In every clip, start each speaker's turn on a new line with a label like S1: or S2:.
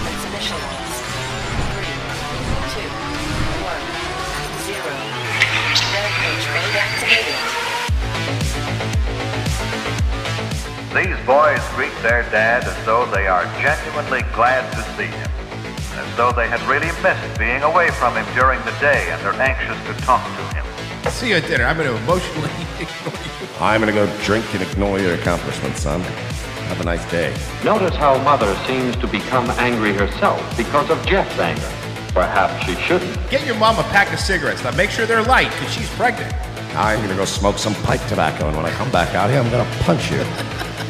S1: initialized. Three, two, one, zero. Rampage mode activated.
S2: These boys greet their dad as though they are genuinely glad to see him, as though they had really missed being away from him during the day and are anxious to talk to him.
S3: See you at dinner. I'm going to emotionally ignore you.
S4: I'm gonna go drink and ignore your accomplishments, son. Have a nice day.
S5: Notice how Mother seems to become angry herself because of Jeff's anger. Perhaps she shouldn't.
S3: Get your mom a pack of cigarettes. Now make sure they're light because she's pregnant.
S4: I'm gonna go smoke some pipe tobacco, and when I come back out here, I'm gonna punch you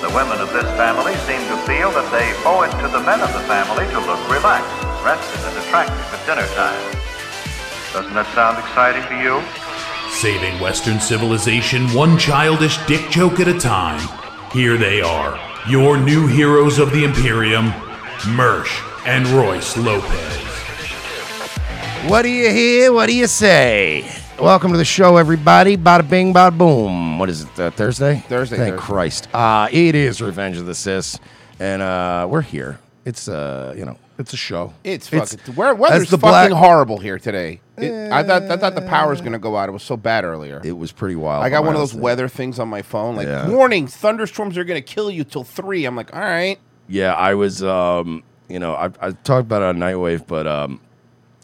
S2: The women of this family seem to feel that they owe it to the men of the family to look relaxed, rested, and attractive at dinner time. Doesn't that sound exciting to you?
S6: Saving Western civilization one childish dick joke at a time. Here they are, your new heroes of the Imperium, Mersch and Royce Lopez.
S4: What do you hear? What do you say? Welcome to the show, everybody. Bada bing, bada boom. What is it, uh, Thursday?
S3: Thursday,
S4: Thank
S3: Thursday.
S4: Christ. Uh, it is Revenge of the Sis, and uh, we're here. It's, uh, you know, it's a show.
S7: It's
S4: It's-
S7: fucking. where weather's
S4: that's the
S7: fucking
S4: black- Eh.
S7: horrible here today. It- I thought I thought the power was gonna go out. It was so bad earlier.
S4: It was pretty wild.
S7: I got
S4: but
S7: one of those
S4: honestly-
S7: weather things on my phone, like
S4: Yeah.
S7: warning: thunderstorms are gonna kill you till three. I'm like, all right.
S4: Yeah, I was, um, you know, I, I talked about it on Nightwave, but, um,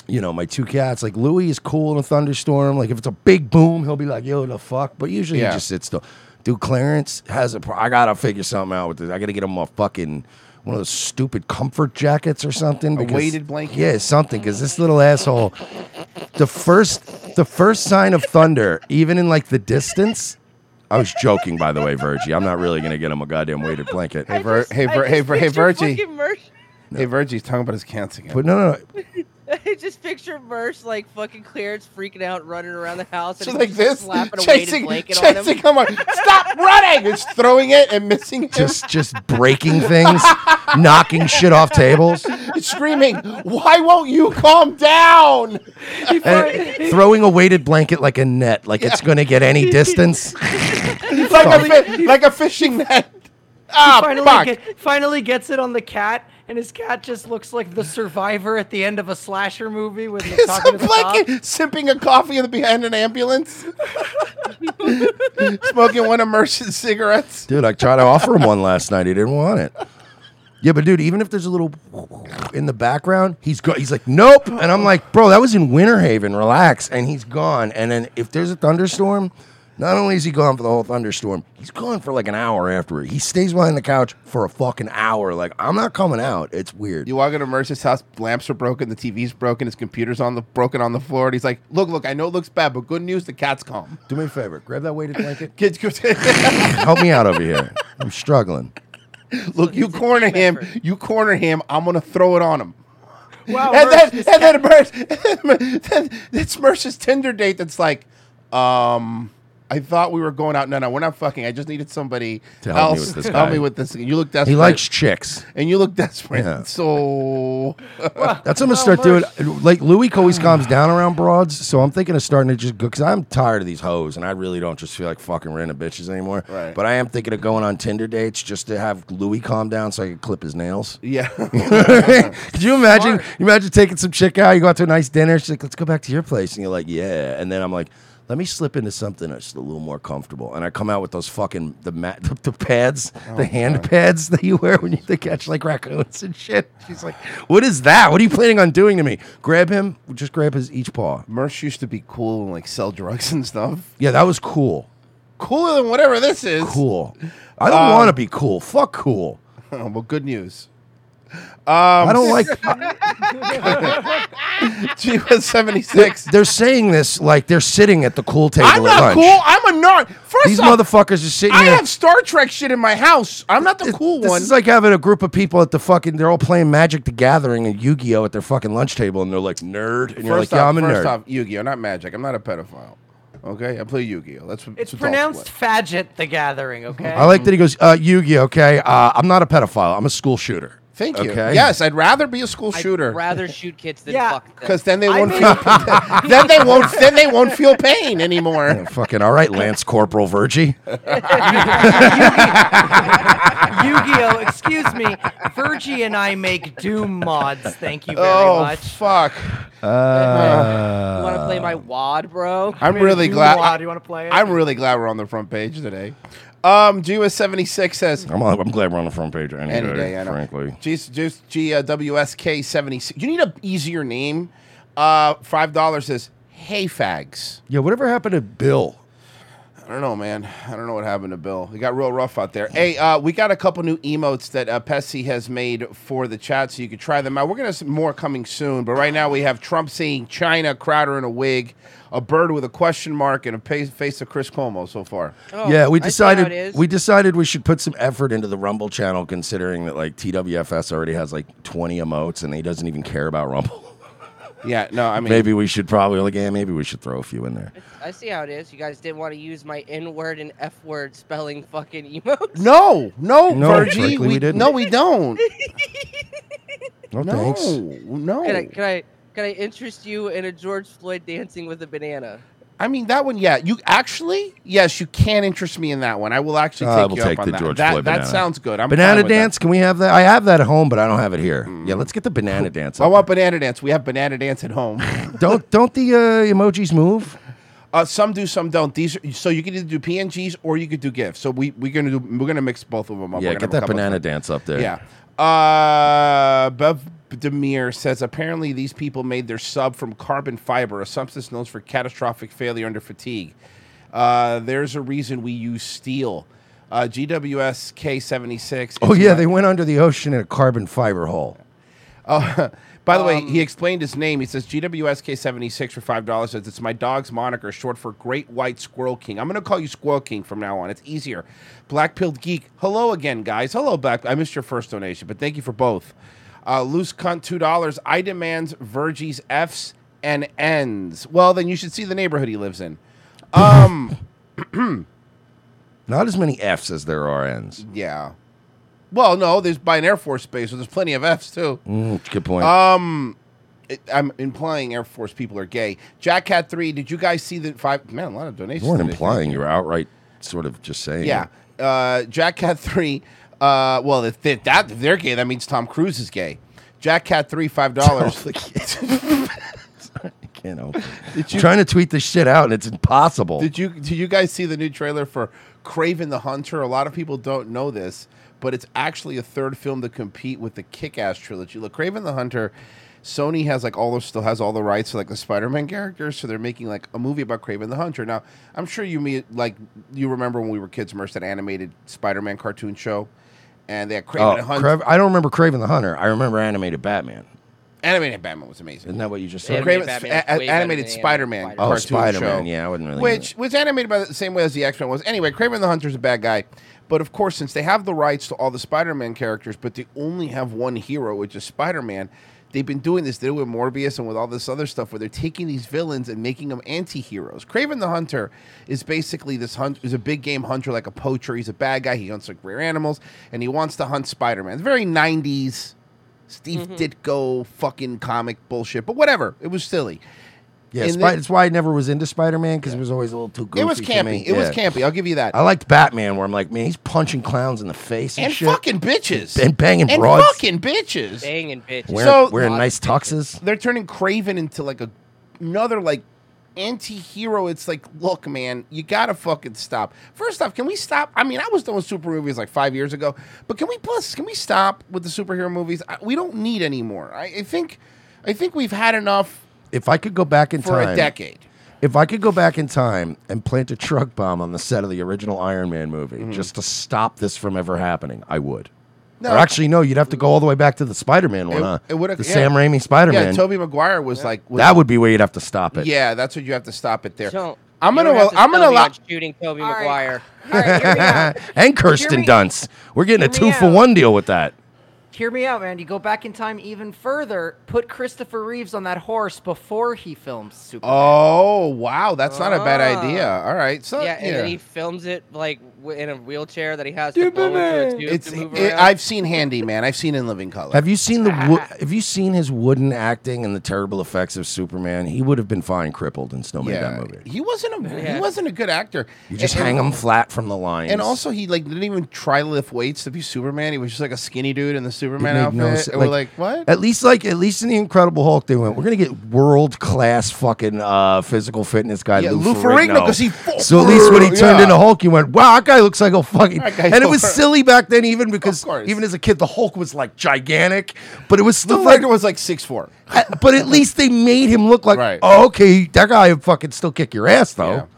S4: you know, my two cats, like Louis is cool in a thunderstorm. Like if it's a big boom, he'll be like, yo, the fuck. But usually
S7: Yeah.
S4: he just sits still. Dude, Clarence has a, pro- I gotta figure something out with this. I gotta get him a fucking, one of those stupid comfort jackets or something. because-
S7: weighted blanket?
S4: Yeah, something. Because this little asshole, the first, the first sign of thunder, even in like the distance, I was joking, by the way, Virgie. I'm not really gonna get him a goddamn weighted blanket.
S7: Hey, Vir- hey,
S8: I
S7: Vir-
S8: just
S7: hey, Vir- hey,
S8: picture
S7: Virgie.
S8: fucking Mersh-
S7: Hey, Virgie's talking about his cats again.
S4: But no, no, no.
S8: I just picture Mersh like fucking Clarence freaking out, running around the house, and
S7: She's
S8: he's
S7: like
S8: just
S7: this,
S8: slapping a weighted
S7: chasing,
S8: blanket on
S7: chasing
S8: him.
S7: him. like, Stop running! It's throwing it and missing him.
S4: just just breaking things, knocking shit off tables,
S7: It's screaming, "Why won't you calm down?"
S4: and throwing a weighted blanket like a net, like it's gonna get any distance.
S7: like, a fi- like a fishing net. Ah, fuck.
S9: finally, get, finally gets it on the cat, and his cat just looks like the survivor at the end of a slasher movie with the
S7: It's
S9: talking
S7: a
S9: to the cop.
S7: blanket sipping a coffee in the behind an ambulance, smoking one of Merch's cigarettes.
S4: Dude, I tried to offer him one last night. He didn't want it. Yeah, but dude, even if there's a little in the background, he's go- he's like, nope. And I'm like, bro, that was in Winter Haven. Relax. And he's gone. And then if there's a thunderstorm, not only is he gone for the whole thunderstorm, he's gone for like an hour after it. He stays behind the couch for a fucking hour. Like, I'm not coming out. It's weird.
S7: You walk into Merch's house, lamps are broken, the TV's broken, his computer's on the broken on the floor, and he's like, "Look, look, I know it looks bad, but good news, the cat's calm."
S4: Do me a favor. Grab that weighted blanket.
S7: Kids, go
S4: Help me out over here. I'm struggling.
S7: look, you corner him, you corner him. I'm gonna throw it on him.
S9: Wow,
S7: and then,
S9: Mersh, this
S7: and
S9: cat-
S7: then, Merch, then it's Merch's Tinder date that's like, um, I thought we were going out. No, no, we're not fucking. I just needed somebody
S4: To help me
S7: else
S4: with this
S7: to help
S4: guy.
S7: me with this. You look desperate.
S4: He likes chicks.
S7: and you look desperate.
S4: Yeah.
S7: So
S4: That's what I'm gonna start doing. Like Louis always calms down around broads, so I'm thinking of starting to just go because I'm tired of these hoes, and I really don't just feel like fucking random bitches anymore.
S7: Right.
S4: But I am thinking of going on Tinder dates just to have Louis calm down so I can clip his nails.
S7: yeah,
S4: Could you imagine? You imagine taking some chick out, you go out to a nice dinner. She's like, "Let's go back to your place," and you're like, "Yeah." And then I'm like, "Let me slip into something that's a little more comfortable." And I come out with those fucking the mat, the, the pads,
S7: Oh
S4: the hand pads that you wear when you to catch like raccoons and shit. She's like, "What is that? What are you planning on doing to me?" Grab him, just grab his each paw.
S7: Merch used to be cool and like sell drugs and stuff.
S4: Yeah, that was cool.
S7: Cooler than whatever this is.
S4: Cool. I
S7: Uh,
S4: don't want to be cool. Fuck cool.
S7: well, good news.
S4: I don't like. I,
S7: She was 76.
S4: They're saying this like they're sitting at the cool table
S7: I'm
S4: at
S7: not
S4: lunch.
S7: cool. I'm a nerd. First
S4: These
S7: off,
S4: motherfuckers are sitting
S7: I
S4: here.
S7: have Star Trek shit in my house. I'm not the cool
S4: this
S7: one.
S4: is like having a group of people at the fucking. They're all playing Magic the Gathering and Yu Gi Oh at their fucking lunch table, and they're like nerd, and you're like,
S7: first
S4: yeah,
S7: off,
S4: I'm a
S7: first
S4: nerd.
S7: off, Yu-Gi-Oh, not Magic. I'm not a pedophile. Okay, I play Yu-Gi-Oh. That's what
S9: It's
S7: that's what
S9: pronounced Fadget the Gathering, okay?
S4: I
S7: um,
S4: like that he goes uh, Yu Gi. Okay, uh, I'm not a pedophile. I'm a school shooter.
S7: Thank you.
S4: Okay?
S7: Yes, I'd rather be a school shooter.
S8: rather shoot kids than
S9: Yeah.
S8: fuck them.
S7: because then they
S8: I
S7: won't
S8: made-
S7: feel then they won't then they won't feel pain anymore.
S4: Fucking all right, Lance Corporal Virgie.
S9: Yu-Gi-Oh! Excuse me, Virgie and I make Doom mods. Thank you very
S7: Oh
S9: much.
S7: fuck!
S4: Uh,
S8: you want to play my wad, bro?
S7: I'm really
S9: Doom
S7: glad.
S9: mod, you wanna play it?
S7: I'm really glad we're on the front page today. Um, GWS76 says
S4: I'm, I'm glad we're on the front page any,
S7: any
S4: day,
S7: day. I know.
S4: frankly.
S7: Jeez, just GWSK76. You need an easier name. Uh, five dollars says hey fags.
S4: Yeah, whatever happened to Bill?
S7: I don't know, man. I don't know what happened to Bill. It got real rough out
S4: Hmm.
S7: there. Hey, uh, we got a couple new emotes that uh, Pessy has made for the chat, so you could try them out. We're gonna have more coming soon, but right now we have Trump saying China, Crowder in a wig, a bird with a question mark, and a pa- face of Chris Cuomo. So far,
S8: Oh,
S4: yeah, we
S8: I see how it
S4: decided
S8: is.
S4: we decided we should put some effort into the Rumble channel, considering that like TWFS already has like 20 emotes and he doesn't even care about Rumble.
S7: yeah. No, I mean,
S4: maybe we should probably like yeah, maybe we should throw a few in there.
S8: I see how it is. You guys didn't want to use my N word and F word spelling fucking emotes.
S7: no, no,
S4: No,
S7: Virgie,
S4: frankly,
S7: Oh, we,
S4: we didn't.
S7: no, we don't.
S4: No,
S7: no,
S4: thanks.
S7: no.
S8: Can I can I can I interest you in a George Floyd dancing with a banana?
S7: I mean that one, yeah. You actually, yes, you can interest me in that one. I will actually
S4: I
S7: take
S4: will
S7: you
S4: Uh, take
S7: up on
S4: the
S7: that.
S4: George
S7: that,
S4: Floyd
S7: that
S4: banana.
S7: sounds good. I'm fine
S4: banana
S7: with that. Mm.
S4: dance? Can we have that? I have that at home, but I don't have it here. Yeah, let's get the banana dance.
S7: I
S4: up.
S7: want Oh, banana dance. We have banana dance at home.
S4: don't don't the uh, emojis move?
S7: uh, some do, some don't. These are, so you can either do PNGs or you could do GIFs. So we we're gonna do we're gonna mix both of them up.
S4: yeah,
S7: We're gonna have a
S4: get that
S7: couple
S4: banana
S7: of-
S4: dance up there.
S7: Yeah. Uh, Bev Demir says apparently these people made their sub from carbon fiber, a substance known for catastrophic failure under fatigue. Uh, there's a reason we use steel. Uh, GWS K76.
S4: Oh yeah, they went under the ocean in a carbon fiber hole.
S7: By the way, he explained his name. He says GWSK76 for five dollars. Says it's my dog's moniker, short for Great White Squirrel King. I'm gonna call you Squirrel King from now on. It's easier. Black Pilled Geek. Hello again, guys. Hello, Black. I missed your first donation, but thank you for both. Uh, Loose cunt two dollars. I demands Virgie's F's and N's. Well, then you should see the neighborhood he lives in. Um,
S4: Not as many Fs as there are Ns.
S7: Yeah. Well, no, there's by an Air Force base, so there's plenty of F's too.
S4: Mm, good point.
S7: Oh, Um, It- I'm implying Air Force people are gay. Jack Cat Three. Did you guys see the five? Man, a lot of donations.
S4: you weren't
S7: today.
S4: implying; you were outright sort of just saying.
S7: Yeah. Uh, Jack Cat 3. Uh, well, if, they, that, if they're gay, that means Tom Cruise is gay. Jack Cat 3, $5.
S4: I can't help it. I'm trying to tweet this shit out, and it's impossible.
S7: did you did you guys see the new trailer for Craven the Hunter? A lot of people don't know this, but it's actually a third film to compete with the Kick-Ass trilogy. Look, Craven the Hunter, Sony has like all the still has all the rights to like the Spider-Man characters, so they're making like a movie about Craven the Hunter. Now, I'm sure you me like you remember when we were kids, Merce, that animated Spider-Man cartoon show, and they had Craven
S4: Oh,
S7: the Hunter.
S4: Crav- I don't remember Craven the Hunter. I remember animated Batman.
S7: animated Batman was amazing.
S4: Isn't that what you just
S8: Yeah,
S4: said?
S7: Craven- a-
S8: Batman is
S7: a-
S8: way better
S7: animated
S8: than the
S7: Spider-Man.
S8: animated
S4: Oh,
S7: cartoon
S4: Spider-Man,
S7: show,
S4: yeah, I wasn't really
S7: Which was animated by the same way as the X Men was. Anyway, Craven the Hunter's a bad guy, but of course, since they have the rights to all the Spider-Man characters, but they only have one hero, which is Spider-Man. They've been doing this. They did it with Morbius and with all this other stuff, where they're taking these villains and making them anti-heroes. Craven the Hunter is basically this hunt is a big game hunter, like a poacher. He's a bad guy. He hunts like rare animals, and he wants to hunt Spider-Man. It's very '90s Steve
S4: Mm-hmm.
S7: Ditko fucking comic bullshit, but whatever. It was silly.
S4: yeah,
S7: in
S4: Spi-
S7: the-
S4: that's why I never was into Spider-Man because it was always a little too goofy.
S7: it was
S4: for
S7: campy.
S4: me.
S7: It was
S4: Yeah.
S7: campy. I'll give you that.
S4: I liked Batman, where I'm like, man, he's punching clowns in the face and,
S7: and
S4: shit,
S7: fucking bitches.
S4: and banging
S7: and
S4: broads,
S7: fucking bitches.
S8: Banging bitches.
S4: wearing,
S7: So-
S4: wearing
S8: Lot
S4: nice
S8: of bitches.
S4: tuxes.
S7: They're turning Craven into like a another like anti-hero. It's like, look, man, you gotta fucking stop. First off, can we stop? I mean, I was doing super movies like five years ago, but can we plus can we stop with the superhero movies? I, we don't need anymore. I, I think I think we've had enough
S4: If I could go back in
S7: for
S4: time,
S7: a decade.
S4: If I could go back in time and plant a
S7: Mm-hmm.
S4: truck bomb on the set of the original Iron Man movie just to stop this from ever happening, I would.
S7: No.
S4: Or actually, no, you'd have to go all the way back to the Spider-Man one, huh?
S7: It would've-
S4: the
S7: yeah.
S4: Sam Raimi Spider-Man.
S7: Yeah, Toby Maguire was like was-
S4: that would be where you'd have to stop it.
S7: Yeah, that's what you have to stop it there.
S8: Don't-
S7: I'm
S8: you
S7: gonna.
S8: don't have to
S7: I'm
S8: sell
S7: gonna.
S8: me
S7: allow-
S8: on shooting Toby Maguire.
S4: and Kirsten
S9: me-
S4: Dunst. We're getting a
S9: hear me
S4: two for
S9: out.
S4: one deal with that.
S9: Hear me out, man. You go back in time even further. Put Christopher Reeves on that horse before he films Super.
S7: Oh wow, that's not a bad
S9: Ah.
S7: idea. All right, so
S8: yeah, and
S7: yeah.
S8: then he films it like w- in a wheelchair that he has to blow into a tube
S7: it's.
S8: to move
S7: It,
S8: around.
S7: I've seen Handyman. I've seen In Living Color.
S4: Have you seen the wo- have you seen his wooden acting and the terrible effects of Superman? He would have been fine crippled and still made
S7: yeah,
S4: that movie.
S7: he wasn't a
S8: Yeah.
S7: he wasn't a good actor.
S4: You just
S7: And-
S4: hang him flat from the lines.
S7: And also, he like didn't even try to lift weights to be Superman. He was just like a skinny dude in the
S4: It
S7: Superman
S4: made
S7: outfit.
S4: no
S7: and
S4: se-
S7: we're like, what?
S4: At least like at least in the Incredible Hulk, they went. We're gonna get world class fucking uh, physical fitness guy
S7: Yeah,
S4: Lou
S7: Lou Ferrigno,
S4: Ferrigno.
S7: 'cause he-
S4: so at least when he turned
S7: Yeah.
S4: into Hulk, you went, wow, that guy looks like a fucking.
S7: That guy's
S4: And it was
S7: over-
S4: silly back then, even because
S7: course.
S4: even as a kid, the Hulk was like gigantic, but it was still
S7: Lou
S4: like
S7: Ferrigno was like six four.
S4: I- but at least they made him look like,
S7: Right.
S4: oh, okay, that guy would fucking still kick your ass though.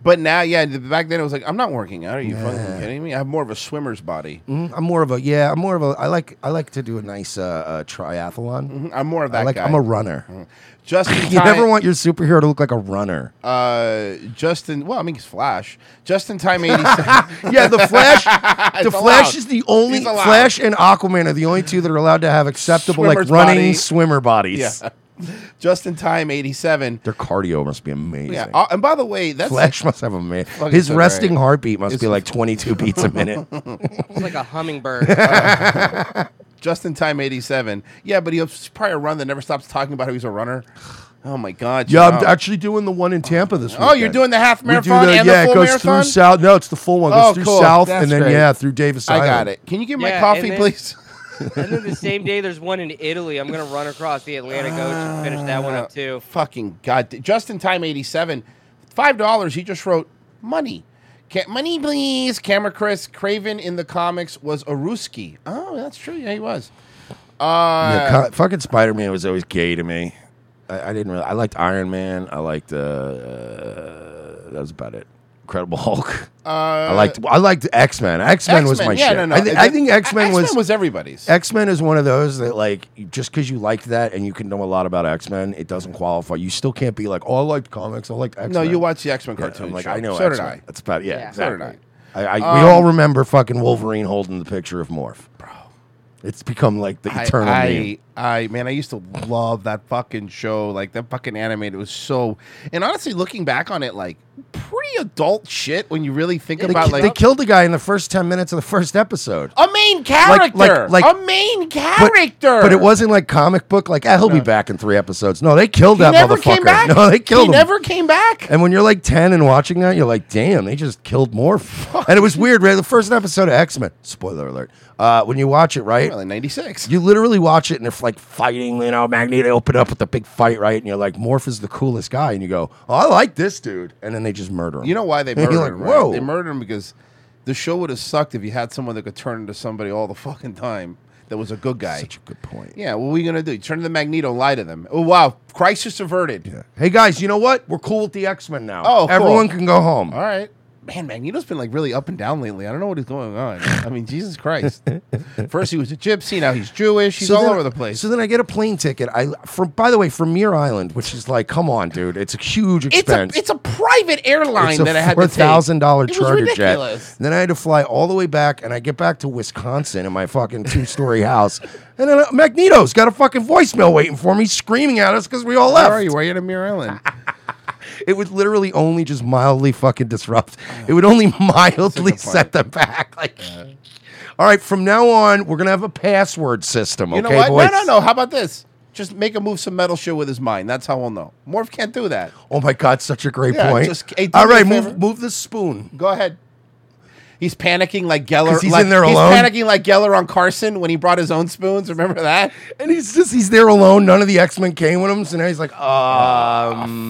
S7: But now, yeah, the- back then it was like, I'm not working out. Are you fucking kidding me? I have more of a swimmer's body.
S4: Mm, I'm more of a yeah. I'm more of a. I like I like to do a nice uh, uh, triathlon.
S7: Mm-hmm. I'm more of
S4: I
S7: that
S4: like
S7: guy.
S4: I'm a runner.
S7: Just in
S4: You
S7: time,
S4: never want your superhero to look like a runner.
S7: uh, Justin. Well, I mean, he's Flash. Justin Time '87.
S4: Yeah, the Flash. the
S7: It's
S4: Flash
S7: allowed.
S4: is the only
S7: He's allowed.
S4: Flash and Aquaman are the only two that are allowed to have acceptable
S7: Swimmer's
S4: like running
S7: body.
S4: swimmer bodies.
S7: yeah. Justin Time '87.
S4: Their cardio must be amazing.
S7: Yeah. uh, and by the way, that's
S4: Flash must have a man.
S7: Fucking
S4: His
S7: so
S4: resting
S7: great.
S4: heartbeat must
S7: It's-
S4: be like 22 beats a minute.
S8: It's like a hummingbird.
S7: Uh, Justin Time '87. Yeah, but he'll probably a run that never stops talking about how he's a runner. Oh my God.
S4: Yeah, I'm
S7: Joe.
S4: actually doing the one in Tampa this week.
S7: Oh, you're doing the half marathon and the
S4: yeah,
S7: full
S4: it goes
S7: marathon?
S4: through south. No, it's the full one. It goes
S7: Oh,
S4: through
S7: cool.
S4: south
S7: That's
S4: and then
S7: great.
S4: yeah, through Davis
S7: I
S4: Island.
S7: got it. Can you give me my
S8: Yeah,
S7: coffee,
S8: and then-
S7: please?
S8: and then the same day, there's one in Italy. I'm gonna run across the Atlantic Ocean and finish that one up too.
S7: Fucking God. Justin Time 87. $5. He just wrote money. Ca- money, please. Camera Chris Craven in the comics was a Ruski. Oh, that's true. Yeah, he was.
S4: Yeah,
S7: Uh,
S4: co- fucking Spider Man was always gay to me. I, I didn't really. I liked Iron Man. I liked. Uh, uh, that was about it. Incredible Hulk. I liked. I liked X Men. X Men was my
S7: Uh, X-Men, yeah,
S4: shit.
S7: no, no.
S4: I, thi-
S7: It-
S4: I think X Men was.
S7: X-Men was everybody's.
S4: X Men is one of those that like you- just because you liked that and you can know a lot about X Men, it doesn't qualify. You still can't be like, oh, I liked comics. I liked X Men.
S7: No, you watch the X Men
S4: Yeah,
S7: cartoon.
S4: I'm like,
S7: show.
S4: I know.
S7: So did
S4: X-Men.
S7: I. Um,
S4: That's about yeah.
S8: Yeah.
S7: So did
S4: Exactly. I, I, we all remember fucking Wolverine holding the picture of Morph, bro. It's become like the
S7: I,
S4: eternal meme.
S7: I, I, man, I used to love that fucking show. Like that fucking animated was so. And honestly, looking back on it, like pretty adult shit when you really think
S4: They,
S7: about
S4: ki-
S7: like
S4: they killed the guy in the first ten minutes of the first episode.
S7: a main
S4: Like-
S7: character,
S4: like- like-
S7: a main
S4: But-
S7: character.
S4: But, it wasn't like comic book. Like, ah, he'll be back in three episodes. No, they killed
S7: He
S4: that
S7: never
S4: motherfucker.
S7: came back.
S4: No, they killed
S7: he
S4: him.
S7: never came back.
S4: And when you're like 10 and watching that, you're like, damn, they just killed Morph. and it was weird, right? The first episode of X Men, spoiler alert, uh, when you watch it, right?
S7: Well, in '96.
S4: You literally watch it and they're like fighting, you know, Magneto opened up with the big fight, right? And you're like, Morph is the coolest guy. And you go, oh, I like this dude. And then they just murder him.
S7: You know why they
S4: And you're
S7: murdered
S4: like,
S7: him? right?
S4: Whoa.
S7: They murdered him because the show would have sucked if you had someone that could turn into somebody all the fucking time that was a good guy.
S4: Such a good point.
S7: yeah, what are we gonna do? Turn to the Magneto and lie to them. Oh wow, crisis averted.
S4: Hey, guys, you know what? We're cool with the X Men now.
S7: Oh, cool.
S4: Everyone can go home.
S7: All right. Man, Magneto's been like really up and down lately. I don't know what is going on. I mean, Jesus Christ. First he was a gypsy, now he's Jewish. He's all
S4: then-
S7: over the place.
S4: So then I get a plane ticket. I from by the way from Muir Island, which is like, come on, dude, it's a huge
S7: it's a
S4: expense.
S7: it's a private airline
S4: It's a
S7: that I had
S4: four
S7: to take.
S4: thousand dollar
S7: It was
S4: charter jet.
S7: ridiculous.
S4: And then I had to fly all the way back, and I get back to Wisconsin in my fucking two story house, and then uh, Magneto's got a fucking voicemail waiting for me, screaming at us because we all left.
S7: Where are you? Why are you at Amir Island?
S4: It would literally only just mildly fucking disrupt. It would only mildly
S7: point.
S4: set them back. Like, all right, from now on, we're gonna have a password system.
S7: You know
S4: okay,
S7: what?
S4: boys?
S7: No, no, no. How about this? Just make him move some metal shit with his mind. That's how we'll know. Morph can't do that.
S4: Oh my god, such a great
S7: Yeah,
S4: point.
S7: just- hey, do
S4: All
S7: me a
S4: right,
S7: favor.
S4: move move the spoon.
S7: Go ahead. He's panicking like Geller.
S4: 'Cause he's
S7: like-
S4: in there alone?
S7: He's panicking like Geller on Carson when he brought his own spoons. Remember that?
S4: And he's just he's there alone. None of the X Men came with him, so now he's like, um,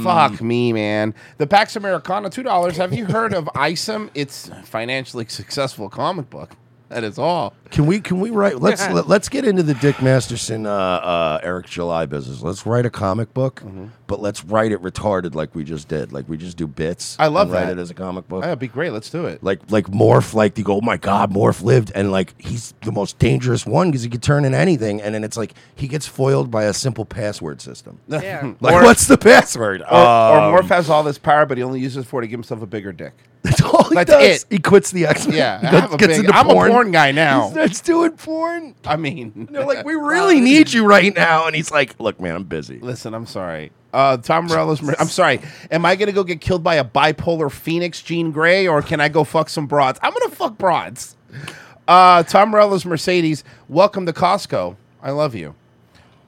S7: Ah, Fuck me, man. The Pax Americana, two dollars. Have you heard of ISOM? It's a financially successful comic book. That is all.
S4: Can we can we write? Let's let, us let us get into the Dick Masterson, uh, uh, Eric July business. Let's write a comic book,
S7: Mm-hmm.
S4: but let's write it retarded like we just did. Like we just do bits.
S7: I love
S4: and write
S7: that.
S4: it as a comic book.
S7: That'd be great. Let's do it.
S4: Like like Morph, like you go, oh my god, Morph lived, and like he's the most dangerous one because he could turn in anything, and then it's like he gets foiled by a simple password system.
S7: Yeah.
S4: like
S7: Or-
S4: what's the password?
S7: Or, or
S4: Um,
S7: Morph has all this power, but he only uses it for to give himself a bigger dick.
S4: That's all he
S7: That's
S4: does.
S7: it.
S4: He quits the X Men.
S7: Yeah, I have a big- I'm a porn guy now.
S4: That's doing porn.
S7: I mean,
S4: they're like, we really need you right now, and he's like, look, man, I'm busy.
S7: Listen, I'm sorry. Uh, Tom Morello's. I'm sorry. Am I gonna go get killed by a bipolar phoenix, Jean Grey, or can I go fuck some broads? I'm gonna fuck broads. Uh, Tom Morello's Mercedes. Welcome to Costco. I love you.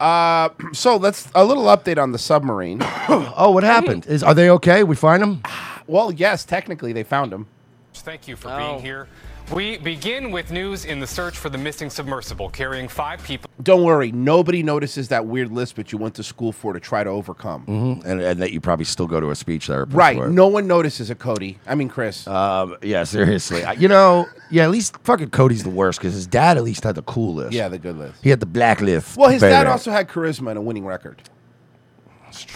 S7: Uh, so let's a little update on the submarine.
S4: oh, what happened? Is are they okay? We find them.
S7: Well, yes, technically they found him.
S10: Thank you for being here. We begin with news in the search for the missing submersible carrying five people.
S7: Don't worry, nobody notices that weird list, but you went to school for to try to overcome.
S4: Mm-hmm. And, and that you probably still go to a speech therapist.
S7: Right.
S4: for.
S7: No one notices it, Cody. I mean, Chris.
S4: Um, yeah, seriously. I- you know, yeah, at least fucking Cody's the worst because his dad at least had the cool list.
S7: Yeah, the good list.
S4: He had the black list.
S7: Well, his dad
S4: Better.
S7: also had charisma and a winning record.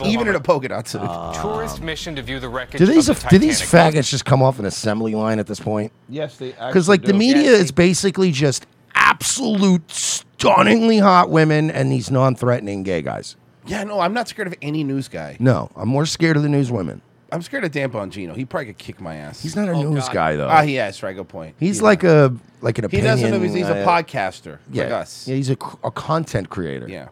S7: Even in a polka dot suit.
S10: Tourist mission to view the wreckage
S4: Um, Do these
S10: of the
S4: do
S10: Titanic.
S4: these faggots just come off an assembly line at this point?
S7: Yes, they
S4: Because like the media is basically just absolute stunningly hot women and these non-threatening gay guys.
S7: Yeah, no, I'm not scared of any news guy.
S4: No, I'm more scared of the news women.
S7: I'm scared of Dan Bongino. He probably could kick my ass. He's
S4: not a news guy, though.
S7: Ah, he yeah, that's right. Good point.
S4: He's like a like an
S7: He
S4: opinion.
S7: doesn't know he's, he's a
S4: uh,
S7: podcaster
S4: Yeah,
S7: like us.
S4: yeah, he's a, c- a content creator.
S7: Yeah,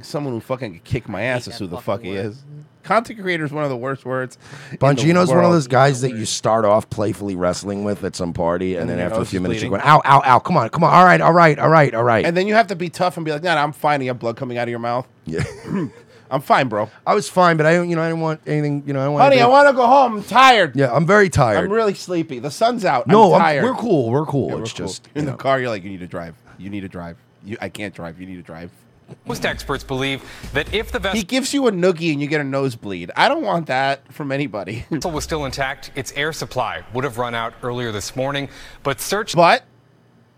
S7: someone who fucking could kick my ass is who the fuck he is. Content creator is one of the worst words. in the
S4: Bongino's one of
S7: world.
S4: those guys that you start off playfully wrestling with at some party, and,
S7: And
S4: then
S7: then
S4: after a
S7: it's
S4: few minutes you're
S7: bleeding.
S4: going, ow, ow, ow, come on, come on, all right, all right, all right, all right.
S7: And then you have to be tough and be like, "No, nah, I'm fine. You have blood coming out of your mouth.
S4: "Ah, yeah.
S7: I'm fine, bro.
S4: I was fine, but I don't, you know, I didn't want anything, you know, I don't want
S7: Honey, I
S4: anything-
S7: want to go home. I'm tired.
S4: Yeah, I'm very tired.
S7: I'm really sleepy. The sun's out.
S4: no,
S7: I'm
S4: I'm-
S7: tired.
S4: we're cool, we're cool.
S7: Yeah,
S4: it's
S7: we're cool.
S4: just
S7: in the car. You're like, you need to drive. You need to drive. You, I can't drive. You need to drive.
S10: Most experts believe that if the
S7: He
S10: vessel
S7: gives you a noogie and you get a nosebleed. I don't want that from anybody.
S10: was still intact, its air supply would have run out earlier this morning, but search.
S7: But,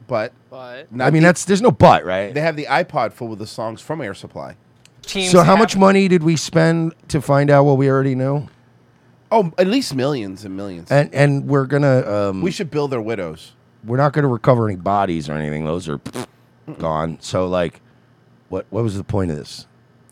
S7: but,
S10: But-
S7: not
S4: I mean,
S7: the-
S4: that's there's no but, right?
S7: They have the iPod full with the songs from Air Supply.
S4: So how much money did we spend to find out what we already knew?
S7: Oh, at least millions and millions.
S4: And and we're gonna um,
S7: we should bill their widows.
S4: we're not gonna recover any bodies or anything. Those are gone. So like, what what was the point of this?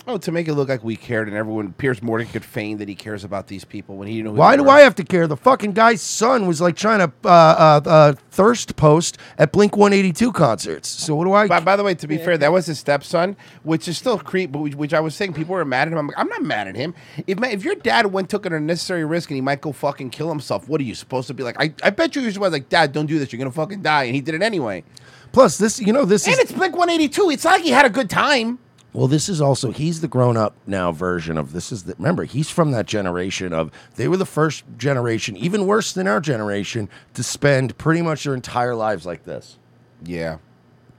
S7: Oh, to make it look like we cared, and everyone Piers Morgan could feign that he cares about these people when he didn't know. Who
S4: Why
S7: they
S4: do
S7: were.
S4: I have to care? The fucking guy's son was like trying to uh, uh, uh, thirst post at Blink 182 concerts. So what do I?
S7: By, by the way, to be fair, that was his stepson, which is still creep. But which, which I was saying, people were mad at him. I'm like, I'm not mad at him. If my, if your dad went took an unnecessary risk and he might go fucking kill himself, what are you supposed to be like? I, I bet you you're supposed to be like, Dad, don't do this. You're gonna fucking die, and he did it anyway.
S4: Plus, this you know this
S7: and
S4: is
S7: it's Blink 182. It's not like he had a good time.
S4: Well, this is also he's the grown up now version of this is the remember, he's from that generation of they were the first generation, even worse than our generation, to spend pretty much their entire lives like this.
S7: Yeah.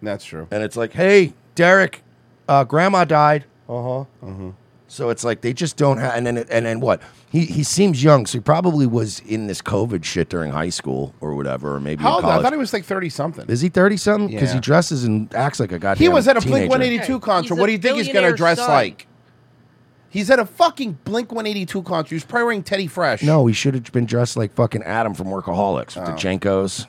S7: That's true.
S4: And it's like, hey, Derek, uh, grandma died. Uh-huh.
S7: Mm-hmm.
S4: So it's like they just don't have and then and then what? He he seems young, so he probably was in this COVID shit during high school or whatever, or maybe in
S7: How old? I
S4: college.
S7: thought he was like 30 something.
S4: is he thirty something? Because
S7: Yeah.
S4: he dresses and acts like a goddamn.
S7: He was at a Blink
S4: teenager.
S7: 182 concert.
S9: He's a
S7: What do you think he's gonna
S9: billionaire
S7: dress
S9: son.
S7: like? He's at a fucking Blink 182 concert. He's probably wearing Teddy Fresh.
S4: No, he should have been dressed like fucking Adam from Workaholics with the
S7: Oh.
S4: Jankos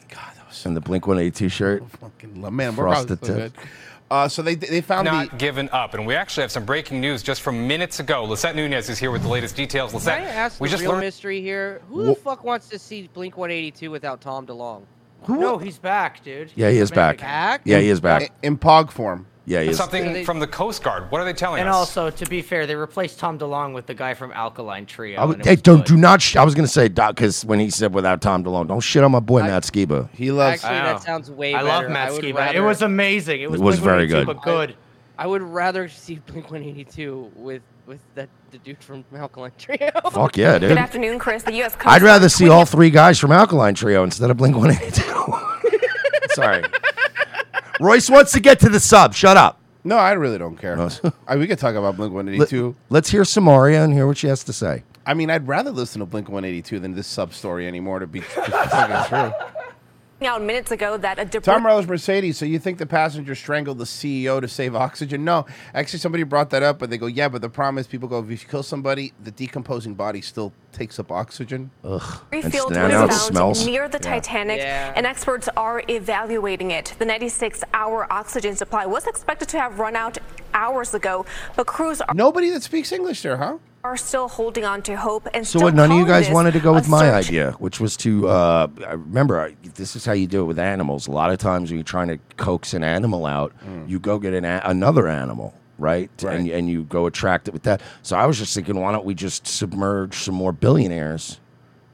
S4: and the Blink 182 shirt.
S7: Oh, man, we're probably
S4: Frosted
S7: so
S4: tip.
S7: good. Uh, so they they found
S10: not given up, and we actually have some breaking news just from minutes ago. Lisette Nunez is here with the latest details. Lisette,
S8: Can I ask
S10: we
S8: the
S10: just
S8: real
S10: learned
S8: mystery here? Who
S4: Wha-
S8: the fuck wants to see Blink 182 without Tom DeLong?
S9: No, he's back, dude.
S4: Yeah, he is back. Yeah, he is back.
S7: In, pog form.
S4: Yeah, he is.
S10: something from the Coast Guard. What are they telling
S9: And
S10: us?
S9: also, to be fair, they replaced Tom DeLong with the guy from Alkaline Trio.
S4: I would,
S9: and it
S4: hey,
S9: was
S4: don't
S9: good.
S4: do not. Sh- I was gonna say Doc because when he said without Tom DeLonge, don't shit on my boy Nat Skiba.
S7: He
S8: Actually, that sounds way
S9: I
S8: better.
S9: love Matt
S8: I would
S9: Skiba. It
S8: rather-
S9: was amazing. It was,
S4: It was very good.
S9: Blink-182, But good.
S8: I would rather see Blink 182 with with that the dude from Alkaline Trio.
S4: Fuck yeah, dude.
S11: Good afternoon, Chris. The U.S. Coast
S4: I'd rather see all three guys from Alkaline Trio instead of Blink 182. Sorry. Royce wants to get to the sub. Shut up.
S7: No, I really don't care. I, we could talk about Blink 182.
S4: Let's hear Samaria and hear what she has to say.
S7: I mean, I'd rather listen to Blink 182 than this sub story anymore, to be to be fucking true.
S11: out minutes ago that a
S7: Tom Reller's Mercedes. So you think the passenger strangled the CEO to save oxygen? No, actually, somebody brought that up, but they go, yeah, but the problem is people go, if you kill somebody, the decomposing body still takes up oxygen.
S4: Ugh.
S11: Refield
S7: Now
S11: was
S7: it
S11: found
S7: smells.
S11: near the
S7: Yeah.
S11: Titanic,
S7: Yeah.
S11: and experts are evaluating it. The 96-hour oxygen supply was expected to have run out hours ago, but crews are,
S7: Nobody that speaks English there, huh?
S11: are still holding on to hope and
S4: So
S11: still
S4: what? None of you
S11: calling
S4: guys
S11: this
S4: wanted to go
S11: a
S4: with my
S11: search
S4: idea, which was to uh, I remember. I, this is how you do it with animals. A lot of times, when you're trying to coax an animal out, you go get an a- another animal, Mm. right? And and you go attract it with that. So I was just thinking, why don't we just submerge some more billionaires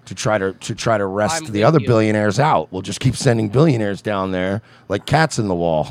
S4: to try to to try to wrest
S8: I'm
S4: the
S8: with
S4: other
S8: you.
S4: billionaires out? We'll just keep sending billionaires down there like cats in the wall.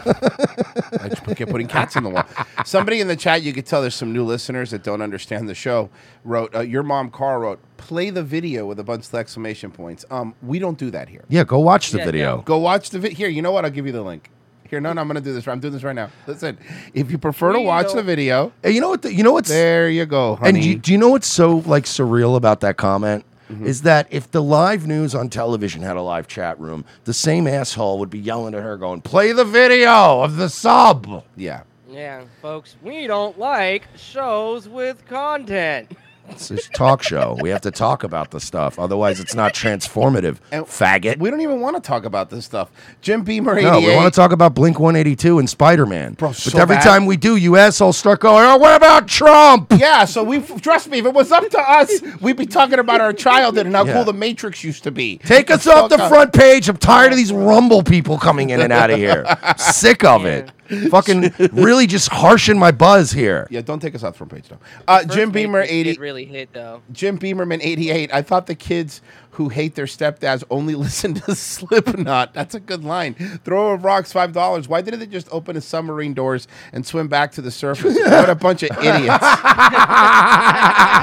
S7: I just keep putting cats in the wall. Somebody in the chat, you could tell there's some new listeners that don't understand the show. Wrote uh, your mom, Carl wrote, play the video with a bunch of exclamation points. Um, we don't do that here.
S4: yeah, go watch the video.
S7: Go watch the video. Here, you know what? I'll give you the link. Here, no, no, I'm gonna do this. I'm doing this right now. Listen, if you prefer to
S4: We
S7: watch
S4: don't-
S7: the video,
S4: Hey, you know what? The, you know what's
S7: there. You go,
S4: And
S7: honey.
S4: you, do you know what's so like surreal about that comment?
S7: Mm-hmm.
S4: Is that if the live news on television had a live chat room, the same asshole would be yelling at her, going, "Play the video of the sub."
S7: Yeah,
S8: Yeah, folks, we don't like shows with content.
S4: it's a talk show. We have to talk about the stuff, otherwise, it's not transformative. Faggot.
S7: We don't even want to talk about this stuff. Jim Beamer, 88.
S4: No, we want to talk about Blink 182 and Spider Man. But
S7: so
S4: every
S7: bad.
S4: time we do, you asshole start going, "Oh, what about Trump?"
S7: Yeah, so we trust me. If it was up to us, we'd be talking about our childhood and how
S4: Yeah.
S7: cool the Matrix used to be.
S4: Take us
S7: Let's
S4: off the
S7: talk-
S4: front page. I'm tired of these Rumble people coming in and out of here. Sick of it. Fucking really just harshing my buzz here.
S7: Yeah, don't take us off the front page though. Uh, Jim Beamer, eighty.
S8: It really hit though.
S7: Jim Beamerman, 88. I thought the kids who hate their stepdads only listen to Slipknot. That's a good line. Throw of rocks, $5. Why didn't they just open the submarine doors and swim back to the surface? what a bunch of idiots.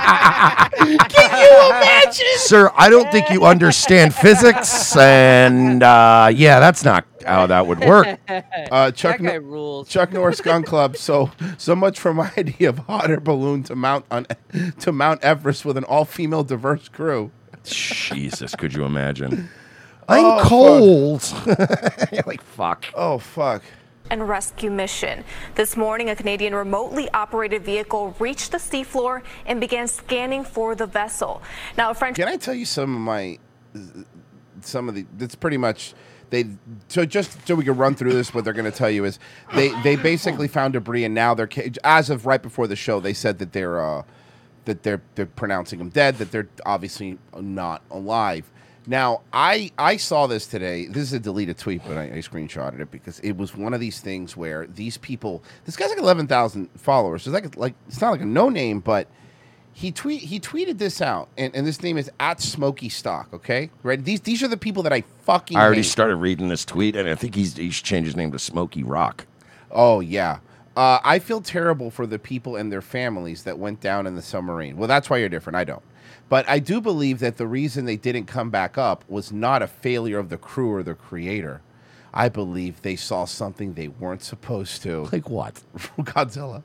S7: Can you imagine?
S4: Sir, I don't think you understand physics. And uh, yeah, that's not how that would work.
S7: Uh, Chuck, Nor- Chuck Norris Gun Club. So so much for my idea of hot air balloon to Mount on, to Mount Everest with an all female diverse crew.
S4: Jesus, could you imagine?
S7: I'm
S4: cold. like fuck.
S7: Oh fuck.
S11: And rescue mission. This morning, a Canadian remotely operated vehicle reached the seafloor and began scanning for the vessel. Now, a French
S7: Can I tell you some of my, some of the? That's pretty much. They so just so we can run through this. What they're going to tell you is they they basically found debris, and now they're ca- as of right before the show, they said that they're uh, that they're they're pronouncing them dead. That they're obviously not alive. Now I I saw this today. This is a deleted tweet, but I, I screenshotted it because it was one of these things where these people. This guy's like eleven thousand followers. So it's like like it's not like a no name, but he tweet he tweeted this out, and, and this name is at Smoky Stock. Okay, right? These these are the people that I fucking.
S4: I already
S7: hate.
S4: started reading this tweet, and I think he's, he should change his name to Smokey Rock.
S7: Oh yeah. Uh, I feel terrible for the people and their families that went down in the submarine. Well, that's why you're different. I don't. But I do believe that the reason they didn't come back up was not a failure of the crew or the creator. I believe they saw something they weren't supposed to.
S4: Like what?
S7: Godzilla.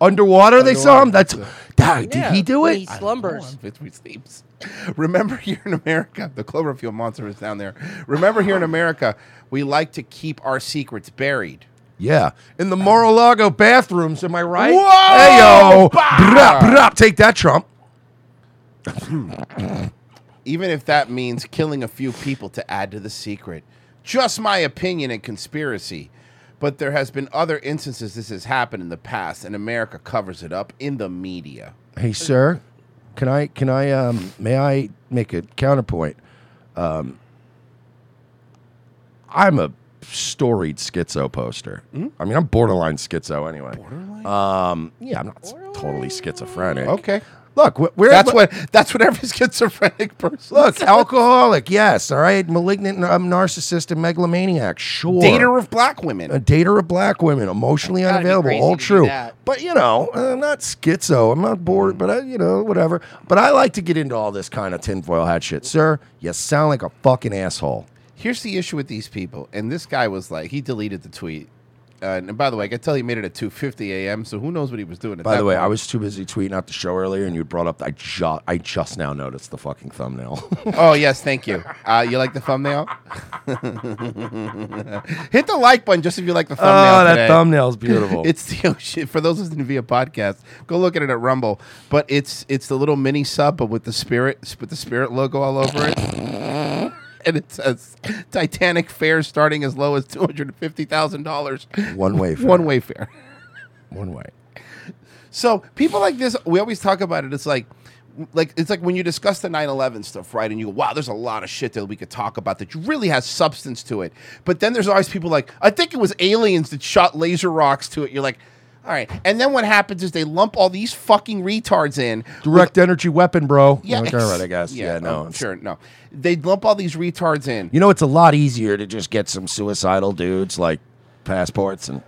S4: Underwater, they saw him. That's Dad, did he do it?
S7: I don't know, I'm fifth week sleeps. Remember here in America, the Cloverfield monster is down there. Remember here in America, we like to keep our secrets buried.
S4: Yeah, in the Mar-a-Lago bathrooms. Am I right?
S7: Whoa!
S4: Hey yo,
S7: Bah!
S4: Brap, brap. take that, Trump.
S7: Even if that means killing a few people to add to the secret. Just my opinion and conspiracy. But there has been other instances this has happened in the past, and America covers it up in the media.
S4: Hey, sir, can I can I um may I make a counterpoint? Um, I'm a storied schizo poster.
S7: Hmm?
S4: I mean, I'm borderline schizo anyway. Borderline? Um, yeah, I'm not s- totally schizophrenic.
S7: Okay.
S4: Look, wh- we're
S7: That's what that's what every schizophrenic person.
S4: Look,
S7: says.
S4: alcoholic, yes, all right, malignant, um, narcissist, and megalomaniac, sure.
S7: Dater of black women.
S4: A dater of black women, emotionally
S7: Gotta be
S4: unavailable,
S7: crazy to
S4: all
S7: do
S4: true.
S7: that.
S4: But you know, I'm not schizo. I'm not bored, but I, you know, whatever. But I like to get into all this kind of tinfoil hat shit, sir. You sound like a fucking asshole.
S7: Here's the issue with these people, and this guy was like, he deleted the tweet. Uh, and by the way, I could tell he made it at 2:50 a.m. So who knows what he was doing? At
S4: By
S7: that
S4: the way,
S7: point.
S4: I was too busy tweeting out the show earlier, and you brought up. I just I just now noticed the fucking thumbnail.
S7: oh yes, thank you. Uh, you like the thumbnail? Hit the like button just if you like the thumbnail.
S4: Oh, that
S7: today.
S4: thumbnail's beautiful.
S7: it's the oh shit for those listening via podcast. Go look at it at Rumble. But it's it's the little mini sub, but with the spirit with the spirit logo all over it. And it says Titanic fares starting as low as two hundred and fifty thousand dollars.
S4: One way fare.
S7: One way fare.
S4: One way.
S7: So people like this, we always talk about it. It's like, like it's like when you discuss the 9-11 stuff, right? And you go, "Wow, there's a lot of shit that we could talk about that really has substance to it." But then there's always people like, "I think it was aliens that shot laser rocks to it." You're like, "All right." And then what happens is they lump all these fucking retards in.
S4: Direct energy weapon, bro.
S7: Yeah,
S4: I'm like, all right, I guess. Yeah, no,
S7: I'm sure, no. They lump all these retards in.
S4: You know, it's a lot easier to just get some suicidal dudes like passports and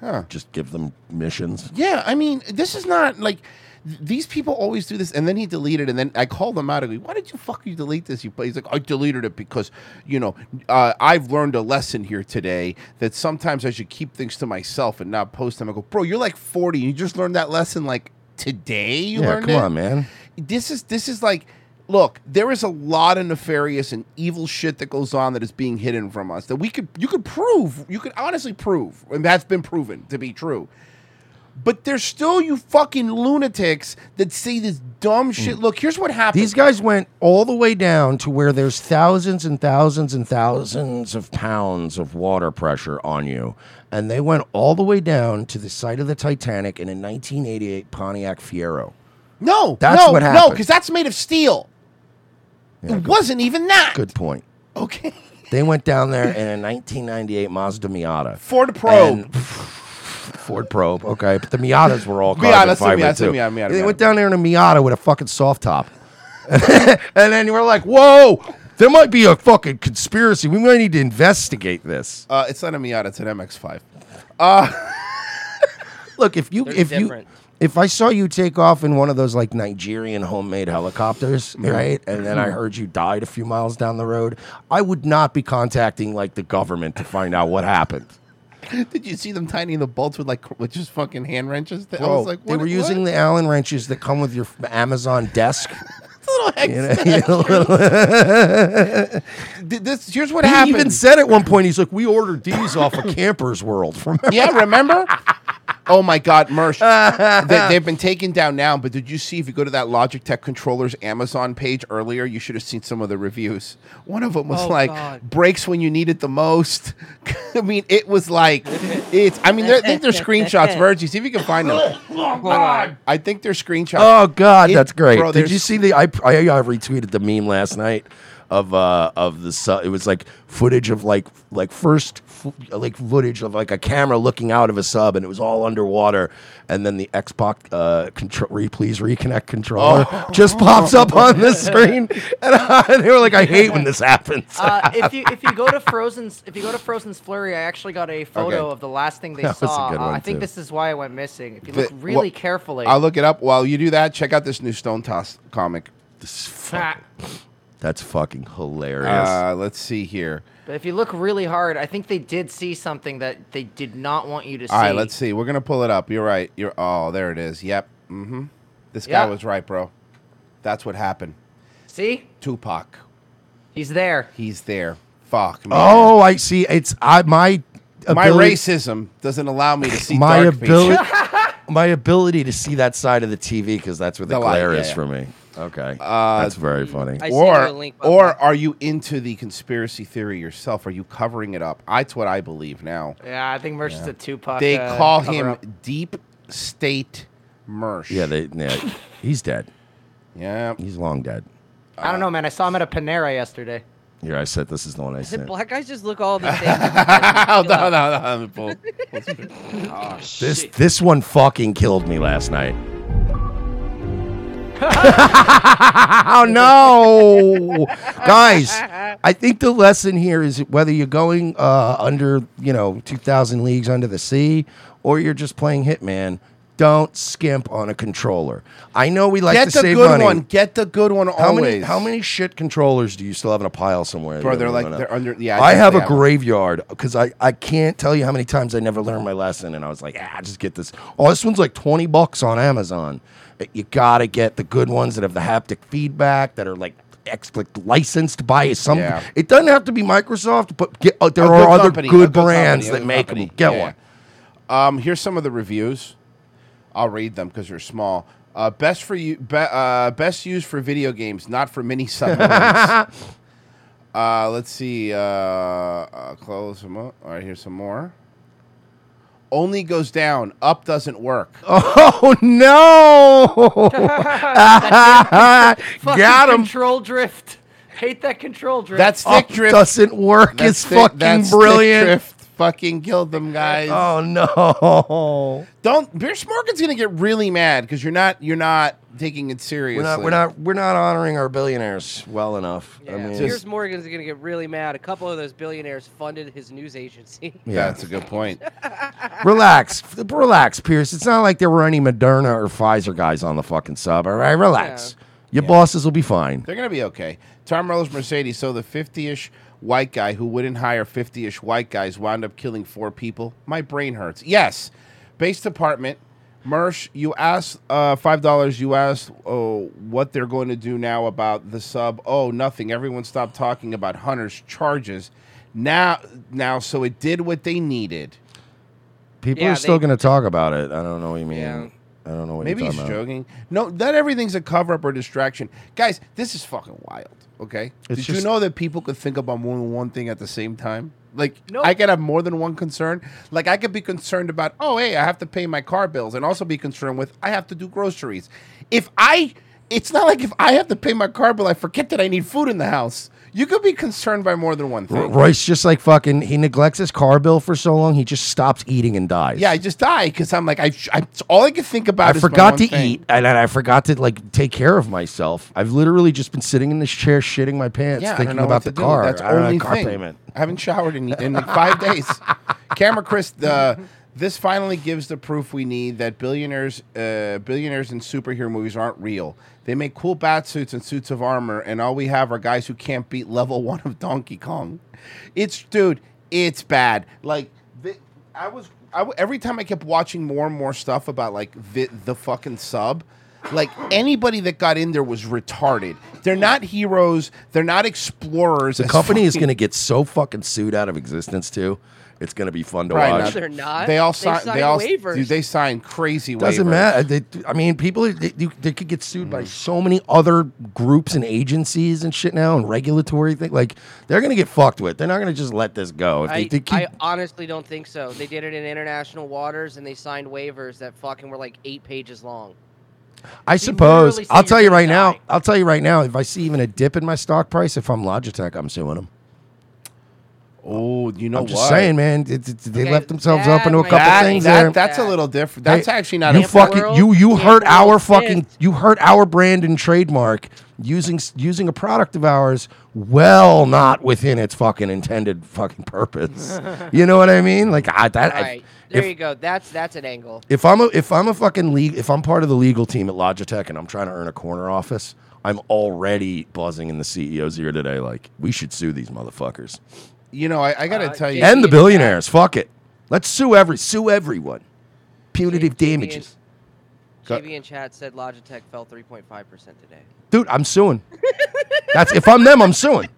S7: Huh.
S4: just give them missions.
S7: Yeah, I mean, this is not like th- these people always do this, and then he deleted, and then I called him out. I go, "Why did you fuck you delete this?" You, he's like, "I deleted it because you know uh, I've learned a lesson here today that sometimes I should keep things to myself and not post them." I go, "Bro, you're like 40. You just learned that lesson like today. You
S4: yeah,
S7: learned
S4: come
S7: it?
S4: on, man.
S7: This is this is like." Look, there is a lot of nefarious and evil shit that goes on that is being hidden from us that we could you could prove, you could honestly prove, and that's been proven to be true. But there's still you fucking lunatics that say this dumb shit. Look, here's what happened.
S4: Mm. These guys went all the way down to where there's thousands and thousands and thousands of pounds of water pressure on you. And they went all the way down to the site of the Titanic in a 1988 Pontiac Fiero.
S7: No,
S4: That's
S7: no,
S4: what
S7: No,
S4: happened.
S7: because that's made of steel.
S4: Yeah,
S7: it wasn't even that.
S4: Good point.
S7: Okay.
S4: They went down there in a 1998 Mazda Miata.
S7: Ford Probe.
S4: And- Ford Probe, okay. But the Miatas were all
S7: Miata,
S4: carbon
S7: that's a
S4: fiber,
S7: Miata, Miata,
S4: too.
S7: Miata,
S4: they
S7: Miata.
S4: went down there in a Miata with a fucking soft top. and then you were like, whoa, there might be a fucking conspiracy. We might need to investigate this.
S7: Uh, it's not a Miata. It's an MX-5. Uh,
S4: Look, if you
S7: They're
S4: if
S7: different.
S4: you if I saw you take off in one of those like Nigerian homemade helicopters,
S7: Mhm.
S4: right, and then I
S7: Mhm.
S4: heard you died a few miles down the road, I would not be contacting like the government to find out what happened.
S7: Did you see them tightening the bolts with like cr- with just fucking hand wrenches? I
S4: Bro,
S7: was like,
S4: they
S7: what-
S4: were using
S7: what?
S4: the Allen wrenches that come with your f- Amazon desk.
S7: You know,
S4: you know, little-
S7: Th- this, here's what
S4: he
S7: happened.
S4: even said at one point, he's like, "We ordered these off of Campers World." From
S7: yeah, remember? Oh my God, Mersh. they, they've been taken down now, but did you see if you go to that Logitech controller's Amazon page earlier, you should have seen some of the reviews. One of them was
S12: Oh,
S7: like,
S12: God.
S7: breaks when you need it the most. I mean, it was like, it's, I mean, they're- I think they're screenshots, Virgie. See if you can find them. I think they're screenshots.
S4: Oh God,
S7: It-
S4: that's great!
S7: Bro,
S4: Did
S7: there's-
S4: you see the? I, I I retweeted the meme last night of uh of the su- it was like footage of like like first fo- like footage of like a camera looking out of a sub and it was all underwater and then the Xbox uh control re- please reconnect controller just pops up on the screen and they were like I hate when this happens.
S9: Uh, if you if you go to Frozen's if you go to Frozen's Flurry, I actually got a photo
S7: Okay.
S9: of the last thing they
S7: That was a
S9: saw.
S7: good
S9: Uh, I
S7: one,
S9: think
S7: too.
S9: this is why I went missing. If you
S7: But-
S9: look really
S7: well,
S9: carefully,
S7: I'll look it up while you do that. Check out this new Stone Toss comic.
S9: fat.
S4: That's fucking hilarious.
S7: Uh, let's see here.
S9: But if you look really hard, I think they did see something that they did not want you to see.
S7: All right, let's see. We're gonna pull it up. You're right. You're oh, there it is. Yep. Mm-hmm. This
S9: Yeah.
S7: guy was right, bro. That's what happened.
S9: See?
S7: Tupac.
S9: He's there.
S7: He's there. Fuck. Man.
S4: Oh, I see. It's I my
S7: my
S4: ability-
S7: racism doesn't allow me to see
S4: my
S7: dark
S4: ability
S7: people.
S4: my ability to see that side of the TV because that's where the,
S7: The light,
S4: glare
S7: yeah,
S4: is
S7: yeah.
S4: for me. Okay,
S7: Uh,
S4: that's very funny.
S7: Or, or are you into the conspiracy theory yourself? Are you covering it up? That's what I believe now.
S9: Yeah, I think Merch is
S7: Yeah.
S9: a Tupac.
S7: They
S9: uh,
S7: call
S9: cover
S7: him
S9: up.
S7: Deep State Mersh.
S4: yeah, they yeah, he's dead.
S7: Yeah,
S4: he's long dead.
S7: Uh,
S9: I don't know, man. I saw him at a Panera yesterday.
S4: Here, I said this is the one I
S8: Said
S4: sent.
S8: black guys just look all the
S4: Oh,
S7: no,
S8: same.
S7: no, no, no.
S8: oh,
S4: This this one fucking killed me last night. oh no, guys! I think the lesson here is whether you're going uh, under, you know, two thousand leagues under the sea, or you're just playing Hitman. Don't skimp on a controller. I know we like
S7: Get
S4: to
S7: the
S4: save
S7: good
S4: money.
S7: one. Get the good one
S4: How many
S7: always.
S4: how many shit controllers do you still have in a pile somewhere?
S7: Bro,
S4: that
S7: they're
S4: you
S7: like-
S4: don't know?
S7: they're under- yeah, I
S4: I, have
S7: definitely
S4: a
S7: have
S4: graveyard because I, I can't tell you how many times I never learned my lesson and I was like, ah, just get this. Oh, this one's like twenty bucks on Amazon. Uh, You gotta get the good ones that have the haptic feedback that are like ex- like licensed by some.
S7: Yeah.
S4: It doesn't have to be Microsoft, but get, uh, there
S7: A
S4: are
S7: good
S4: other
S7: company, a
S4: good,
S7: company,
S4: brands
S7: a
S4: that
S7: good
S4: make
S7: company.
S4: them. Get
S7: Yeah.
S4: one.
S7: Um, here's some of the reviews. I'll read them because they're small. Uh, best for you, be, uh, best used for video games, not for mini submarines. uh, let's see. Uh, uh, close them up. All right, here's some more. Only goes down. Up doesn't work.
S4: Oh no!
S9: That damn fucking
S4: Got him.
S9: Control drift. Hate that control drift.
S7: That's Stick
S4: Up
S7: Drift.
S4: Oh, doesn't work.
S7: That's
S4: it's
S7: Stick-
S4: fucking
S7: that's Stick
S4: brilliant.
S7: Drift fucking killed them guys.
S4: Oh no!
S7: Don't. Beer Morgan's gonna get really mad because you're not. You're not taking it seriously.
S4: We're not, we're not we're not honoring our billionaires well enough.
S7: Um,
S4: I mean,
S8: Piers Morgan's going to get really mad. A couple of those billionaires funded his news agency.
S4: Yeah.
S7: That's a good point.
S4: relax, F- relax, Pierce. It's not like there were any Moderna or Pfizer guys on the fucking sub. All right, relax. Your bosses will be fine.
S7: They're gonna be okay. Tom Morello's Mercedes. So the fifty-ish white guy who wouldn't hire fifty-ish white guys wound up killing four people. My brain hurts. Yes, base department. Mersh, you asked uh, five dollars. You asked oh, what they're going to do now about the sub. Oh, nothing. Everyone stopped talking about Hunter's charges. Now, now, so it did what they needed.
S4: People
S7: Yeah,
S4: are still
S7: they-
S4: going to talk about it. I don't know what you mean. I don't know Oh, what
S7: Maybe
S4: you're
S7: he's
S4: talking about.
S7: joking. No, not everything's a cover up or distraction. Guys, this is fucking wild. Okay.
S4: It's
S7: Did you
S4: just-
S7: know that people could think about more than one thing at the same time? Like I could have more than one concern. Like I could be concerned about, oh hey, I have to pay my car bills and also be concerned with I have to do groceries. If I it's not like if I have to pay my car bill, I forget that I need food in the house. You could be concerned by more than one
S4: R-
S7: thing.
S4: Royce just like fucking. He neglects his car bill for so long. He just stops eating and dies.
S7: Yeah, I just die because I'm like I, I. All I could think about.
S4: I
S7: is my
S4: forgot
S7: one
S4: to
S7: thing.
S4: eat and, and I forgot to like take care of myself. I've literally just been sitting in this chair shitting my pants
S7: Yeah, I don't
S4: thinking
S7: know what
S4: about
S7: to
S4: the
S7: do.
S4: car.
S7: That's
S4: I don't know,
S7: only
S4: car
S7: thing.
S4: payment.
S7: I haven't showered in, in like five days. Camera Chris, the, this finally gives the proof we need that billionaires, uh, billionaires in superhero movies aren't real. They make cool bat suits and suits of armor, and all we have are guys who can't beat level one of Donkey Kong. It's dude, it's bad. Like the, I was, I w- every time I kept watching more and more stuff about like the, the fucking sub. Like anybody that got in there was retarded. They're not heroes. They're not explorers.
S4: The
S7: It's
S4: company is
S7: fucking-
S4: going to get so fucking sued out of existence too. It's going to be fun to
S7: Probably
S4: watch.
S7: not.
S8: They're not.
S7: They all
S8: They
S7: signed. They,
S8: signed
S7: all
S8: waivers.
S7: dude, they signed crazy waivers.
S4: Doesn't matter. They, I mean, people are- they, you- they could get sued by so many other groups and agencies and shit now and regulatory thing. Like they're going to get fucked with. They're not going to just let this go. If they,
S8: I,
S4: they keep,
S8: I honestly don't think so. They did it in international waters and they signed waivers that fucking were like eight pages long.
S4: I
S8: say
S4: suppose. I'll
S8: you're
S4: tell you
S8: gonna
S4: right now. I'll tell you right now. If I see even a dip in my stock price, if I'm Logitech, I'm suing them.
S7: Oh, you know
S4: I'm just
S7: what?
S4: saying, man. It, it- they
S7: Okay,
S4: left themselves
S7: that
S4: open to a
S7: might-
S4: couple
S7: That-
S4: things
S7: that-
S4: there.
S7: that's a little different. That's actually not
S4: you
S7: a-
S4: fucking
S7: World
S4: you. You hurt our
S7: exists.
S4: fucking. You hurt our brand and trademark using s- using a product of ours. Well, not within its fucking intended fucking purpose. you know what I mean? Like I, that. I-
S8: All right, there
S4: if-
S8: you go. That's that's an angle.
S4: if I'm a if I'm a fucking league if I'm part of the legal team at Logitech and I'm trying to earn a corner office, I'm already buzzing in the CEO's ear today. Like we should sue these motherfuckers
S7: You know, I, I
S8: Uh,
S7: gotta tell you,
S4: and the billionaires. Fuck it, let's sue every sue everyone. Punitive damages, Go-
S8: JB in chat said Logitech fell 3.5 percent today.
S4: dude. I'm suing. That's if I'm them, I'm suing.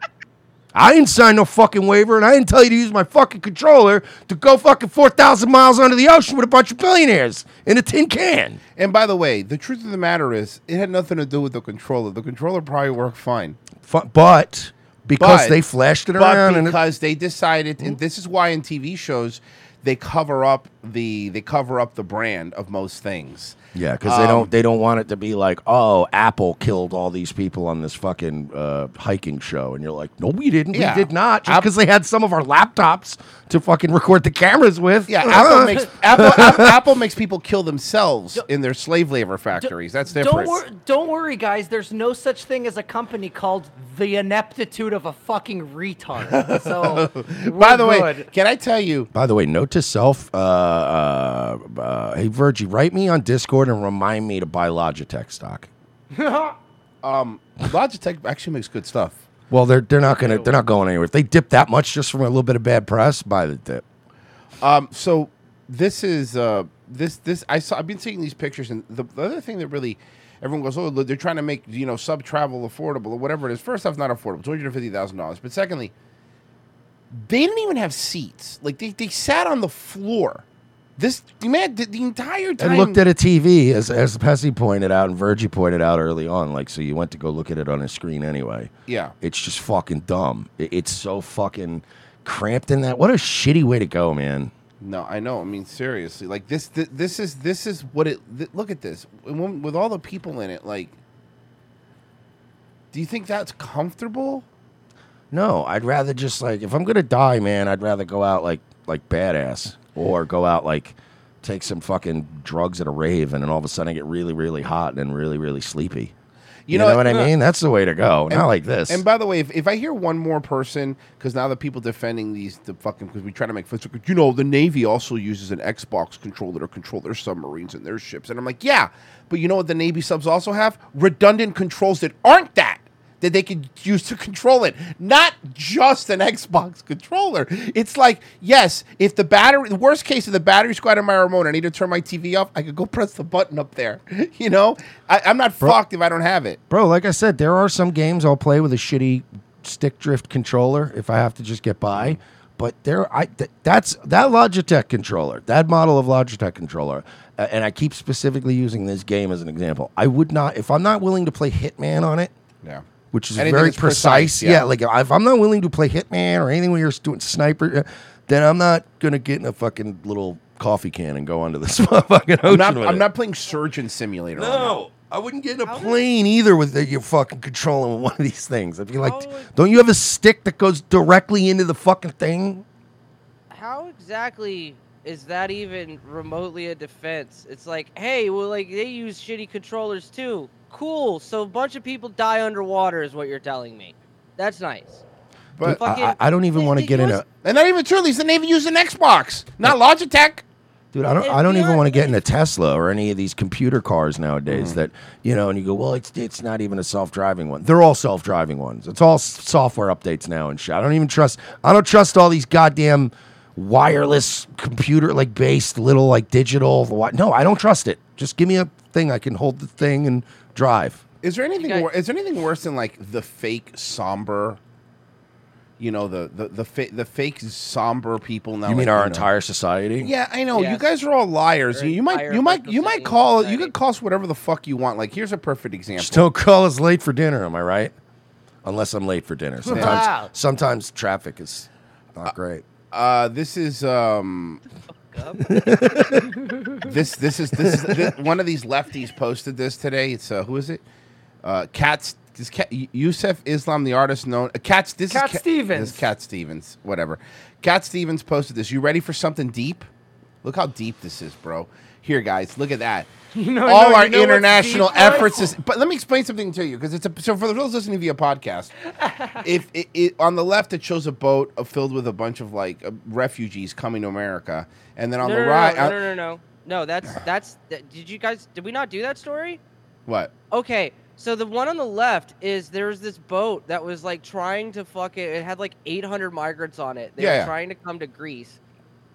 S4: I didn't sign no fucking waiver, and I didn't tell you to use my fucking controller to go fucking four thousand miles under the ocean with a bunch of billionaires in a tin can.
S7: And by the way, the truth of the matter is, it had nothing to do with the controller. The controller probably worked fine.
S4: Fu- But because
S7: But-
S4: they flashed it
S7: but
S4: around and it- Hmm?
S7: because they decided, and this is why in TV shows they cover up the they cover up the brand of most things.
S4: Yeah, because they
S7: Um,
S4: don't they don't want it to be like, oh, Apple killed all these people on this fucking uh, hiking show, and you're like, no, we didn't,
S7: Yeah.
S4: we did not, just because they had some of our laptops to fucking record the cameras with.
S7: Yeah, Apple makes Apple, Apple, Apple makes people kill themselves in their slave labor factories. That's different.
S9: Don't, wor- don't worry, guys. There's no such thing as a company called the ineptitude of a fucking retard. So,
S7: By
S9: we're
S7: the
S9: good.
S7: way, can I tell you?
S4: By the way, note to self: uh, uh, uh, hey Virgie, write me on Discord and remind me to buy Logitech stock.
S7: um, Logitech actually makes good stuff.
S4: Well, they're they're not gonna they're not going anywhere. If they dip that much just from a little bit of bad press, buy the dip.
S7: Um, so this is uh, this this I saw. I've been seeing these pictures, and the, the other thing that really everyone goes, oh, look, they're trying to make you know sub travel affordable or whatever it is. First off, not affordable, two hundred fifty thousand dollars. But secondly, they didn't even have seats. Like they, they sat on the floor. This man the, the entire time
S4: And looked at a TV, as as Pessy pointed out and Virgie pointed out early on. Like, so you went to go look at it on a screen anyway.
S7: Yeah.
S4: it's just fucking dumb. It, it's so fucking cramped in that. What a shitty way to go, man.
S7: No, I know. I mean, seriously, like this. Th- this is this is what it. Th- look at this And when- with all the people in it. Like, do you think that's comfortable?
S4: No, I'd rather just like if I'm gonna die, man, I'd rather go out like like badass or go out like take some fucking drugs at a rave and then all of a sudden I get really really hot and then really really sleepy. You, know, what I mean? That's the way to go.
S7: And-
S4: Not like this.
S7: And by the way, if, if I hear one more person, because now the people defending these, the fucking, because we try to make fun, you know, the Navy also uses an Xbox controller to control their submarines and their ships. And I'm like, yeah, but you know what the Navy subs also have? Redundant controls that aren't that. That they could use to control it, not just an Xbox controller. It's like, yes, if the battery, the worst case of the battery's got in my remote, I need to turn my TV off. I could go press the button up there. You know, I, I'm not fucked if I don't have it.
S4: Bro, like I said, there are some games I'll play with a shitty stick drift controller if I have to just get by. But there, I th- that's that Logitech controller, that model of Logitech controller, uh, and I keep specifically using this game as an example. I would not, if I'm not willing to play Hitman on it,
S7: Yeah.
S4: which is
S7: Anything
S4: very
S7: that's
S4: precise.
S7: precise,
S4: yeah.
S7: yeah.
S4: like if I'm not willing to play Hitman or anything where you're doing sniper, uh, then I'm not gonna get in a fucking little coffee can and go onto this fucking ocean.
S7: I'm not,
S4: with
S7: I'm
S4: it.
S7: not playing Surgeon Simulator.
S4: No, I wouldn't get in a plane either with that you're fucking controlling with one of these things. I'd be like, don't you have a stick that goes directly into the fucking thing?
S8: How exactly is that even remotely a defense? It's like, hey, well, like they use shitty controllers too. Cool. So a bunch of people die underwater is what you're telling me. That's nice.
S4: But
S8: Fucking-
S4: I, I I don't even want to get in a
S7: And not even truly, the Navy used an Xbox, not Logitech.
S4: dude. I don't. I don't even want to get in a Tesla or any of these computer cars
S7: Mm-hmm.
S4: nowadays. That you know, and you go, well, it's it's not even a self driving one. They're all self driving ones. It's all s- software updates now and shit. I don't even trust. I don't trust all these goddamn wireless computer like based little like digital. wi- No, I don't trust it. Just give me a thing I can hold the thing and drive.
S7: Is there anything? wor- is there anything worse than like the fake somber? You know the the the, fa- the fake somber people now.
S4: you mean
S7: like,
S4: our
S7: know.
S4: entire society?
S7: Yeah, I know. You guys are all liars. You, you might you might you might call you could call us whatever the fuck you want. Like here's a perfect example.
S4: Just don't call us late for dinner. Am I right? Unless I'm late for dinner. Sometimes,
S7: Wow.
S4: sometimes traffic is not great.
S7: Uh, this is um. this this is this is this, one of these lefties posted this today. It's uh, who is it? Uh, Cat is Cat Yusef Islam, the artist known. Uh, Cat this
S9: Cat
S7: is Ca-
S9: Stevens.
S7: This is Cat Stevens, whatever. Cat Stevens posted this. You ready for something deep? Look how deep this is, bro. Here, guys, look at that.
S9: You know-
S7: All
S9: you know-
S7: our
S9: you know what's
S7: international
S9: deep, right?
S7: efforts is. But let me explain something to you because it's a. So for those listening via podcast, if it, it on the left it shows a boat uh, filled with a bunch of like uh, refugees coming to America, and then on
S8: no,
S7: the
S8: no, no,
S7: right,
S8: no,
S7: uh,
S8: no, no, no, no. That's that's. That, did you guys? Did we not do that story?
S7: what?
S8: Okay, so the one on the left is there was this boat that was like trying to fuck it. It had like 800 migrants on it. They
S4: Yeah,
S8: were
S4: yeah.
S8: trying to come to Greece.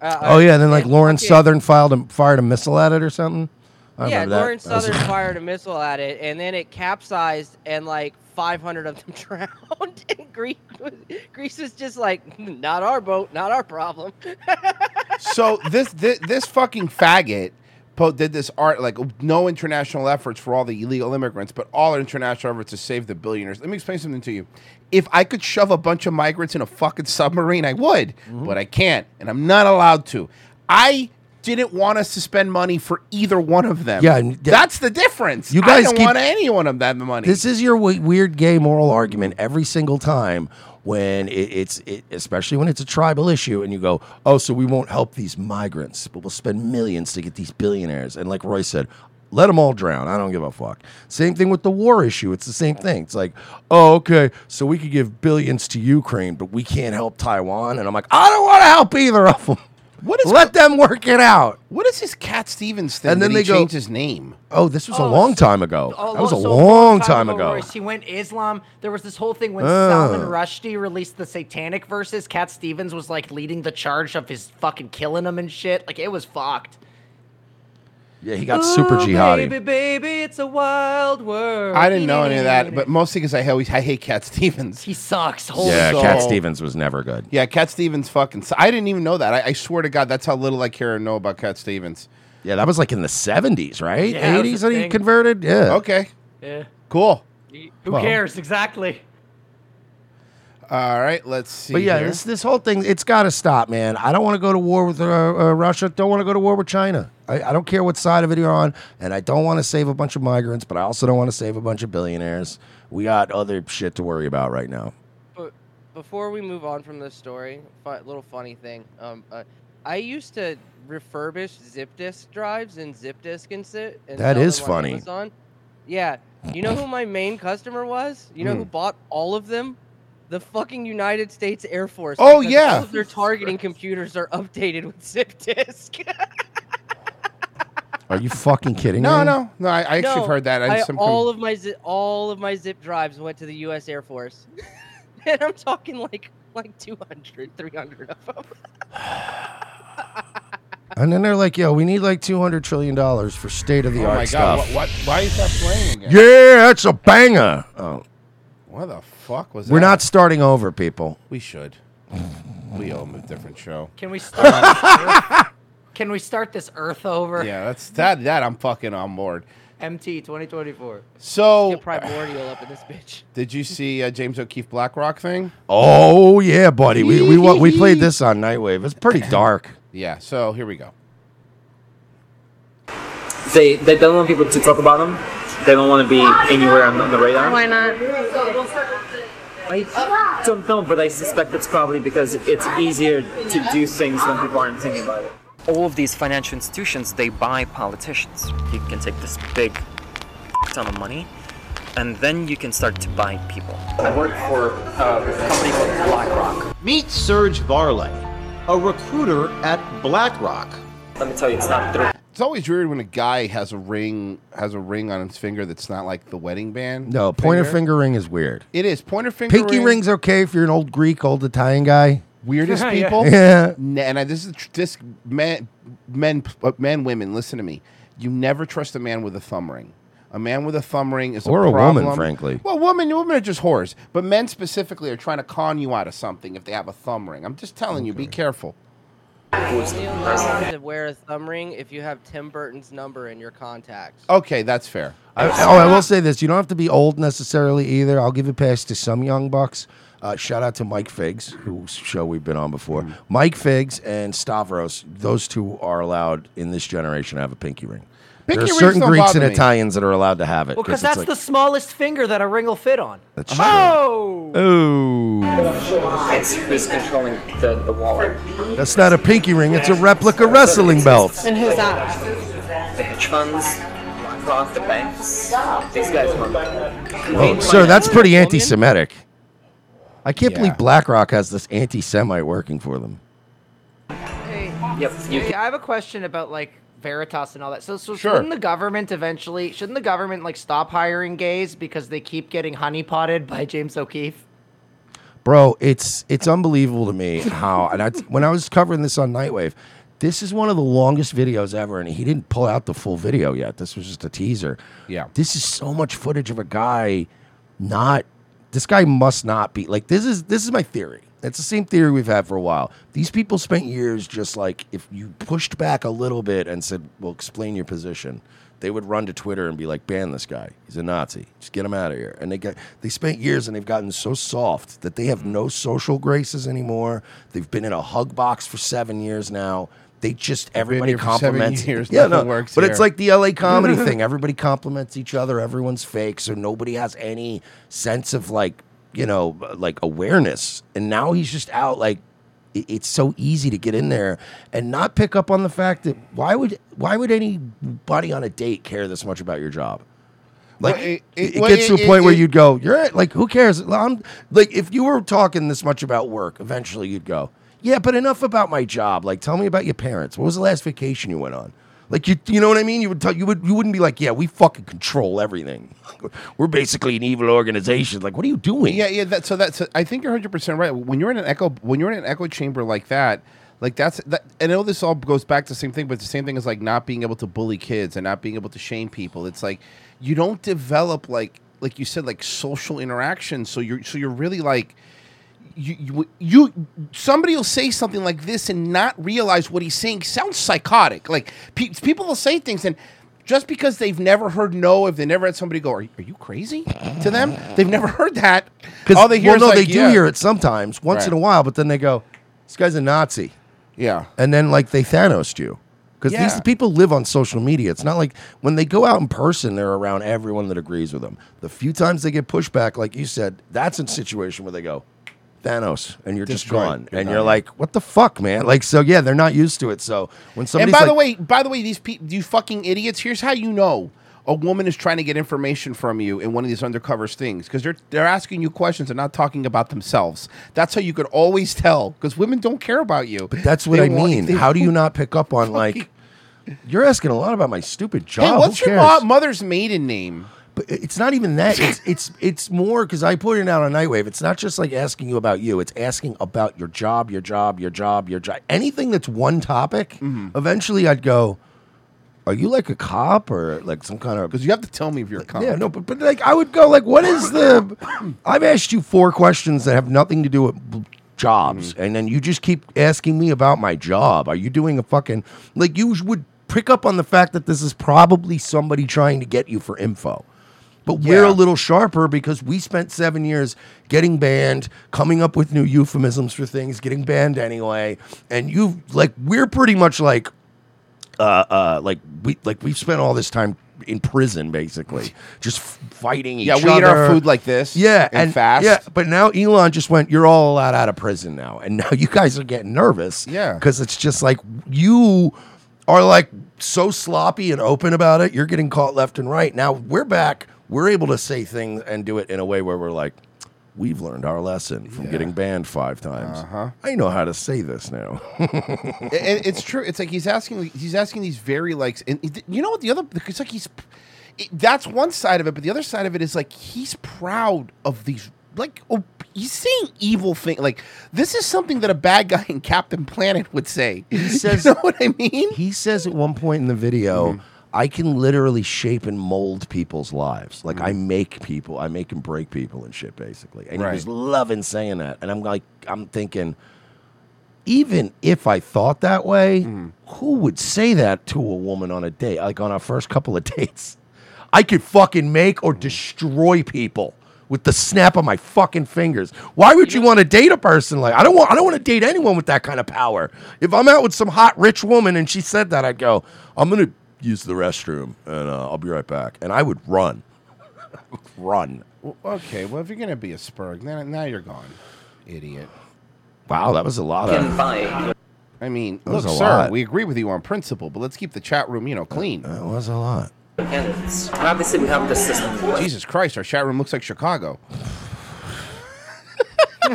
S8: Uh,
S4: Oh
S8: uh,
S4: yeah, then like
S8: and
S4: Lauren
S8: fucking-
S4: Southern filed a, fired a missile at it or something. I
S8: Yeah,
S4: remember that.
S8: Lauren
S4: That was-
S8: Southern fired a missile at it, and then it capsized, and like 500 of them drowned. And Greece, was- Greece was just like, not our boat, not our problem.
S7: so this, this this fucking faggot po- did this art like no international efforts for all the illegal immigrants, but all our international efforts to save the billionaires. Let me explain something to you. If I could shove a bunch of migrants in a fucking submarine, I would,
S4: Mm-hmm.
S7: but I can't, and I'm not allowed to. I didn't want us to spend money for either one of them.
S4: Yeah, and-
S7: that's the difference.
S4: You
S7: I
S4: guys
S7: don't
S4: keep-
S7: want any one of them money.
S4: This is your w- weird gay moral argument every single time when it, it's, it, especially when it's a tribal issue, and you go, "Oh, so we won't help these migrants, but we'll spend millions to get these billionaires." And like Roy said, let them all drown. I don't give a fuck. Same thing with the war issue. It's the same thing. It's like, oh, okay, so we could give billions to Ukraine, but we can't help Taiwan. And I'm like, I don't want to help either of them. What is Let them work it out.
S7: What is this Cat Stevens thing?
S4: And then
S7: that he
S4: they go-
S7: changed his name.
S4: Oh, this was
S7: Oh,
S4: a long
S7: so-
S4: time ago.
S7: oh,
S4: that was a
S7: so a
S4: long time ago.
S9: Royce, he went Islam. There was this whole thing when
S4: Oh.
S9: Salman Rushdie released the Satanic Verses. Cat Stevens was like leading the charge of his fucking killing him and shit. Like it was fucked.
S4: Yeah, he got super jihadi.
S9: Baby, baby, it's a wild world.
S7: I didn't know any of that, but mostly because I always I hate Cat Stevens.
S9: He sucks. Holy
S4: Yeah,
S7: So-
S4: Cat Stevens was never good.
S7: Yeah, Cat Stevens fucking. s- I didn't even know that. I, I swear to God, that's how little I care and know about Cat Stevens.
S4: Yeah, that was like in the seventies, right?
S9: Yeah, that was
S4: Eighties
S9: the
S4: that he
S9: thing.
S4: converted. Yeah.
S7: Okay.
S9: Yeah.
S7: Cool.
S9: Who
S4: Well.
S9: cares? Exactly.
S7: All right, let's see.
S4: But yeah,
S7: here.
S4: this this whole thing it's got to stop, man. I don't want to go to war with uh, uh, Russia. Don't want to go to war with China. I, I don't care what side of it you're on, and I don't want to save a bunch of migrants, but I also don't want to save a bunch of billionaires. We got other shit to worry about right now.
S8: But before we move on from this story, fu- little funny thing. Um, uh, I used to refurbish zip disk drives and zip disk and sit. And
S4: That
S8: sell
S4: is
S8: them on
S4: funny.
S8: Amazon. Yeah. You know who my main customer was? You know who
S4: Hmm.
S8: bought all of them? The fucking United States Air Force.
S7: Oh,
S8: because
S7: yeah.
S8: All of their targeting computers are updated with zip disk.
S4: Are you fucking kidding
S7: No,
S4: me?
S7: no, no. I, I actually
S8: No,
S7: heard that. I,
S8: I-
S7: some com-
S8: all of my zi- all of my zip drives went to the U.S. Air Force, and I'm talking like like 200, 300 of them.
S4: And then they're like, "Yo, we need like two hundred trillion dollars for state of the
S7: oh
S4: art
S7: my
S4: stuff."
S7: God! What, what? Why is that playing again?
S4: Yeah, that's a banger. Oh,
S7: What the fuck was
S4: we're
S7: that?
S4: not starting over, people.
S7: We should. We owe him a different show.
S9: Can we start? this Earth- Can we start this Earth over?
S7: Yeah, that's that. That I'm fucking on board.
S9: MT 2024.
S7: So,
S8: primordial up in this bitch.
S7: did you see uh, James O'Keefe Blackrock thing?
S4: Oh yeah, buddy. We we wa- we played this on Nightwave. It's pretty dark.
S7: Yeah. So here we go.
S12: They they don't want people to talk about them. They don't want to be anywhere on, on the radar.
S1: not?
S12: I don't know, but I suspect it's probably because it's easier to do things when people aren't thinking about it.
S13: all of these financial institutions they buy politicians you can take this big ton of money and then you can start to buy people
S14: I work for
S12: Uh,
S14: a company called BlackRock. Meet Serge Varley, a recruiter at BlackRock.
S12: Let me tell you, it's not true.
S7: It's always weird when a guy has a ring has a ring on his finger that's not like the wedding band.
S4: No, pointer finger ring is weird.
S7: It is pointer finger.
S4: Pinky
S7: ring.
S4: ring's okay if you're an old Greek, old Italian guy.
S7: Weirdest people.
S4: Yeah.
S7: N- And I, this is tr- this men men uh, men women. Listen to me. You never trust a man with a thumb ring. A man with a thumb ring is
S4: Or
S7: a
S4: a woman,
S7: problem.
S4: frankly.
S7: Well, women, women are just whores. But men specifically are trying to con you out of something if they have a thumb ring. I'm just telling you, be careful.
S8: You allowed to wear a thumb ring if you have Tim Burton's number in your contacts.
S7: Okay, that's fair.
S4: I, oh, I will say this: you don't have to be old necessarily either. I'll give a pass to some young bucks. Uh, shout out to Mike Figs, whose show we've been on before.
S7: Mm.
S4: Mike Figs and Stavros; those two are allowed in this generation to have a pinky ring. there
S9: Pinky rings
S4: are certain
S9: don't
S4: Greeks
S9: bother
S4: and
S9: me.
S4: Italians that are allowed to have it.
S9: Well, because that's the smallest finger that a ring will fit on.
S4: That's true.
S9: oh.
S4: the oh,
S12: It's who's controlling the, the wallet.
S4: that's not a pinky ring; it's a replica wrestling belt.
S12: And who's that? The hedge funds, BlackRock, the banks. These guys want
S4: Whoa, Oh, sir, that's pretty anti-Semitic. I can't believe BlackRock has this anti-Semite working for them.
S9: Hey,
S12: Yep.
S9: hey, I have a question about like Veritas and all that. So, so
S4: Sure.
S9: shouldn't the government eventually? Shouldn't the government like stop hiring gays because they keep getting honeypotted by James O'Keefe?
S4: Bro, it's it's unbelievable to me how and I, when I was covering this on Nightwave, this is one of the longest videos ever, and he didn't pull out the full video yet. This was just a teaser.
S7: Yeah.
S4: This is so much footage of a guy not this guy must not be like this is this is my theory. It's the same theory we've had for a while. These people spent years just like if you pushed back a little bit and said, Well, explain your position, they would run to Twitter and be like, Ban this guy. He's a Nazi. Just get him out of here. And they got they spent years and they've gotten so soft that they have no social graces anymore. They've been in a hug box for seven years now. They just
S7: I've been
S4: everybody
S7: here for seven
S4: compliments.
S7: years,
S4: yeah,
S7: nothing
S4: no,
S7: works
S4: but it's
S7: here.
S4: like the LA comedy thing. Everybody compliments each other. Everyone's fake, so nobody has any sense of like you know like awareness. And now he's just out like i- it's so easy to get in there and not pick up on the fact that why would why would anybody on a date care this much about your job? Like
S7: Well,
S4: it,
S7: it-
S4: it
S7: well,
S4: gets
S7: it-
S4: to
S7: it-
S4: a point where
S7: it-
S4: you'd go, you're at, like, who cares? I'm like, if you were talking this much about work, eventually you'd go, Yeah, but enough about my job. Like, tell me about your parents. What was the last vacation you went on? Like you, you know what I mean. You would tell you would you wouldn't be like, yeah, we fucking control everything. We're basically an evil organization. Like, what are you doing?
S7: Yeah, yeah. That, so that's. I think you're 100 percent right. When you're in an echo, when you're in an echo chamber like that, like that's. That, I know this all goes back to the same thing, but it's the same thing is like not being able to bully kids and not being able to shame people. It's like you don't develop like like you said like social interaction. So you're so you're really like. You, you, you somebody will say something like this and not realize what he's saying sounds psychotic like pe- people will say things and just because they've never heard no if they never had somebody go are, are you crazy to them they've never heard that
S4: Because
S7: all they hear
S4: well,
S7: is
S4: no,
S7: like,
S4: they do
S7: yeah.
S4: hear it sometimes, once in a while, but then they go, "This guy's a Nazi."
S7: Yeah,
S4: and then like they Thanos you because
S7: Yeah.
S4: these people live on social media. It's not like when they go out in person, they're around everyone that agrees with them. The few times they get pushback, like you said, that's a situation where they go, "Thanos," and you're just gone, and you're like, "What the fuck, man?" Like, so yeah, they're not used to it. So when somebody
S7: and by the way, by the way, these people, you fucking idiots. Here's how you know a woman is trying to get information from you in one of these undercover things because they're they're asking you questions and not talking about themselves. That's how you could always tell because women don't care about you. But
S4: That's what I mean. How do you not pick up on like? You're asking a lot about my stupid job.
S7: Hey,
S4: Who
S7: what's your
S4: cares?
S7: mo- mother's maiden name?
S4: But it- it's not even that. It's it's it's more because I put it out on Nightwave. It's not just like asking you about you. It's asking about your job, your job, your job, your job. Anything that's one topic.
S7: Mm-hmm.
S4: Eventually, I'd go. Are you like a cop or like some kind of? Because
S7: you have to tell me if you're a cop.
S4: Yeah, no, but, but like I would go like, what is the? I've asked you four questions that have nothing to do with b- jobs,
S7: Mm-hmm.
S4: and then you just keep asking me about my job. Are you doing a fucking like you would pick up on the fact that this is probably somebody trying to get you for info. But we're a little sharper because we spent seven years getting banned, coming up with new euphemisms for things, getting banned anyway. And you like we're pretty much like uh, uh, like we like we've spent all this time in prison basically, just f- fighting each
S7: Yeah,
S4: other.
S7: we eat our food like this.
S4: Yeah,
S7: and, fast.
S4: Yeah, but now Elon just went. You're all allowed out of prison now, and now you guys are getting nervous. Yeah, because it's just like you are like so sloppy and open about it. You're getting caught left and right. Now we're back. We're able to say things and do it in a way where we're like, we've learned our lesson from getting banned five times.
S7: Uh-huh.
S4: I know how to say this now.
S7: and, and it's true. It's like he's asking. He's asking these very like. And he- you know what? The other. It's like he's. It, that's one side of it, but the other side of it is like he's proud of these. Like oh, he's saying evil thing. Like this is something that a bad guy in Captain Planet would say. He
S4: says,
S7: you know what I mean? Mm-hmm.
S4: He says at one point in the video, I can literally shape and mold people's lives. Like I
S7: Mm-hmm.
S4: make people, I make and break people and shit, basically. And
S15: Right.
S4: he was loving saying that. And I'm like, I'm thinking, even if I thought that way, who would say that to a woman on a date, like on our first couple of dates? I could fucking make or destroy people with the snap of my fucking fingers. Why would you want to date a person like I don't want I don't want to date anyone with that kind of power. If I'm out with some hot rich woman and she said that, I'd go, I'm gonna use the restroom and uh, I'll be right back. And I would run. run.
S7: Well, okay. Well, if you're gonna be a spurg, then now you're gone, idiot.
S4: Wow, that was a lot of
S7: I mean,
S4: That
S7: look,
S4: was
S7: sir,
S4: a lot.
S7: we agree with you on principle, but let's keep the chat room, you know, clean.
S4: That was a lot.
S13: And obviously, we have the system.
S7: Jesus Christ, our chat room looks like Chicago.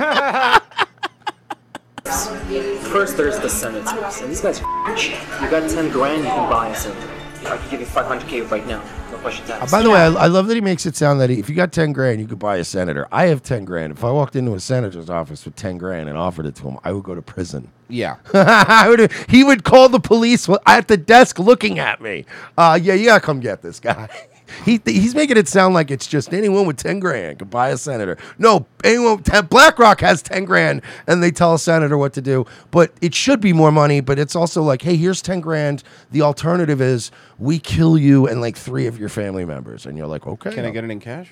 S13: First, there's the senators, and these guys are cheap. You got 10 grand, you can buy a senator. I could give you 500k right now. No questions
S4: Uh,
S13: asked.
S4: by the way, I, I love that he makes it sound that he, if you got 10 grand, you could buy a senator. I have 10 grand. If I walked into a senator's office with 10 grand and offered it to him, I would go to prison.
S7: Yeah.
S4: I would, he would call the police wh- at the desk looking at me. Uh, yeah, you gotta come get this guy. He, he's making it sound like it's just anyone with 10 grand could buy a senator. No, anyone with 10, BlackRock has 10 grand and they tell a senator what to do. But it should be more money, but it's also like, hey, here's 10 grand. The alternative is we kill you and like three of your family members. And you're like, okay.
S7: Can I
S4: I'll-
S7: get it in cash?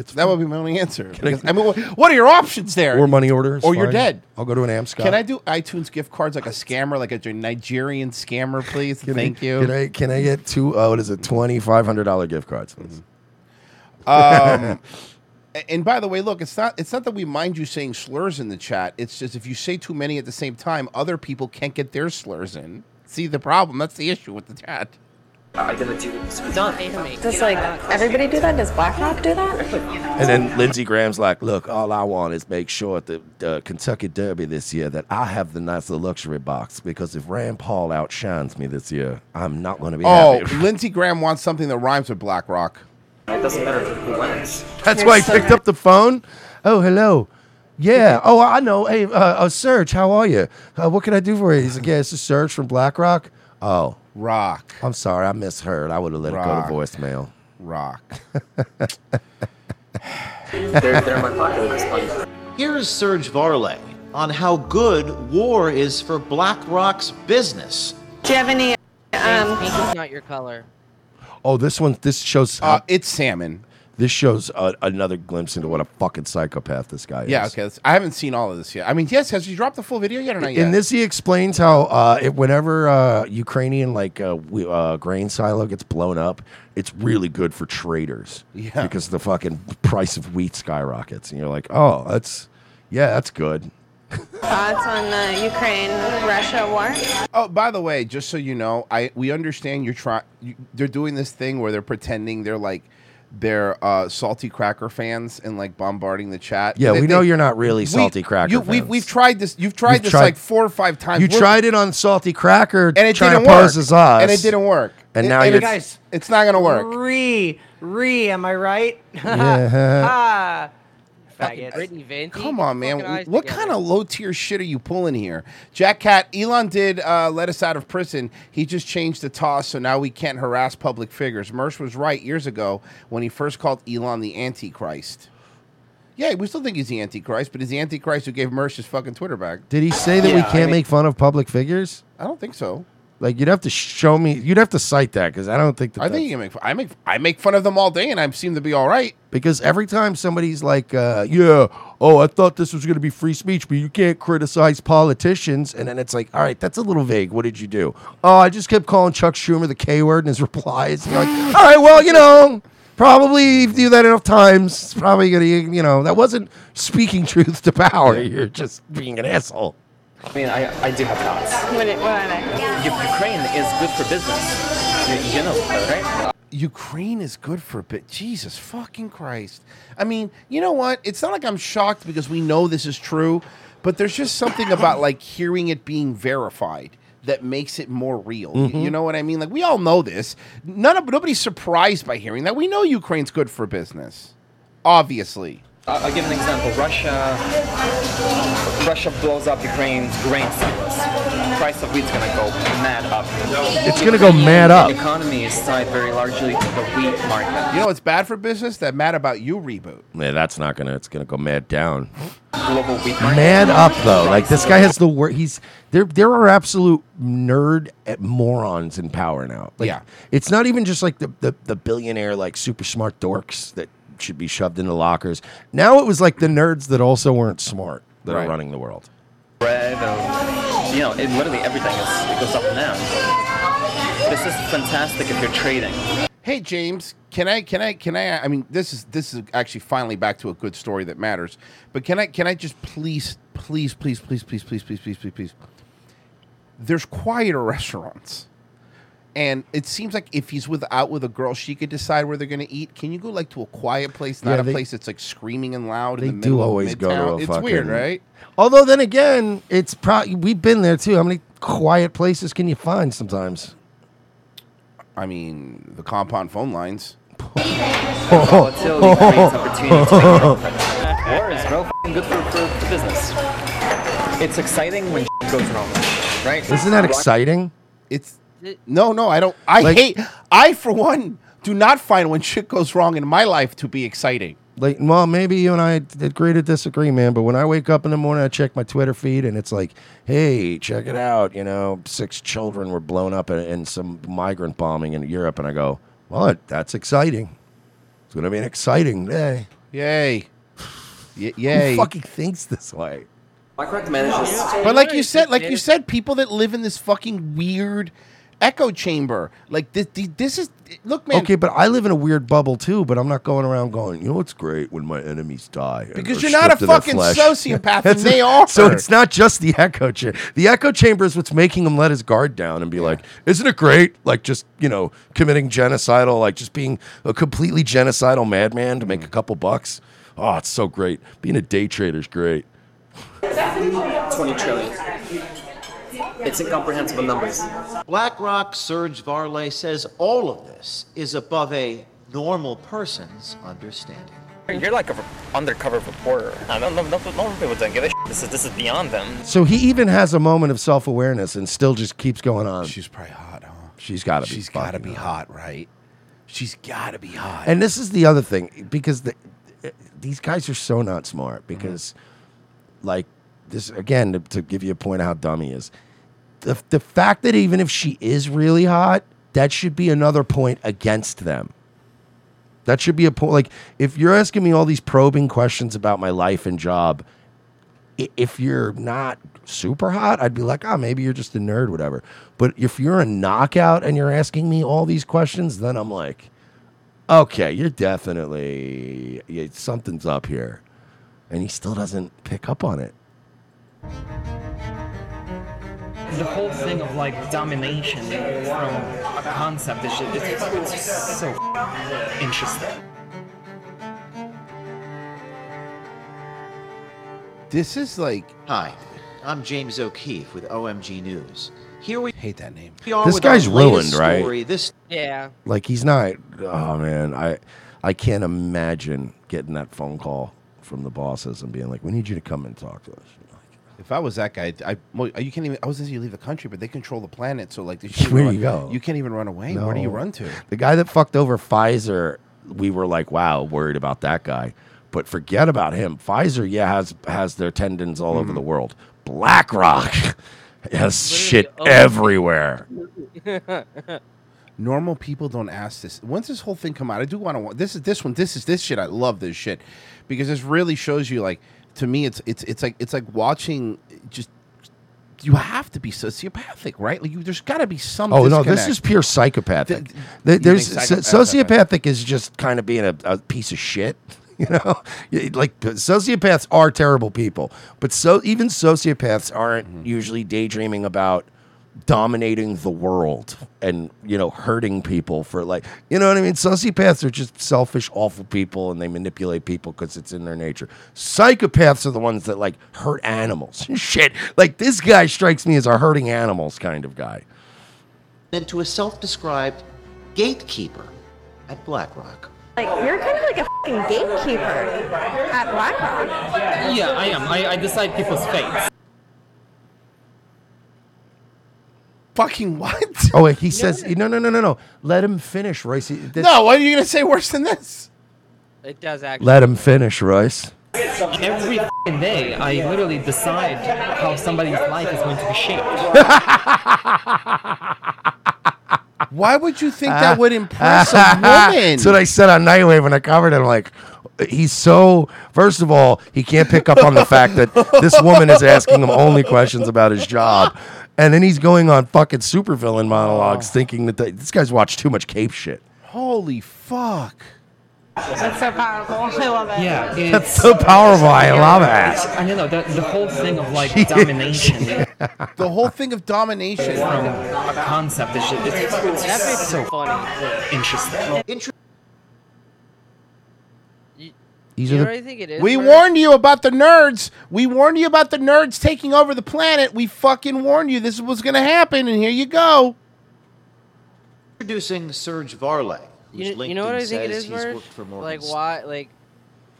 S4: It's
S7: that would be my only answer.
S4: I-
S7: Because, I, mean, wh- what are your options there?
S4: Or money order. is
S7: Or you're
S4: fine.
S7: dead.
S4: I'll go to an Amscot.
S7: Can I do iTunes gift cards like a scammer, like a Nigerian scammer, please?
S4: Can I-
S7: Thank you.
S4: Can I can I get two? Oh, what is it? Twenty five hundred dollar gift cards. please.
S7: Um, a- and by the way, look, it's not it's not that we mind you saying slurs in the chat. It's just if you say too many at the same time, other people can't get their slurs in. See the problem? That's the issue with the chat.
S13: are gonna do this with done.
S15: Does like everybody do that? Does BlackRock do that?
S4: And then Lindsey Graham's like, "Look, all I want is make sure at the uh, Kentucky Derby this year that I have the nicer luxury box because if Rand Paul outshines me this year, I'm not going to be
S7: Oh,
S4: happy."
S7: Lindsey Graham wants something that rhymes with Black Rock.
S13: It doesn't matter who wins.
S4: That's why he picked up the phone. Oh, hello. Yeah. Oh, I know. Hey, uh, uh, Serge, how are you? Uh, what can I do for you? He's like, yeah, it's a Serge from BlackRock. Oh,
S7: Rock.
S4: I'm sorry, I misheard. I would have let
S7: Rock.
S4: it go to voicemail.
S7: Rock.
S13: They're, they're in my pocket at this point.
S14: Here's Serge Varley on how good war is for BlackRock's business.
S15: Do you have any?
S8: Um, Pinky's not your color.
S4: Oh, this one. This shows.
S7: Uh, it's salmon.
S4: This shows uh, another glimpse into what a fucking psychopath this guy is.
S7: Yeah, okay. that's- I haven't seen all of this yet. I mean, yes, has he dropped the full video yet or not yet?
S4: In this, he explains how uh, it, whenever uh, Ukrainian like uh, we, uh, grain silo gets blown up, it's really good for traders.
S7: Yeah.
S4: because the fucking price of wheat skyrockets, and you're like, oh, that's yeah, that's good.
S15: Thoughts on the Ukraine Russia war?
S7: Oh, by the way, just so you know, I we understand you're trying. You, they're doing this thing where they're pretending they're like they're uh, salty cracker fans and like bombarding the chat.
S4: Yeah,
S7: They-
S4: we know
S7: they-
S4: you're not really salty cracker
S7: You, we've,
S4: fans.
S7: we've tried this. You've tried
S4: You've
S7: this
S4: tried-
S7: like four or five times.
S4: you
S7: We're-
S4: tried it on salty cracker,
S7: and it
S4: trying
S7: didn't
S4: to
S7: work.
S4: pose as us,
S7: and it didn't work.
S4: And
S7: It-
S4: now
S7: and
S4: you're
S7: it's- It's not gonna work.
S9: Re, re, am I right?
S7: Yeah.
S9: Ah, faggots.
S8: Brittany Venti.
S7: Uh, Come on, man. What kind of low tier shit are you pulling here? Jack Cat, Elon did uh, let us out of prison. He just changed the toss, so now we can't harass public figures. Mersch was right years ago when he first called Elon the Antichrist. Yeah, we still think he's the Antichrist, but he's the Antichrist who gave Mersch his fucking Twitter back.
S4: Did he say that we can't make fun of public figures?
S7: I don't think so.
S4: Like you'd have to show me, you'd have to cite that because I don't think that
S7: I think you can make. Fun. I make. I make fun of them all day, and I seem to be all right.
S4: Because every time somebody's like, uh, yeah, oh, I thought this was going to be free speech, but you can't criticize politicians. And then it's like, all right, that's a little vague. What did you do? Oh, I just kept calling Chuck Schumer the K word in his replies. And you're like, all right, well, you know, probably if you do that enough times, it's probably going to, you know, that wasn't speaking truth to power. You're just being an asshole.
S13: I mean, I, I do have thoughts.
S15: What, it- what are they?
S13: U- Ukraine is good for business. You, you know that, right? Uh,
S7: Ukraine is good for a bit. Jesus fucking Christ. I mean, you know what? It's not like I'm shocked because we know this is true, but there's just something about like hearing it being verified that makes it more real. Y- You,
S4: Mm-hmm.
S16: Mhm.
S7: know what I mean? Like we all know this. None of nobody's surprised by hearing that. We know Ukraine's good for business. Obviously.
S13: I'll, I'll give an example. Russia, Russia blows up Ukraine's grain silos. Price of wheat's gonna go mad up.
S4: It's gonna go mad up.
S13: The economy is tied very largely to the wheat market.
S7: You know what's bad for business? That Mad About You reboot.
S4: Yeah, that's not going to, it's going to go mad down.
S13: Global wheat market.
S4: Man up though, like this guy has the word. He's there. There are absolute nerd at morons in power now. Like,
S7: Yeah.
S4: it's not even just like the, the the billionaire like super smart dorks that should be shoved into lockers. Now it was like the nerds that also weren't smart that are
S13: Right.
S4: running the world.
S13: bread, um, you know, it, literally everything is it goes up and down. This is fantastic if you're trading.
S7: Hey James, can I can I can I I mean this is this is actually finally back to a good story that matters. But can I can I just please please please please please please please please please please There's quieter restaurants. And it seems like if he's with out with a girl, she could decide where they're going to eat. Can you go like to a quiet place, not
S4: Yeah,
S7: a
S4: they-
S7: place that's like screaming and loud?
S4: They
S7: in the middle
S4: do
S7: of
S4: always go to a
S7: Midtown? It's
S4: fucking.
S7: weird, right?
S4: Although then again, it's probably we've been there too. How many quiet places can you find sometimes?
S7: I mean, the compound phone lines.
S13: Volatility creates opportunity to make real profit. War is real f***ing good for, for, for business. It's exciting when shit goes wrong, right?
S4: Isn't that exciting?
S7: It's no, no. I don't. I
S4: Like-
S7: hate. I for one do not find when shit goes wrong in my life to be exciting.
S4: Like, well, maybe you and I d- agree to disagree, man. But when I wake up in the morning, I check my Twitter feed, and it's like, "Hey, check it out! You know, six children were blown up in, in some migrant bombing in Europe." And I go, "Well, that's exciting. It's going to be an exciting day."
S7: Yay! Y- yay!
S4: Who fucking thinks this way?
S13: BlackRock manages.
S7: But like you said, like you said, people that live in this fucking weird echo chamber. Like this, this is look, man.
S4: Okay, but I live in a weird bubble too. But I'm not going around going, you know, it's great when my enemies die and
S7: Because
S4: are
S7: you're not a
S4: stripped of their
S7: fucking
S4: flesh."
S7: sociopath,
S4: That's
S7: and they
S4: it.
S7: are.
S4: So it's not just the echo chamber. The echo chamber is what's making him let his guard down and be like, isn't it great? Like just you know, committing genocidal, like just being a completely genocidal madman to make
S7: Mm.
S4: a couple bucks. Oh, it's so great. Being a day trader's great.
S12: 20 trillion. It's incomprehensible numbers.
S14: BlackRock Serge Varley says all of this is above a normal person's understanding.
S13: You're like a re- undercover reporter. I don't know. No, no, no people don't give a shit. This is this is beyond them.
S4: So he even has a moment of self awareness and still just keeps going on. She's
S7: probably hot, huh?
S4: She's got to be.
S7: She's got to be hot, right? She's got to be hot.
S4: And this is the other thing because the, these guys are so not smart because, like, this again to, to give you a point of how dumb he is. The, the fact that even if she is really hot, that should be another point against them. That should be a point. Like, if you're asking me all these probing questions about my life and job, i- if you're not super hot, I'd be like, oh, maybe you're just a nerd, whatever. But if you're a knockout and you're asking me all these questions, then I'm like, okay, you're definitely yeah, something's up here, and he still doesn't pick up on it.
S12: The whole thing of like domination from a concept is just, it's, it's so f- interesting.
S7: This is like.
S14: Hi, I'm James O'Keefe with OMG News. Here we
S7: hate that name.
S14: We are
S4: This
S14: with our
S4: guy's
S14: latest
S4: ruined, right?
S14: Story. This
S8: yeah.
S4: Like he's not. Oh man, I I can't imagine getting that phone call from the bosses and being like, "We need you to come and talk to us."
S7: If I was that guy, I well, you can't even. I was gonna say you leave the country, but they control the planet, so like, this
S4: Where you go?
S7: You can't even run away. Where do you run to?
S4: The guy that fucked over Pfizer, we were like, "Wow, worried about that guy." But forget about him. Pfizer, yeah, has has their tendons all
S7: Mm-hmm.
S4: over the world. BlackRock has shit
S7: owns-
S4: everywhere.
S7: Normal people don't ask this. Once this whole thing come out, I do want to. This is this one. This is this shit. I love this shit because this really shows you. Like to me, it's it's it's like it's like watching. Just you have to be sociopathic, right? Like you, there's got to be some.
S4: Oh no, this
S7: disconnect.
S4: is pure psychopathic.
S7: Th- you
S4: Th- There's
S7: think uh,
S4: so-
S7: psychopath-
S4: sociopathic is just kind of being a, a piece of shit. You know, Yeah, like sociopaths are terrible people, but so even sociopaths aren't
S7: Mm-hmm.
S4: usually daydreaming about dominating the world and you know hurting people for like you know what I mean. Sociopaths are just selfish, awful people, and they manipulate people because it's in their nature. Psychopaths are the ones that like hurt animals. Shit, like this guy strikes me as a hurting animals kind of guy.
S14: then to a self-described gatekeeper at BlackRock.
S15: Like you're kind of like a fucking gatekeeper at BlackRock.
S12: Yeah, I am. I, I decide people's fates.
S7: Fucking what?
S4: Oh wait, he says no, no, no, no, no. Let him finish, Royce. This-
S7: No, what are you gonna say worse than this?
S8: It does actually.
S4: Let him finish, Royce.
S12: Every f***ing day, I literally decide how somebody's life is going to be shaped.
S7: Why would you think that would impress a woman?
S4: Ah. That's what I said on Nightwave when I covered it. I'm like, he's so. First of all, he can't pick up on the fact that this woman is asking him only questions about his job, and then he's going on fucking supervillain
S7: Oh.
S4: monologues, thinking that they, this guy's watched too much Cape shit.
S7: Holy fuck!
S15: That's so powerful. I love it.
S12: Yeah, it's,
S4: That's so powerful. Oh, I love it.
S12: I don't know the, the whole thing of like
S4: She-
S12: domination.
S7: the whole thing of domination
S12: from a concept is just, it's, it's
S8: That bitch is
S12: so
S8: funny.
S12: interesting.
S14: Interesting.
S4: These
S8: You
S4: are
S8: know
S4: the-
S8: what I think it is?
S7: We
S8: Bert?
S7: warned you about the nerds. We warned you about the nerds taking over the planet. We fucking warned you. This is what's gonna happen, and here you go.
S14: Introducing Serge Varley, whose
S8: You,
S14: LinkedIn
S8: you know what I think it
S14: says
S8: is,
S14: he's
S8: Merch?
S14: worked for Morgan
S8: Like why? Like,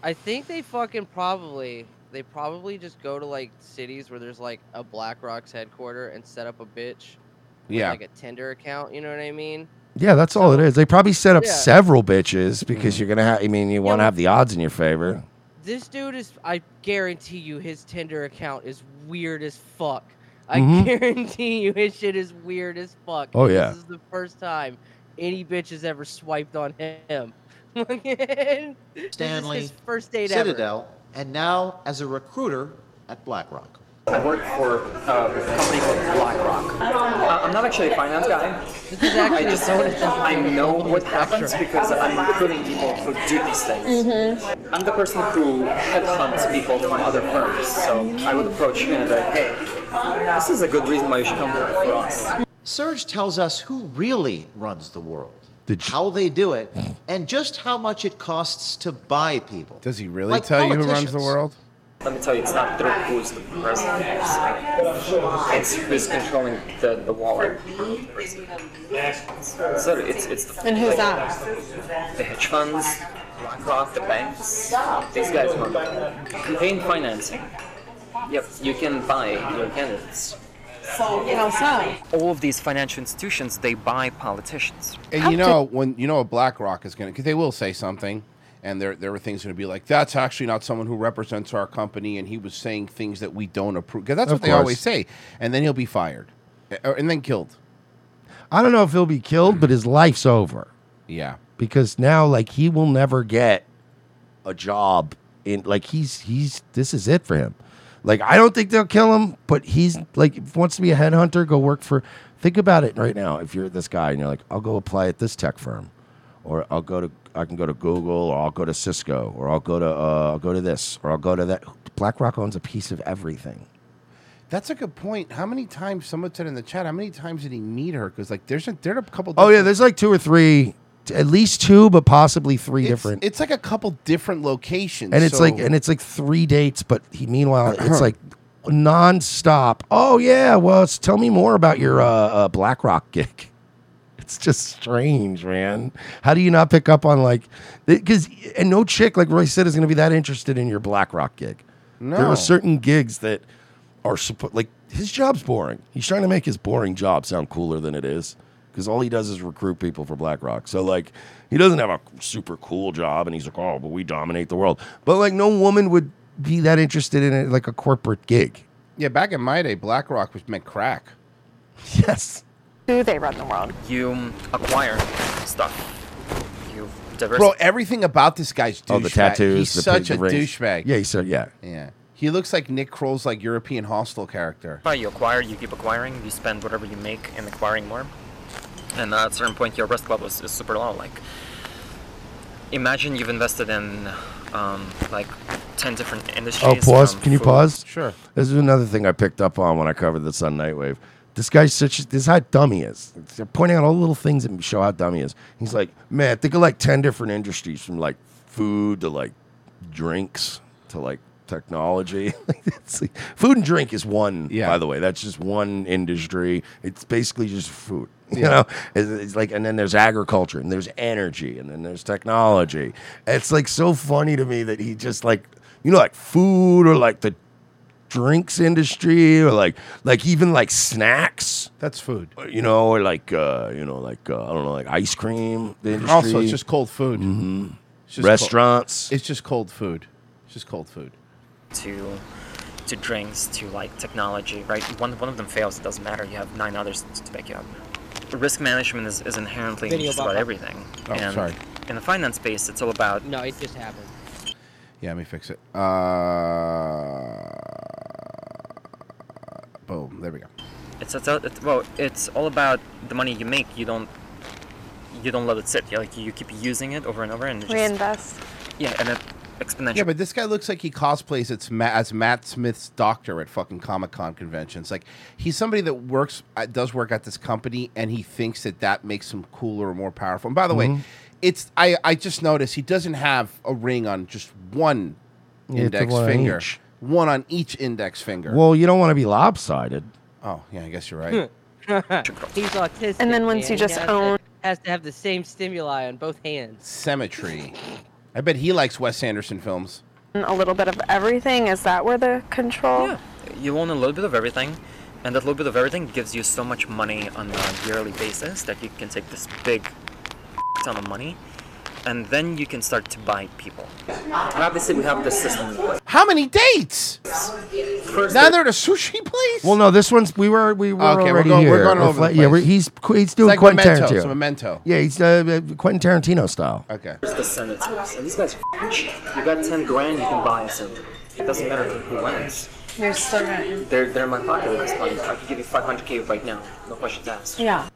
S8: I think they fucking probably they probably just go to like cities where there's like a BlackRock's headquarter and set up a bitch. with,
S4: Yeah.
S8: Like a Tinder account. You know what I mean?
S4: Yeah, that's all it is. They probably set up
S8: Yeah.
S4: several bitches because you're gonna have. I mean, you want to have the odds in your favor.
S8: This dude is. I guarantee you, his Tinder account is weird as fuck. I
S7: Mm-hmm.
S4: Mhm.
S8: guarantee you, his shit is weird as fuck.
S4: Oh,
S8: and
S4: yeah.
S8: This is the first time any bitch has ever swiped on him. Stanley. This is
S14: Stanley
S8: his first date ever.
S14: Citadel, and now as a recruiter at BlackRock.
S13: I work for uh, a company called BlackRock. Uh, I'm not actually a finance guy. I just I know what happens because I'm recruiting people who do these things.
S12: Mm-hmm.
S13: I'm the person who headhunts people from other firms, so I would approach you and be like, hey, this is a good reason why you should come work for us.
S14: Serge tells us who really runs the world, how they do it, and just how much it costs to buy people.
S7: Does he really
S14: Like
S7: tell you who runs the
S14: politicians.
S7: world?
S13: Let me tell you, it's not through who's the president. It's, it's who's controlling the, the wallet. So it's, it's the,
S15: And who's
S13: like,
S15: that?
S13: The hedge funds, BlackRock, the banks. These guys run it. Campaign financing. Yep, you can buy your candidates.
S15: How so?
S13: All of these financial institutions, they buy politicians.
S7: And you know when you know a BlackRock is going to, because they will say something, and there there were things going to be like that's actually not someone who represents our company, and he was saying things that we don't approve. Because that's
S4: Of
S7: what they always
S4: course.
S7: say, and then he'll be fired, Uh, or- and then killed.
S4: I don't know if he'll be killed, but his life's over.
S7: Yeah.
S4: Because now, like, he will never get a job. In like, he's he's this is it for him. Like, I don't think they'll kill him, but he's like if he wants to be a headhunter. Go work for. Think about it right now. If you're this guy and you're like, I'll go apply at this tech firm, or I'll go to I can go to Google, or I'll go to Cisco, or I'll go to uh, I'll go to this, or I'll go to that. BlackRock owns a piece of everything.
S7: That's a good point. How many times someone said in the chat? How many times did he meet her? Because like there's a there are a couple.
S4: Oh yeah,
S7: different-
S4: there's like two or three, t- at least two, but possibly three different.
S7: It's like a couple different locations,
S4: and it's
S7: so-
S4: like and it's like three dates, but he meanwhile it's like nonstop. Oh yeah, well, it's, tell me more about your uh, uh, BlackRock gig. It's just strange, man. How do you not pick up on like because and no chick like Roy said is going to be that interested in your BlackRock gig. There
S7: No.
S4: are certain gigs that are suppo- like his job's boring. He's trying to make his boring job sound cooler than it is because all he does is recruit people for BlackRock. So like he doesn't have a super cool job, and he's like, oh, but we dominate the world. But like no woman would be that interested in it, like a corporate gig.
S7: yeah. Back in my day, BlackRock was meant crack.
S4: Yes.
S15: Do they run the world?
S13: You acquire stuff. You diversify.
S7: Bro, everything about this guy's douchebag.
S4: Oh, the tattoos,
S7: He's
S4: the pig-
S7: such
S4: the
S7: a
S4: rings.
S7: douchebag.
S4: Yeah, he's so yeah.
S7: Yeah. He looks like Nick Kroll's like European hostile character.
S13: Right, you acquire, you keep acquiring, you spend whatever you make in acquiring more. And at a certain point, your risk level is, is super low. Like, imagine you've invested in um, like 10 different
S4: Oh,
S13: industries.
S4: pause.
S13: from
S4: Can you
S13: food-
S4: pause? This is another thing I picked up on when I covered the Sun Nightwave. This guy's such. This is how dumb he is. They're pointing out all the little things that show how dumb he is. He's like, man, think of like ten different industries from like food to like drinks to like technology. Like, it's like- food and drink is one. Yeah. By the way, that's just one industry. It's basically just food. You
S16: Yeah.
S4: know, it's, it's like, and then there's agriculture, and there's energy, and then there's technology. It's like so funny to me that he just like, you know, like food or like the drinks industry or like like even like snacks.
S7: That's food.
S4: You know, or like uh, you know, like uh, I don't know, like ice cream. The industry.
S7: Also, it's just cold food.
S4: Mhm.
S7: It's just
S4: Restaurants.
S7: cold- It's just cold food. It's just cold food.
S13: to to drinks to like technology right one, one of them fails it doesn't matter you have nine others to back you up risk management is, is inherently
S8: Video
S13: just
S8: backup.
S13: about everything
S7: Oh,
S13: and
S7: sorry.
S13: in the finance space it's all about
S8: No, it just happened.
S7: Yeah, let me fix it. Uh, boom. There we go.
S13: it's, it's, all- it's well it's all about the money you make you don't you don't let it sit you like you keep using it over and over and it just,
S11: Reinvest.
S13: yeah and it exponentially
S7: Yeah, but this guy looks like he cosplays as Matt, as Matt Smith's doctor at fucking Comic Con conventions. Like, he's somebody that works, uh, does work at this company, and he thinks that that makes him cooler or more powerful. And by the
S4: Mhm.
S7: way, it's I, I just noticed he doesn't have a ring on just one
S4: Yeah, it's the
S7: index
S4: one on
S7: finger,
S4: each.
S7: one on each index finger.
S4: Well, you don't want to be lopsided.
S7: oh yeah, I guess you're right.
S8: He's autistic.
S11: And then
S8: man.
S11: once you
S8: He
S11: just
S8: has
S11: own-
S8: to, has to have the same stimuli on both hands.
S7: Symmetry. I bet he likes Wes Anderson films.
S11: A little bit of everything. Is that where the control?
S13: you own a little bit of everything and that little bit of everything gives you so much money on a yearly basis that you can take this big ton of money and then you can start to buy people and obviously we have this system in place.
S7: How many dates? Now they're at a sushi place.
S4: Well, no, this one's we were we were
S7: Okay, we're
S4: already
S7: going-
S4: here.
S7: we're going all over
S4: fla-
S7: the
S4: yeah,
S7: place.
S4: we're, he's qu- he's
S7: It's
S4: doing
S7: like
S4: Quentin
S7: Memento,
S4: Tarantino.
S7: it's a Memento.
S4: Yeah, he's uh, uh, Quentin Tarantino style.
S7: Okay.
S13: There's the senators, and these guys are cheap. You got 10 grand, you can buy a senator. It doesn't matter who wins.
S15: You're still running.
S12: They're, they're in my pocket at this point. I could give you 500k right now. No questions asked.
S15: Yeah.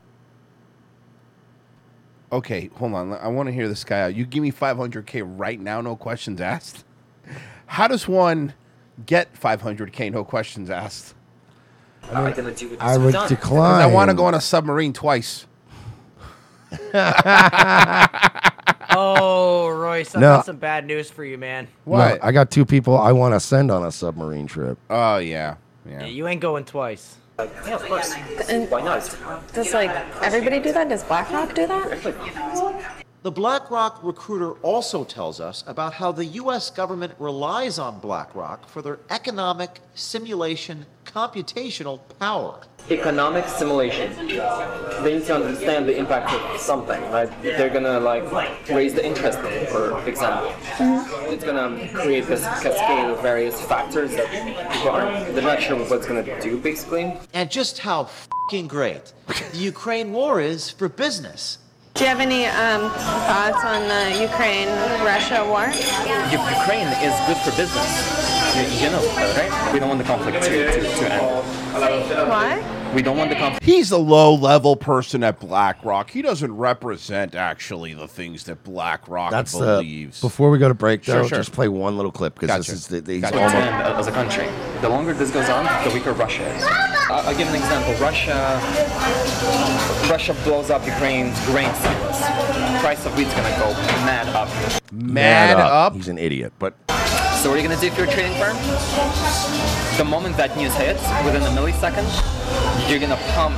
S7: Okay, hold on. I want to hear this guy out. You give me 500K right now, no questions asked? How does one get 500K, no questions asked?
S12: I mean, gonna do it.
S4: I would decline.
S7: I want to go on a submarine twice.
S9: oh, Royce, I've
S4: No.
S9: got some bad news for you, man.
S4: No, I got two people I want to send on a submarine trip.
S7: Oh yeah,
S9: Yeah, you ain't going twice.
S12: Yeah, of course.
S15: And
S12: Why not?
S15: does like everybody do that? Does BlackRock do that?
S14: The BlackRock recruiter also tells us about how the U.S. government relies on BlackRock for their economic simulation computational power.
S12: Economic simulation. They need to understand the impact of something, right? They're gonna like raise the interest rate, for example. It's gonna create this cascade of various factors that people aren't, they're not sure what it's gonna do, basically.
S14: And just how fing great the Ukraine war is for business.
S15: Do you have any um, thoughts on the Ukraine Russia war?
S13: U- Ukraine is good for business. You, you know that, right? We don't want the conflict to, to, to end.
S15: What?
S13: We don't want the conflict.
S7: He's a low level person at BlackRock. He doesn't represent actually the things that BlackRock
S4: That's the.
S7: believes.
S4: Before we go to break, though,
S7: Sure, sure.
S4: just play one little clip because this is the. the he's
S13: Gotcha.
S4: almost-
S13: And
S7: uh,
S13: as a country. The longer this goes on, the weaker Russia is. I- I'll give an example. Russia, Russia blows up Ukraine's grain silos. Price of wheat's gonna go mad up.
S4: Mad up. He's an idiot, but
S13: So what are you gonna do if you're a trading firm? The moment that news hits, within a millisecond, you're gonna pump.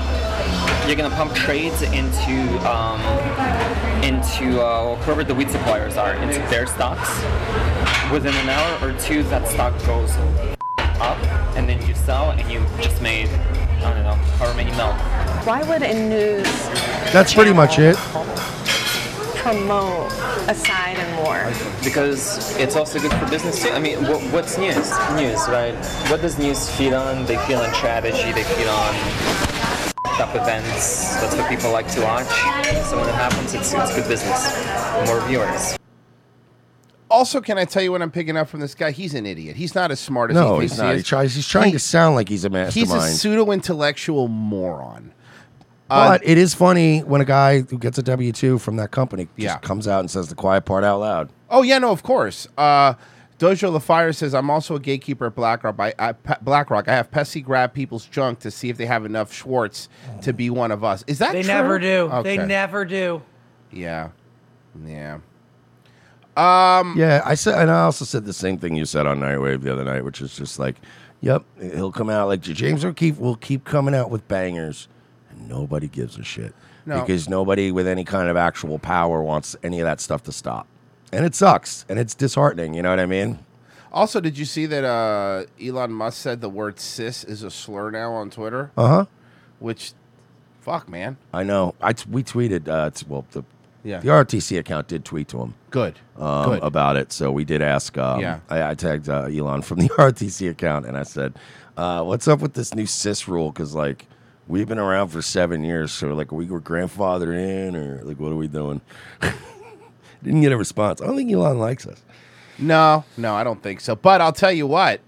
S13: You're gonna pump trades into um, into uh, whoever the wheat suppliers are into their stocks. Within an hour or two, that stock goes up, and then you sell, and you just made I don't know however many mil.
S15: Why would a news
S4: that's pretty much it.
S15: promote a side in war?
S13: Because it's also good for business too. I mean, what, what's news? News, right? What does news feed on? They feed on strategy. They feed on up events. That's what people like to watch. So when it happens, it's, it's good business. More viewers.
S7: Also, can I tell you what I'm picking up from this guy? He's an idiot. He's not as smart as
S4: No,
S7: he
S4: he's
S7: thinks
S4: not.
S7: He
S4: He
S7: is.
S4: tries. He's trying to sound like he's a
S7: He's a
S4: mastermind.
S7: pseudo intellectual moron. Uh,
S4: but it is funny when a guy who gets a W two from that company just comes out and says the quiet part out loud.
S7: Oh yeah, no, of course. Uh, Dojo the Fire says I'm also a gatekeeper at BlackRock. I, I, Pe- BlackRock, I have Pessy grab people's junk to see if they have enough Schwartz to be one of us. Is that
S9: They
S7: true?
S9: never do. They
S7: Okay.
S9: never do.
S7: Yeah, yeah. Um.
S4: yeah, I said, and I also said the same thing you said on Nightwave the other night, which is just like, "Yep, he'll come out like James O'Keefe will keep coming out with bangers, and nobody gives a shit
S7: No.
S4: because nobody with any kind of actual power wants any of that stuff to stop, and it sucks and it's disheartening. You know what I mean?
S7: Also, did you see that uh, Elon Musk said the word "cis" is a slur now on Twitter?
S4: Uh huh.
S7: Which, fuck, man.
S4: I know. I t- we tweeted. Uh, t- well, the
S7: Yeah.
S4: the RTC account did tweet to him.
S7: Good.
S4: Um,
S7: Good.
S4: About it. So we did ask. Um,
S7: Yeah.
S4: I, I tagged uh, Elon from the RTC account, and I said, uh, "What's up with this new cis rule? Because like we've been around for seven years, so like we were grandfathered in, or like what are we doing?" Didn't get a response. I don't think Elon likes us.
S7: No, no, I don't think so. But I'll tell you what,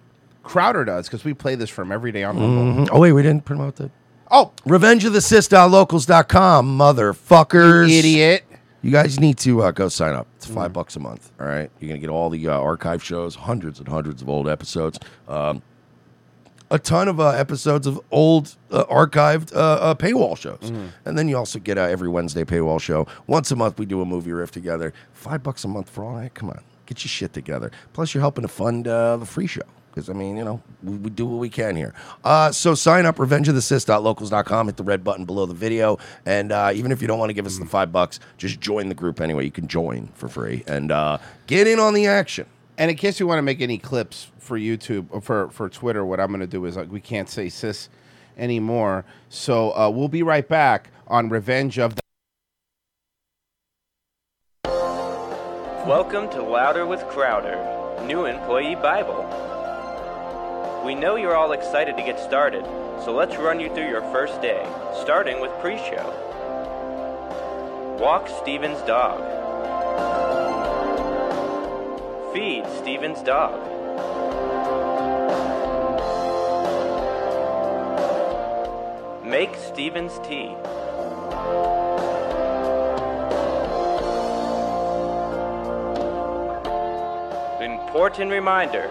S7: Crowder does because we play this from every day on Rumble.
S4: Mhm. Oh wait, we didn't promote the.
S7: Oh,
S4: revengeofthesis.locals.com, motherfuckers,
S7: You idiot.
S4: You guys need to uh, go sign up. It's five bucks a month. All right, you're gonna get all the uh, archive shows, hundreds and hundreds of old episodes, um, a ton of uh, episodes of old uh, archived uh, uh, paywall shows, and then you also get uh, every Wednesday paywall show. Once a month, we do a movie riff together. Five bucks a month for all that. Come on, get your shit together. Plus, you're helping to fund uh, the free show. Because I mean, you know, we, we do what we can here. Uh, so sign up, revengeofthesist.locals.com. Hit the red button below the video, and uh, even if you don't want to give us the five bucks, just join the group anyway. You can join for free and uh, get in on the action.
S7: And in case you want to make any clips for YouTube or for for Twitter, what I'm going to do is like, we can't say sis anymore. So uh, we'll be right back on Revenge of the.
S16: Welcome to Louder with Crowder, new employee Bible. We know you're all excited to get started, so let's run you through your first day, starting with pre show. Walk Steven's dog. Feed Steven's dog. Make Stevens tea. Important reminder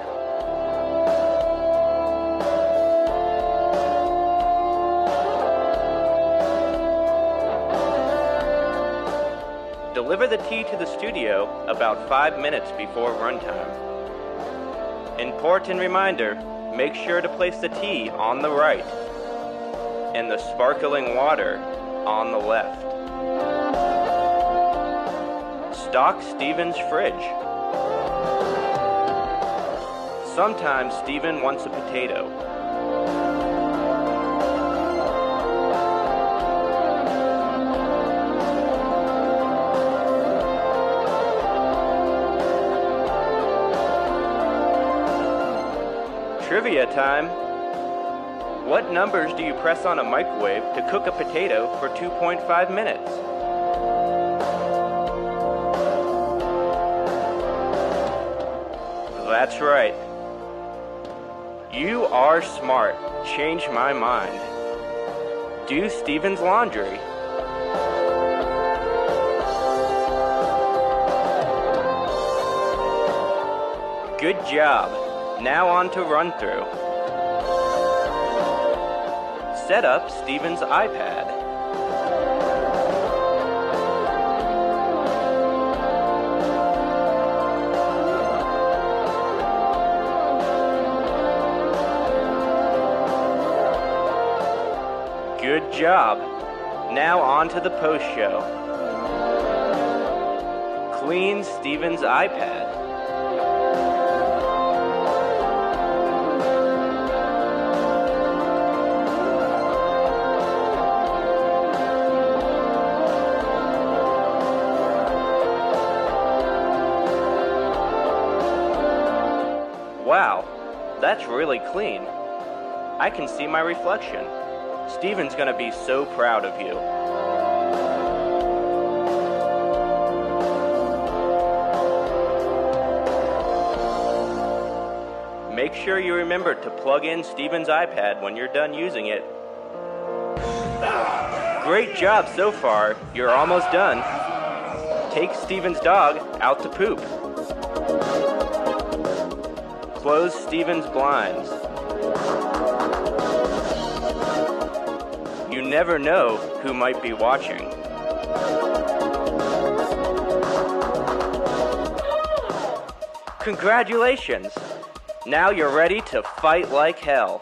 S16: Deliver the tea to the studio about five minutes before runtime. Important reminder make sure to place the tea on the right and the sparkling water on the left. Stock Steven's fridge. Sometimes Steven wants a potato. Trivia time. What numbers do you press on a microwave to cook a potato for 2.5 minutes? That's right. You are smart. Change my mind. Do Steven's laundry. Good job. Now on to run through. Set up Steven's iPad. Good job. Now on to the post show. Clean Steven's iPad. Wow, that's really clean. I can see my reflection. Steven's gonna be so proud of you. Make sure you remember to plug in Steven's iPad when you're done using it. Great job so far. You're almost done. Take Steven's dog out to poop. Close Steven's blinds. You never know who might be watching. Congratulations! Now you're ready to fight like hell.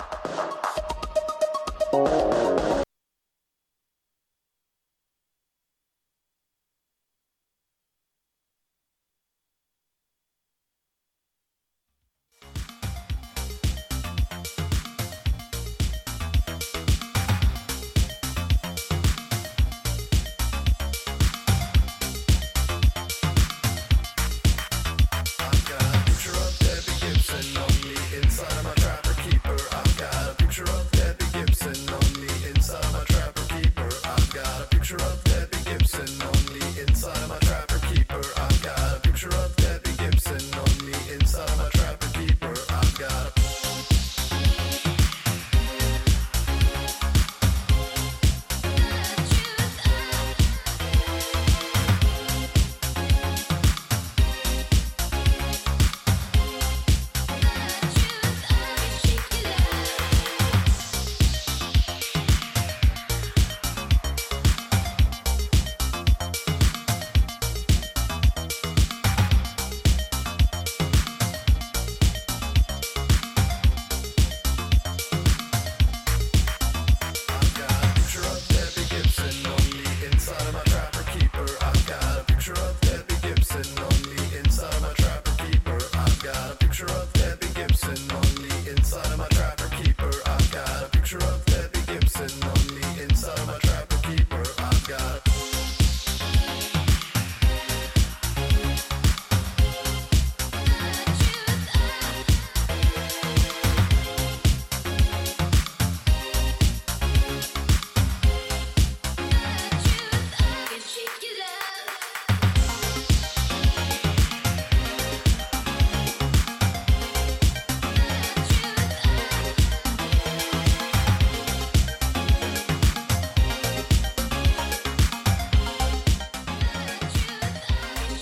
S17: I've got a picture of Debbie Gibson on me inside of my trapper keeper. I've got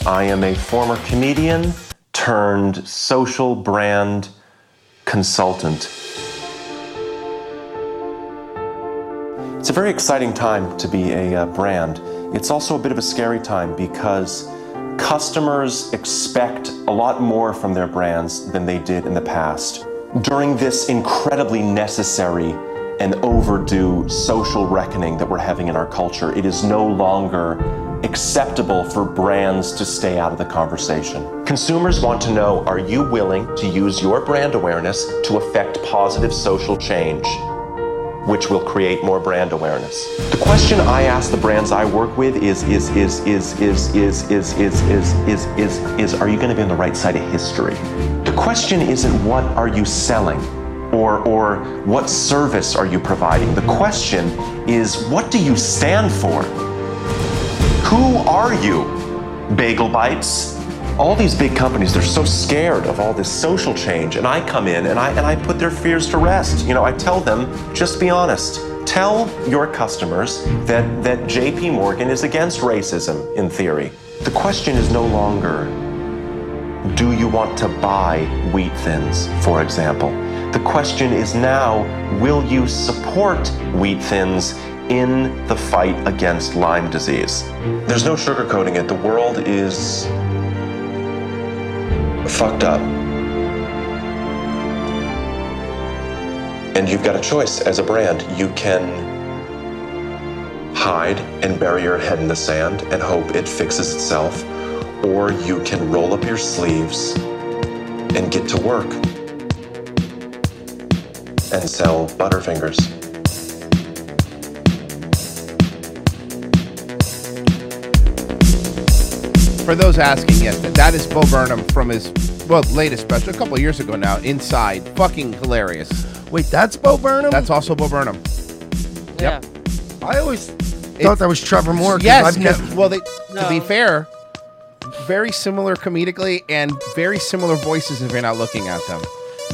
S17: I am a former comedian turned social brand consultant. It's a very exciting time to be a uh, brand. It's also a bit of a scary time because customers expect a lot more from their brands than they did in the past. During this incredibly necessary and overdue social reckoning that we're having in our culture, it is no longer acceptable for brands to stay out of the conversation. Consumers want to know are you willing to use your brand awareness to affect positive social change? which will create more brand awareness. The question I ask the brands I work with is is is is is is is is is is is is are you going to be on the right side of history? The question isn't what are you selling or or what service are you providing? The question is what do you stand for? Who are you? Bagel bites? All these big companies, they're so scared of all this social change. And I come in and I, and I put their fears to rest. You know, I tell them, just be honest. Tell your customers that, that JP Morgan is against racism in theory. The question is no longer, do you want to buy wheat thins, for example? The question is now, will you support wheat thins in the fight against Lyme disease? There's no sugarcoating it. The world is fucked up. And you've got a choice as a brand. You can hide and bury your head in the sand and hope it fixes itself, or you can roll up your sleeves and get to work and sell Butterfingers.
S7: For those asking, yes, that- that is Bo Burnham from his well latest special, a couple of years ago now. Inside, fucking hilarious.
S4: Wait, that's Bo Burnham.
S7: That's also Bo Burnham.
S8: Yeah.
S4: I always thought that was Trevor Moore. 'cause
S7: Yes.
S4: I've
S7: 'cause-
S4: nev-
S7: well, Oh, they, to be fair, very similar comedically and very similar voices if you're not looking at them.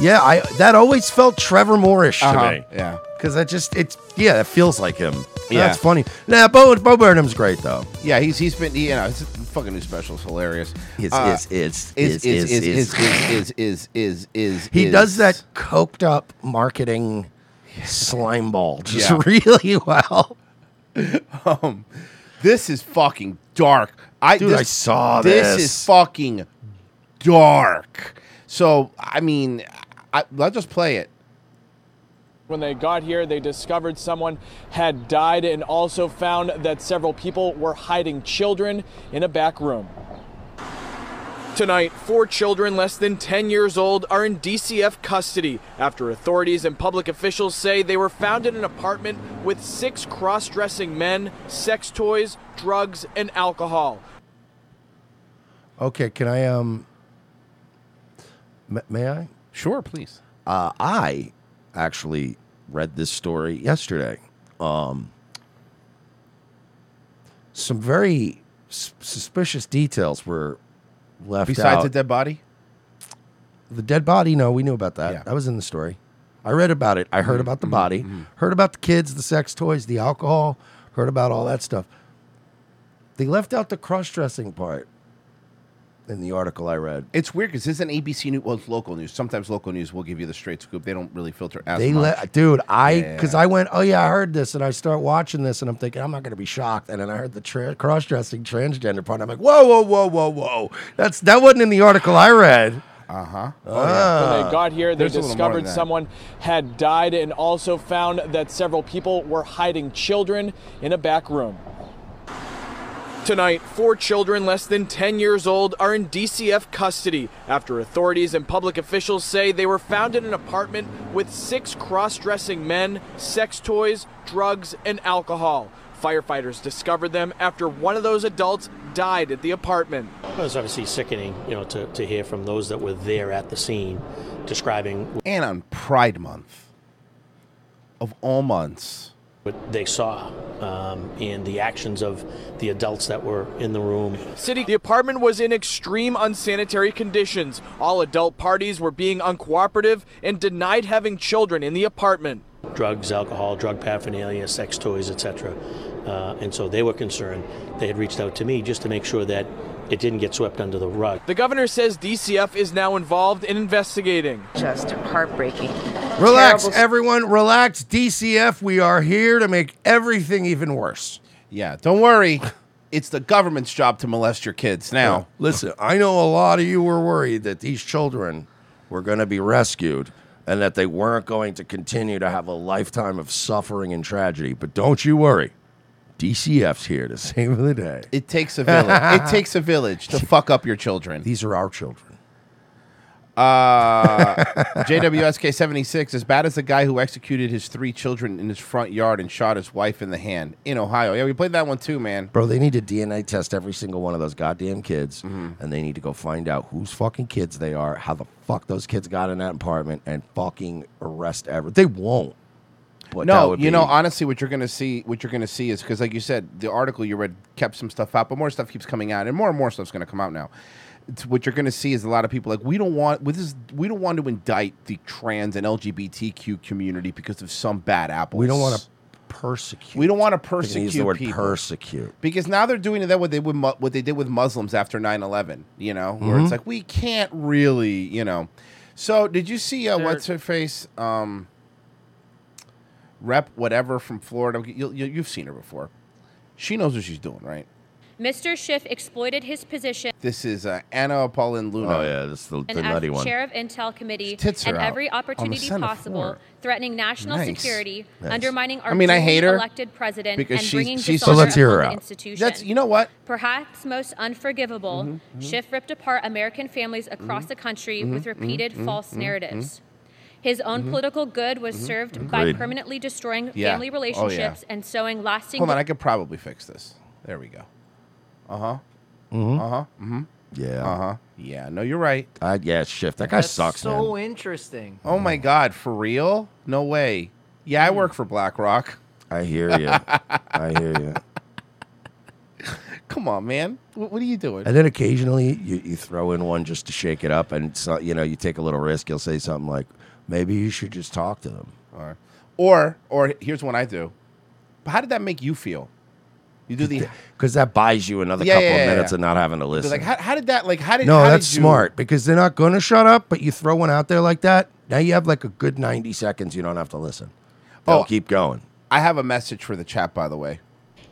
S4: yeah, I that always felt Trevor Moorish
S7: Uh-huh,
S4: to me.
S7: Yeah,
S4: because I just it's yeah, it feels like him.
S7: Yeah.
S4: that's funny. Nah, Bo Bo Burnham's great though.
S7: Yeah, he's he's been you know his fucking new special is hilarious. Uh,
S4: Is, is,
S7: is
S4: is, is,
S7: is is
S4: is,
S7: is
S4: is.
S7: is is is
S4: He
S7: is.
S4: does that coked up marketing slime ball just
S7: Yeah.
S4: really well.
S7: um, this is fucking dark. I
S4: Dude,
S7: this,
S4: I saw
S7: This
S4: this.
S7: is fucking dark. So I mean, I, let's just play it.
S18: When they got here, they discovered someone had died and also found that several people were hiding children in a back room. Tonight, four children less than 10 years old are in DCF custody after authorities and public officials say they were found in an apartment with six cross dressing men, sex toys, drugs, and alcohol.
S4: Okay, can I um? m- May I?
S7: Sure, please.
S4: Uh, I actually read this story yesterday. Um, some very s- suspicious details were left
S7: Besides
S4: out.
S7: the dead body,
S4: The dead body, no, we knew about that. That was in the story. I read about it. I heard
S7: Mm-hmm.
S4: about the body, heard about the kids, the sex toys, the alcohol, heard about all that stuff. They left out the cross dressing part in the article I read.
S7: it's weird because this is an ABC news. Well, it's local news. Sometimes local news will give you the straight scoop. They don't really filter as
S4: they
S7: much.
S4: let, dude, I,
S7: Yeah.
S4: because I went, oh yeah, I heard this, and I start watching this, and I'm thinking, I'm not going to be shocked. And then I heard the tra- cross dressing transgender part. And I'm like, whoa, whoa, whoa, whoa, whoa. That's, that wasn't in the article I read. Ah.
S7: Uh-huh.
S18: Oh, when they got here, they
S4: Oh, There's a little more than
S18: discovered
S4: that.
S18: someone had died and also found that several people were hiding children in a back room. Tonight, four children less than 10 years old are in DCF custody after authorities and public officials say they were found in an apartment with six cross dressing men, sex toys, drugs, and alcohol. Firefighters discovered them after one of those adults died at the apartment.
S19: Well, it's obviously sickening, you know, to, to hear from those that were there at the scene describing
S7: and on Pride Month of all months
S19: what they saw um, and the actions of the adults that were in the room.
S18: City, the apartment was in extreme unsanitary conditions. All adult parties were being uncooperative and denied having children in the apartment.
S19: drugs, alcohol, drug paraphernalia, sex toys, etc. Uh, and so they were concerned. They had reached out to me just to make sure that it didn't get swept under the rug.
S18: The governor says DCF is now involved in investigating.
S15: Just heartbreaking.
S4: Relax, everyone. Relax. DCF, we are here to make everything even worse.
S7: Yeah, don't worry. It's the government's job to molest your kids now.
S4: Listen, I know a lot of you were worried that these children were going to be rescued and that they weren't going to continue to have a lifetime of suffering and tragedy. But don't you worry. DCF's here to save the day.
S7: It takes a village. it takes a village to fuck up your children.
S4: These are our children.
S7: Uh, JWSK seventy six. As bad as the guy who executed his three children in his front yard and shot his wife in the hand in Ohio. Yeah, we played that one too, man.
S4: Bro, they need to DNA test every single one of those goddamn kids,
S7: Mm-hmm.
S4: and they need to go find out whose fucking kids they are, how the fuck those kids got in that apartment, and fucking arrest every. They won't. But that
S7: no,
S4: would
S7: you know,
S4: be-
S7: honestly, what you're gonna see, what you're gonna see is because, like you said, the article you read kept some stuff out, but more stuff keeps coming out, and more and more stuff's gonna come out now. It's, what you're gonna see is a lot of people like we don't want with this, we don't want to indict the trans and LGBTQ community because of some bad apples.
S4: we don't want to persecute.
S7: We don't want to
S4: I think they use
S7: persecute
S4: the word
S7: people
S4: persecute.
S7: because now they're doing that what they would mu- what they did with Muslims after 9-11, You know, where
S4: Mhm.
S7: it's like we can't really, you know. So did you see uh, what's her face? Um, Rep whatever from Florida. You, you, you've seen her before. She knows what she's doing, right?
S20: Mr. Schiff exploited his position
S7: This is uh, Anna Paulin Luna.
S4: Oh, yeah, this is the,
S20: and as chair of Intel Committee
S7: tits are
S20: and
S7: out
S20: every
S7: on the
S20: opportunity
S7: Senate
S20: possible,
S7: floor.
S20: threatening national
S7: Nice.
S20: security,
S7: Nice.
S20: undermining our
S7: I mean, I
S20: duly
S7: hate her
S20: elected president,
S7: because
S20: and
S7: she's-
S20: bringing
S7: she's-
S20: dishonor
S7: So let's hear her
S20: upon the
S7: out.
S20: institution.
S7: That's- you know what? Mm-hmm,
S20: Perhaps most unforgivable, Schiff ripped apart American families across the country
S21: Mhm.
S20: with repeated
S7: mm-hmm,
S21: Mhm.
S20: false
S21: Mhm.
S20: narratives. His own
S21: Mhm.
S20: political good was
S7: Mhm.
S20: served
S7: Mhm.
S20: by
S7: Agreed.
S20: permanently destroying
S7: Yeah.
S20: family
S7: Oh, yeah.
S20: relationships and sowing lasting
S7: Hold on, I could probably fix this. There we go. Uh huh.
S4: Mhm.
S7: Uh huh. Mm-hmm.
S4: Yeah.
S7: Uh huh. Yeah. No, you're right.
S4: Uh, yeah, shift. That guy
S7: That's
S4: sucks, man.
S9: So interesting.
S7: Oh my God, for real? No way. Yeah, I work for BlackRock.
S4: I hear you. I hear you.
S7: Come on, man. What, what are you doing?
S4: And then occasionally you, you throw in one just to shake it up, and it's not, you know you take a little risk. You'll say something like, "Maybe you should just talk to them."
S7: Or, or, or here's one I do. But how did that make you feel? You do the
S4: because that buys you another
S7: Yeah,
S4: couple
S7: yeah,
S4: of
S7: yeah,
S4: minutes
S7: yeah.
S4: of not having to
S7: You'd be
S4: listen.
S7: like how, how did that like how did
S4: no,
S7: how did
S4: that's
S7: you-
S4: smart because they're not going to shut up. But you throw one out there like that, now you have like a good ninety seconds. You don't have to listen. They'll
S7: Oh.
S4: keep going.
S7: I have a message for the chat, by the way.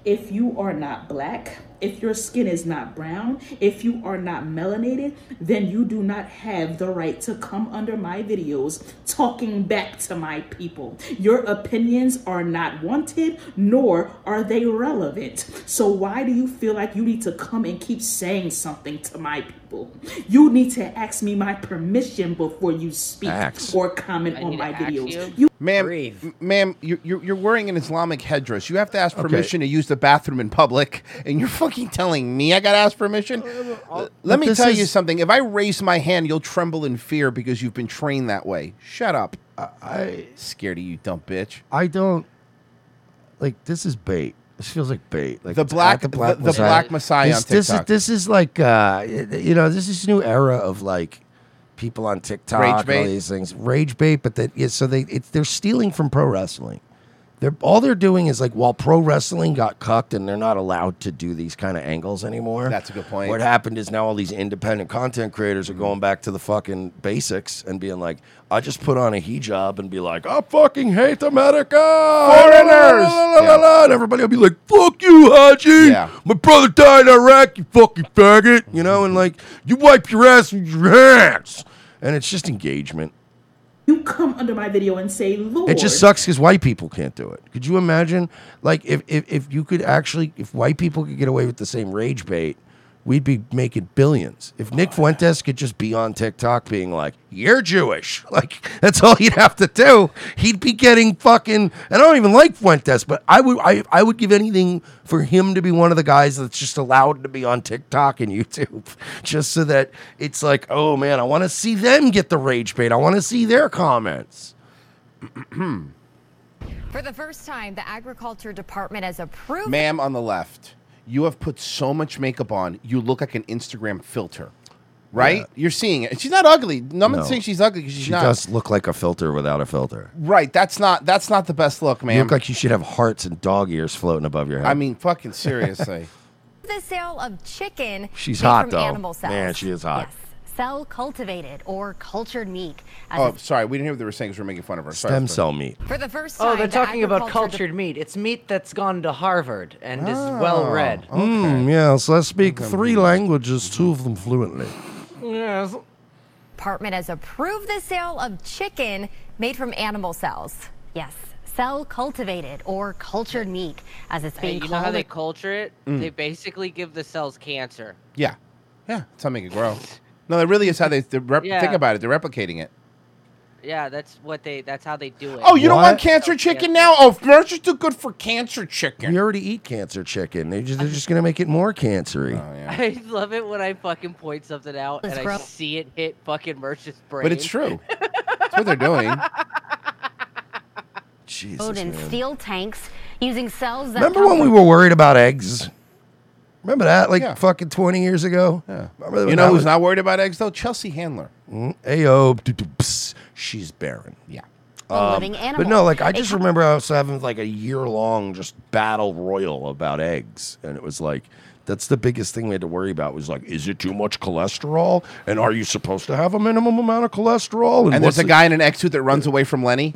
S22: If you are not black, if your skin is not brown, if you are not melanated, then you do not have the right to come under my videos talking back to my people. Your opinions are not wanted, nor are they relevant. So, why do you feel like you need to come and keep saying something to my people? You need to ask me my permission before you speak
S7: Ax.
S22: or comment on my videos.
S7: ma'am, m- ma'am, you- you're, you're wearing an Islamic headdress. You have to ask
S4: Okay.
S7: permission to use the bathroom in public, and you're fucking telling me I gotta ask permission. Let
S4: but
S7: me
S4: this
S7: tell
S4: is-
S7: you something. If I raise my hand, you'll tremble in fear because you've been trained that way. Shut up.
S4: I
S7: scared of you, dumb bitch.
S4: I don't like this is bait. This feels like bait. Like
S7: The
S4: it's
S7: black-
S4: at
S7: the- the black messiah
S4: This,
S7: on
S4: this is
S7: TikTok.
S4: this is like uh, you know this is new era of like people on TikTok
S7: Rage
S4: and all
S7: bait?
S4: these things rage bait. But that yeah, so they it's they're stealing from pro wrestling. They're all they're doing is like while pro wrestling got cucked and they're not allowed to do these kind of angles anymore.
S7: That's a good point. Mm-hmm.
S4: What happened is now all these independent content creators are going back to the fucking basics and being like, I just put on a hijab and be like, I fucking hate America,
S7: foreigners,
S4: and everybody will be like, fuck you, Haji. My brother died in Iraq, you fucking faggot. You know, and like you wipe your ass with your hands, and it's just engagement.
S22: You come under my video and say, Lord.
S4: It just sucks because white people can't do it. Could you imagine? Like, if, if, if you could actually, if white people could get away with the same rage bait, we'd be making billions. If Nick Fuentes could just be on TikTok being like, you're Jewish, like, that's all he'd have to do. He'd be getting fucking, and I don't even like Fuentes, but I would, I, I would give anything for him to be one of the guys that's just allowed to be on TikTok and YouTube, just so that it's like, oh man, I want to see them get the rage bait. I want to see their comments.
S23: For the first time, the Agriculture Department has approved.
S7: Ma'am on the left, you have put so much makeup on, you look like an Instagram filter. Right?
S4: Yeah.
S7: You're seeing it. She's not ugly. No, I'm not
S4: No.
S7: saying she's ugly 'cause she's
S4: She
S7: not.
S4: does look like a filter without a filter.
S7: Right. That's not that's not the best look,
S4: You
S7: man.
S4: look like you should have hearts and dog ears floating above your head.
S7: I mean, fucking seriously.
S23: the sale of chicken.
S4: She's
S23: made
S4: hot
S23: from
S4: though.
S23: Animal cells.
S4: Man, she is hot.
S23: Cell cultivated or cultured meat. as
S7: Oh, sorry. We didn't hear what they were saying because we are making fun of her. Sorry,
S4: Stem
S7: sorry.
S4: cell meat.
S23: For the first time,
S9: Oh, they're
S23: the
S9: talking about
S23: agriculture
S9: cultured meat. It's meat that's gone to Harvard and is well read.
S4: Mm, yes, I speak three languages, two of them fluently.
S23: Yes. Department has approved the sale of chicken made from animal cells. Yes, cell cultivated or cultured meat, as it's
S8: Hey,
S23: being
S8: you know
S23: called.
S8: how they culture it?
S7: Mm.
S8: They basically give the cells cancer.
S7: Yeah, yeah. That's how they make it grow. No, that really is how they they're rep-
S8: Yeah.
S7: think about it. They're replicating it.
S8: Yeah, that's what they. That's how they do it.
S7: Oh, you don't want cancer chicken now? Oh, merch is too good for cancer chicken.
S4: We already eat cancer chicken. They're just, they're just gonna make it more cancery.
S7: Oh,
S8: I love it when I fucking point something out and
S23: Let's
S8: I
S23: grow-
S8: see it hit fucking Merch's brain.
S7: But it's true. That's what they're doing.
S23: Food in
S4: man.
S23: steel tanks using cells that
S4: Remember
S23: come
S4: when we
S23: from-
S4: were worried about eggs? Remember that, like
S7: Yeah.
S4: fucking twenty years ago. Remember
S7: You
S4: when
S7: know
S4: that
S7: who's
S4: was-
S7: not worried about eggs though? Chelsea Handler.
S4: Mm, Ayo, do, do, pss, she's barren. Um,
S7: Yeah.
S23: A living
S4: But no,
S23: animal.
S4: like I
S23: A
S4: just
S23: co-
S4: remember us having like a year long just battle royal about eggs, and it was like that's the biggest thing we had to worry about was like, is it too much cholesterol, and are you supposed to have a minimum amount of cholesterol?
S7: Oh, And
S4: what's
S7: there's a
S4: it-
S7: guy in an X suit that runs away from Lenny.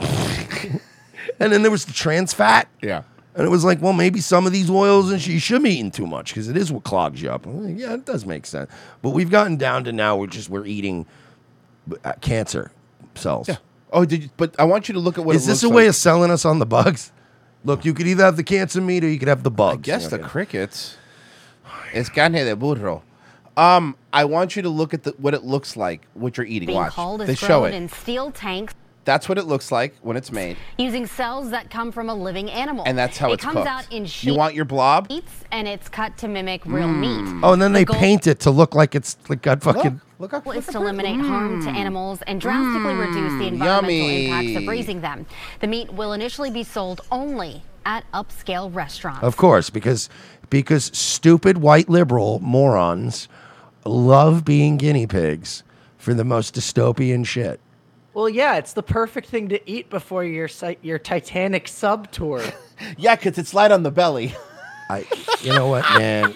S4: and then there was the trans fat.
S7: Yeah.
S4: And it was like, well, maybe some of these oils and she should be eating too much because it is what clogs you up. I'm like, yeah, it does make sense. But we've gotten down to now we're just we're eating uh, cancer cells.
S7: Yeah. Oh, did you, but I want you to look at what
S4: Is
S7: it
S4: this
S7: looks
S4: a
S7: like.
S4: way of selling us on the bugs? Look, you could either have the cancer meat or you could have the bugs.
S7: guess the
S4: Okay.
S7: crickets. Es carne de burro. Um, I want you to look at the, what it looks like, what you're eating.
S23: being
S7: Watch.
S23: called
S7: They
S23: is
S7: show
S23: grown
S7: it.
S23: in steel tanks
S7: That's what it looks like when it's made,
S23: using cells that come from a living animal.
S7: and that's how
S23: it
S7: it's
S23: comes
S7: cooked.
S23: out in sheep
S7: you want your blob?
S23: meats, and it's cut to mimic real
S7: Hmm.
S23: meat.
S4: Oh, and then
S23: The
S4: they
S23: goal-
S4: paint it to look like it's like got fucking.
S7: Look
S23: goal is to eliminate harm to animals and drastically reduce the
S4: Mm,
S23: environmental
S4: yummy.
S23: impacts of raising them. The meat will initially be sold only at upscale restaurants.
S4: Of course, because because stupid white liberal morons love being guinea pigs for the most dystopian shit.
S9: Well, yeah, it's the perfect thing to eat before your si- your Titanic sub tour.
S7: yeah, because it's light on the belly.
S4: I, you know what, man?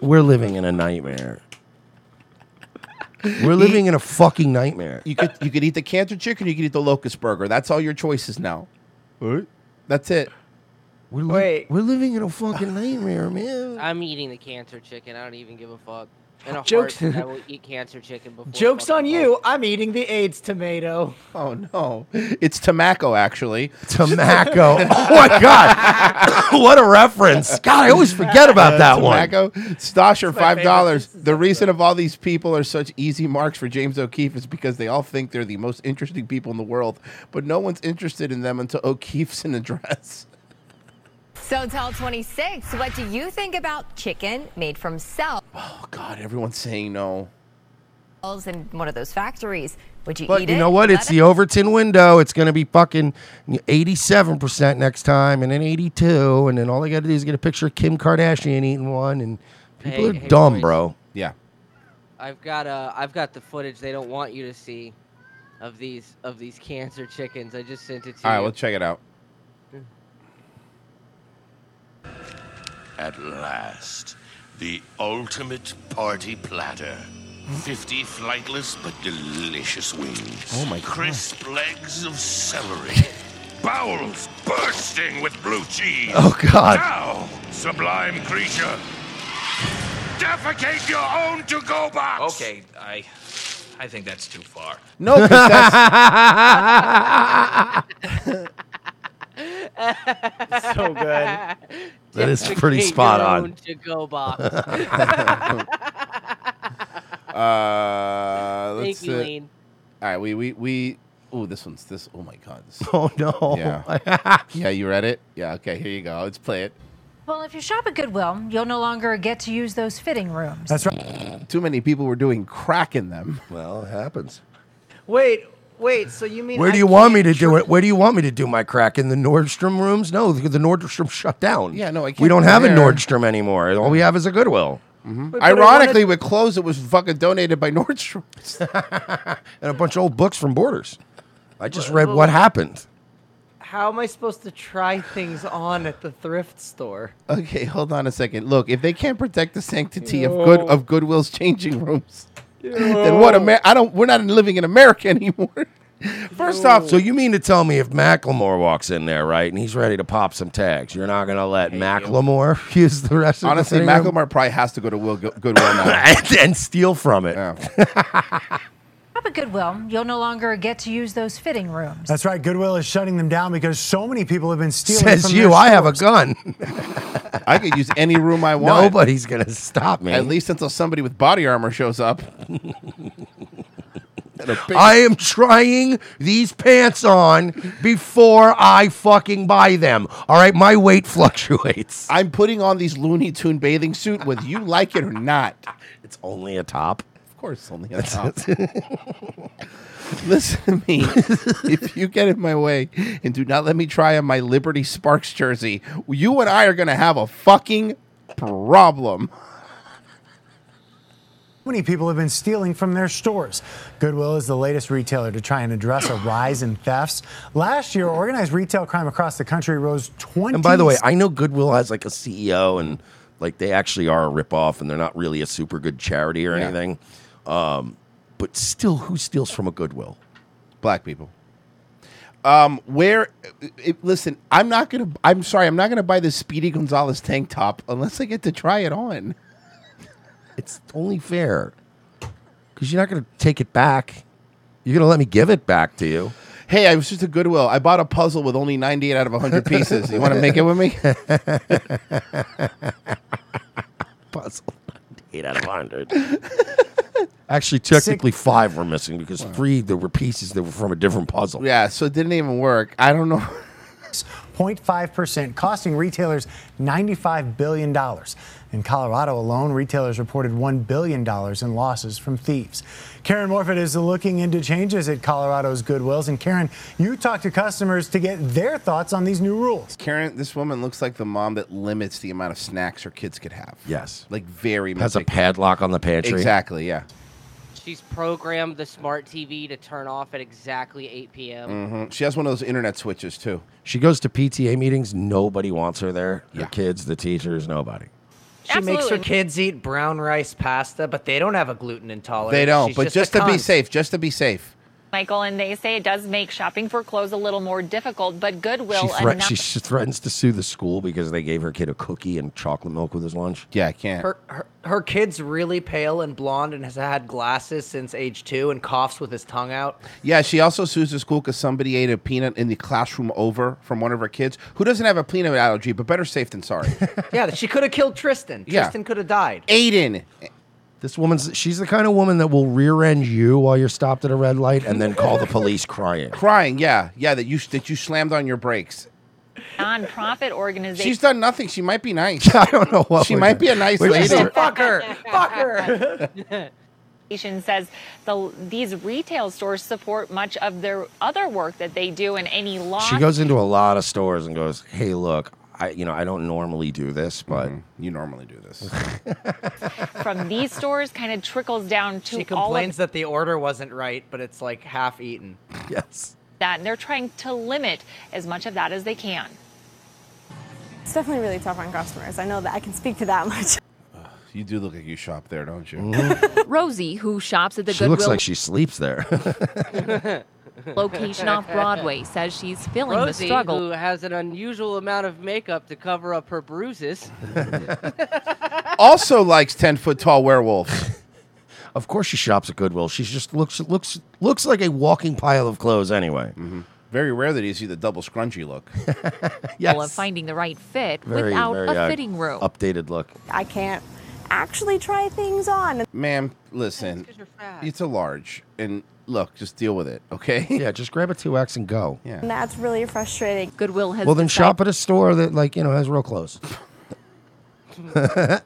S4: We're living in a nightmare. We're living in a fucking nightmare.
S7: You could you could eat the cancer chicken, you could eat the locust burger. That's all your choices now. That's it.
S4: We're li- we're living in a fucking nightmare, man.
S8: I'm eating the cancer chicken. I don't even give a fuck. In a
S9: Jokes-
S8: heartbeat, I will eat cancer chicken before.
S9: Jokes on you! I'm eating the AIDS tomato.
S7: Oh no! It's tobacco, actually.
S4: Tobacco. oh my god! what a reference! God, I always forget about that one.
S7: Uh, Tobacco. Stasher, five dollars. The reason of all these people are such easy marks for James O'Keefe is because they all think they're the most interesting people in the world, but no one's interested in them until O'Keefe's an address.
S23: So tell 26, what do you think about chicken made from cells
S7: Oh God, everyone's saying no.
S23: in one of those factories? Would you
S4: But
S23: eat
S4: you
S23: it?
S4: know what? It's the Overton window. It's going to be fucking 87% next time, and then 82, and then all they got to do is get a picture of Kim Kardashian eating one, and people
S8: Hey,
S4: are
S8: hey,
S4: dumb,
S8: boys.
S4: bro.
S7: Yeah.
S8: I've got uh, I've got the footage they don't want you to see, of these of these cancer chickens. I just sent it to
S7: All
S8: you.
S7: right, let's check it out.
S2: At last, the ultimate party platter. 50 flightless but delicious wings.
S7: Oh my God.
S2: Crisp legs of celery. Bowels bursting with blue cheese.
S4: Oh, God.
S2: Now, sublime creature, defecate your own to-go box. Okay, I, I think that's too far.
S7: No, 'cause that's-
S9: so good.
S4: That is pretty spot on.
S8: To go box.
S7: Uh,
S8: Thank
S7: let's
S8: you,
S7: uh,
S8: Lane.
S7: All right, we we we. Oh, this one's this. Oh my God. this-
S4: Oh, no.
S7: Yeah. yeah, you read it. Yeah. Okay, here you go. Let's play it.
S5: Well, if you shop at Goodwill, you'll no longer get to use those fitting rooms.
S7: That's right. Too many people were doing crack in them.
S4: Well, it happens.
S9: Wait, wait. So you mean
S4: Where
S9: I
S4: do you want me
S9: can't
S4: to do it? Where do you want me to do my crack in the Nordstrom rooms? No, the, the Nordstrom shut down.
S7: Yeah, no, I can't
S4: we don't
S7: go
S4: have
S7: there. Mm-hmm.
S4: a Nordstrom anymore. All we have is a Goodwill
S9: But- but I
S7: Ironically, with clothes that was fucking donated by Nordstrom.
S4: and a bunch of old books from Borders. I just read what happened.
S9: how am I supposed to try things on at the thrift store?
S7: Okay, hold on a second. Look, if they can't protect the sanctity of good
S9: Yo.
S7: of Goodwill's changing rooms, then what? Amer- I don't. We're not living in America anymore. First off,
S4: So you mean to tell me if Macklemore walks in there, right, and he's ready to pop some tags, you're not gonna let Macklemore use the rest
S7: honestly,
S4: of the thing
S7: Macklemore probably has to go to Will Go- Goodwill now.
S4: and, and steal from it.
S5: Shop at Goodwill, you'll no longer get to use those fitting rooms.
S3: That's right. Goodwill is shutting them down because so many people have been stealing.
S4: Says
S3: from
S4: you,
S3: their
S4: I have a
S3: stores.
S4: gun.
S7: I could use any room I want.
S4: Nobody's gonna stop me.
S7: At least until somebody with body armor shows up.
S4: I am trying these pants on before I fucking buy them. All right, my weight fluctuates.
S7: I'm putting on these Looney Tune bathing suit, whether you like it or not.
S4: It's only a top.
S7: Of course, it's only a
S4: That's
S7: top.
S4: it.
S7: Listen to me. if you get in my way and do not let me try on my Liberty Sparks jersey, you and I are going to have a fucking problem.
S3: So many people have been stealing from their stores. Goodwill is the latest retailer to try and address a rise in thefts. Last year, organized retail crime across the country rose 20.
S4: And by the way, I know Goodwill has like a CEO and like they actually are a ripoff and they're not really a super good charity or
S3: Yeah.
S4: anything. Um, but still, who steals from a Goodwill?
S7: Black people. Um, where, it, listen, I'm not going to, I'm sorry, I'm not going to buy this Speedy Gonzalez tank top unless I get to try it on.
S4: It's only fair because you're not going to take it back. You're going to let me give it back to you.
S7: Hey, I was just a Goodwill. I bought a puzzle with only 98 out of 100 pieces. You want to make it with me?
S4: Puzzle. Eight out of 100. Actually, technically five were missing because three there were pieces that were from a different puzzle.
S7: Yeah, so it didn't even work. I don't know.
S3: 0.5%, costing retailers $95 billion. In Colorado alone, retailers reported $1 billion in losses from thieves. Karen Morford is looking into changes at Colorado's Goodwills. And Karen, you talked to customers to get their thoughts on these new rules.
S7: Karen, this woman looks like the mom that limits the amount of snacks her kids could have.
S4: Yes.
S7: Like very much.
S4: Has a padlock on the pantry.
S7: Exactly, yeah.
S8: She's programmed the smart TV to turn off at exactly 8 p.m.
S7: hmm She has one of those internet switches too.
S4: She goes to PTA meetings. Nobody wants her there. The kids, the teachers, nobody.
S9: She makes her
S8: Absolutely.
S9: kids eat brown rice pasta, but they don't have a gluten intolerance.
S7: They don't,
S9: She's
S7: but just,
S9: a
S7: to be
S9: cunt.
S7: safe, just to be safe.
S24: Michael, and they say it does make shopping for clothes a little more difficult, but Goodwill
S4: She, thre-
S24: enough-
S4: she, she threatens to sue the school because they gave her kid a cookie and chocolate milk with his lunch.
S7: Yeah, I can't.
S9: Her, her, her kid's really pale and blonde and has had glasses since age two and coughs with his tongue out.
S7: Yeah, she also sues the school because somebody ate a peanut in the classroom over from one of her kids who doesn't have a peanut allergy, but better safe than sorry.
S9: yeah, she could have killed Tristan.
S7: Yeah.
S9: Tristan could have died.
S7: Aiden.
S4: This woman's she's the kind of woman that will rear end you while you're stopped at a red light and then call the police crying.
S7: Crying, yeah, yeah, that you that you slammed on your brakes.
S24: nonprofit organization.
S7: She's done nothing. She might be nice.
S4: I don't know what
S7: She
S4: we're
S7: might be a
S4: doing.
S7: nice
S4: We're
S7: lady.
S4: just-
S9: Fuck her. Fuck
S24: her. says the, these retail stores support much of their other work that they do in any law.
S4: She goes into a lot of stores and goes, "Hey, look, I you know I don't normally do this, but
S7: Mm-hmm. you normally do this."
S24: from these stores kind of trickles down to
S9: She
S24: all
S9: complains
S24: of
S9: that the order wasn't right, but it's like half eaten.
S4: Yes.
S24: that. And they're trying to limit as much of that as they can.
S6: It's definitely really tough on customers. I know that I can speak to that much.
S7: you do look like you shop there, don't you?
S21: Rosie, who shops at the
S4: Mm-hmm. she
S21: Goodwill
S4: looks like she sleeps there."
S21: location off Broadway, says she's feeling
S8: Rosie,
S21: the struggle.
S8: who has an unusual amount of makeup to cover up her bruises.
S7: also likes ten foot tall werewolves.
S4: Of course, she shops at Goodwill. She just looks looks looks like a walking pile of clothes anyway.
S7: Mm-hmm. Very rare that you see the double scrunchy look.
S21: Of finding the right fit
S4: Very,
S21: without
S4: very,
S21: a
S4: uh,
S21: fitting room.
S4: Updated look.
S6: I can't actually try things on.
S7: Ma'am, listen, it's a large, and look, just deal with it, okay?
S4: Yeah, just grab a two X and go.
S7: Yeah.
S6: And that's really frustrating.
S21: Goodwill has
S4: Well, then shop at a store that like you know has real clothes.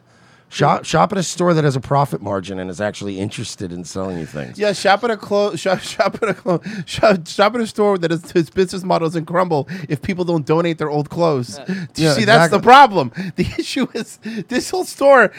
S4: shop shop at a store that has a profit margin and is actually interested in selling you things.
S7: Yeah, shop at a clo- shop, shop at a clo- shop, shop at a store that is, its business model doesn't crumble if people don't donate their old clothes. Do you
S4: Yeah,
S7: see, that's the
S4: exactly.
S7: problem. The issue is this whole store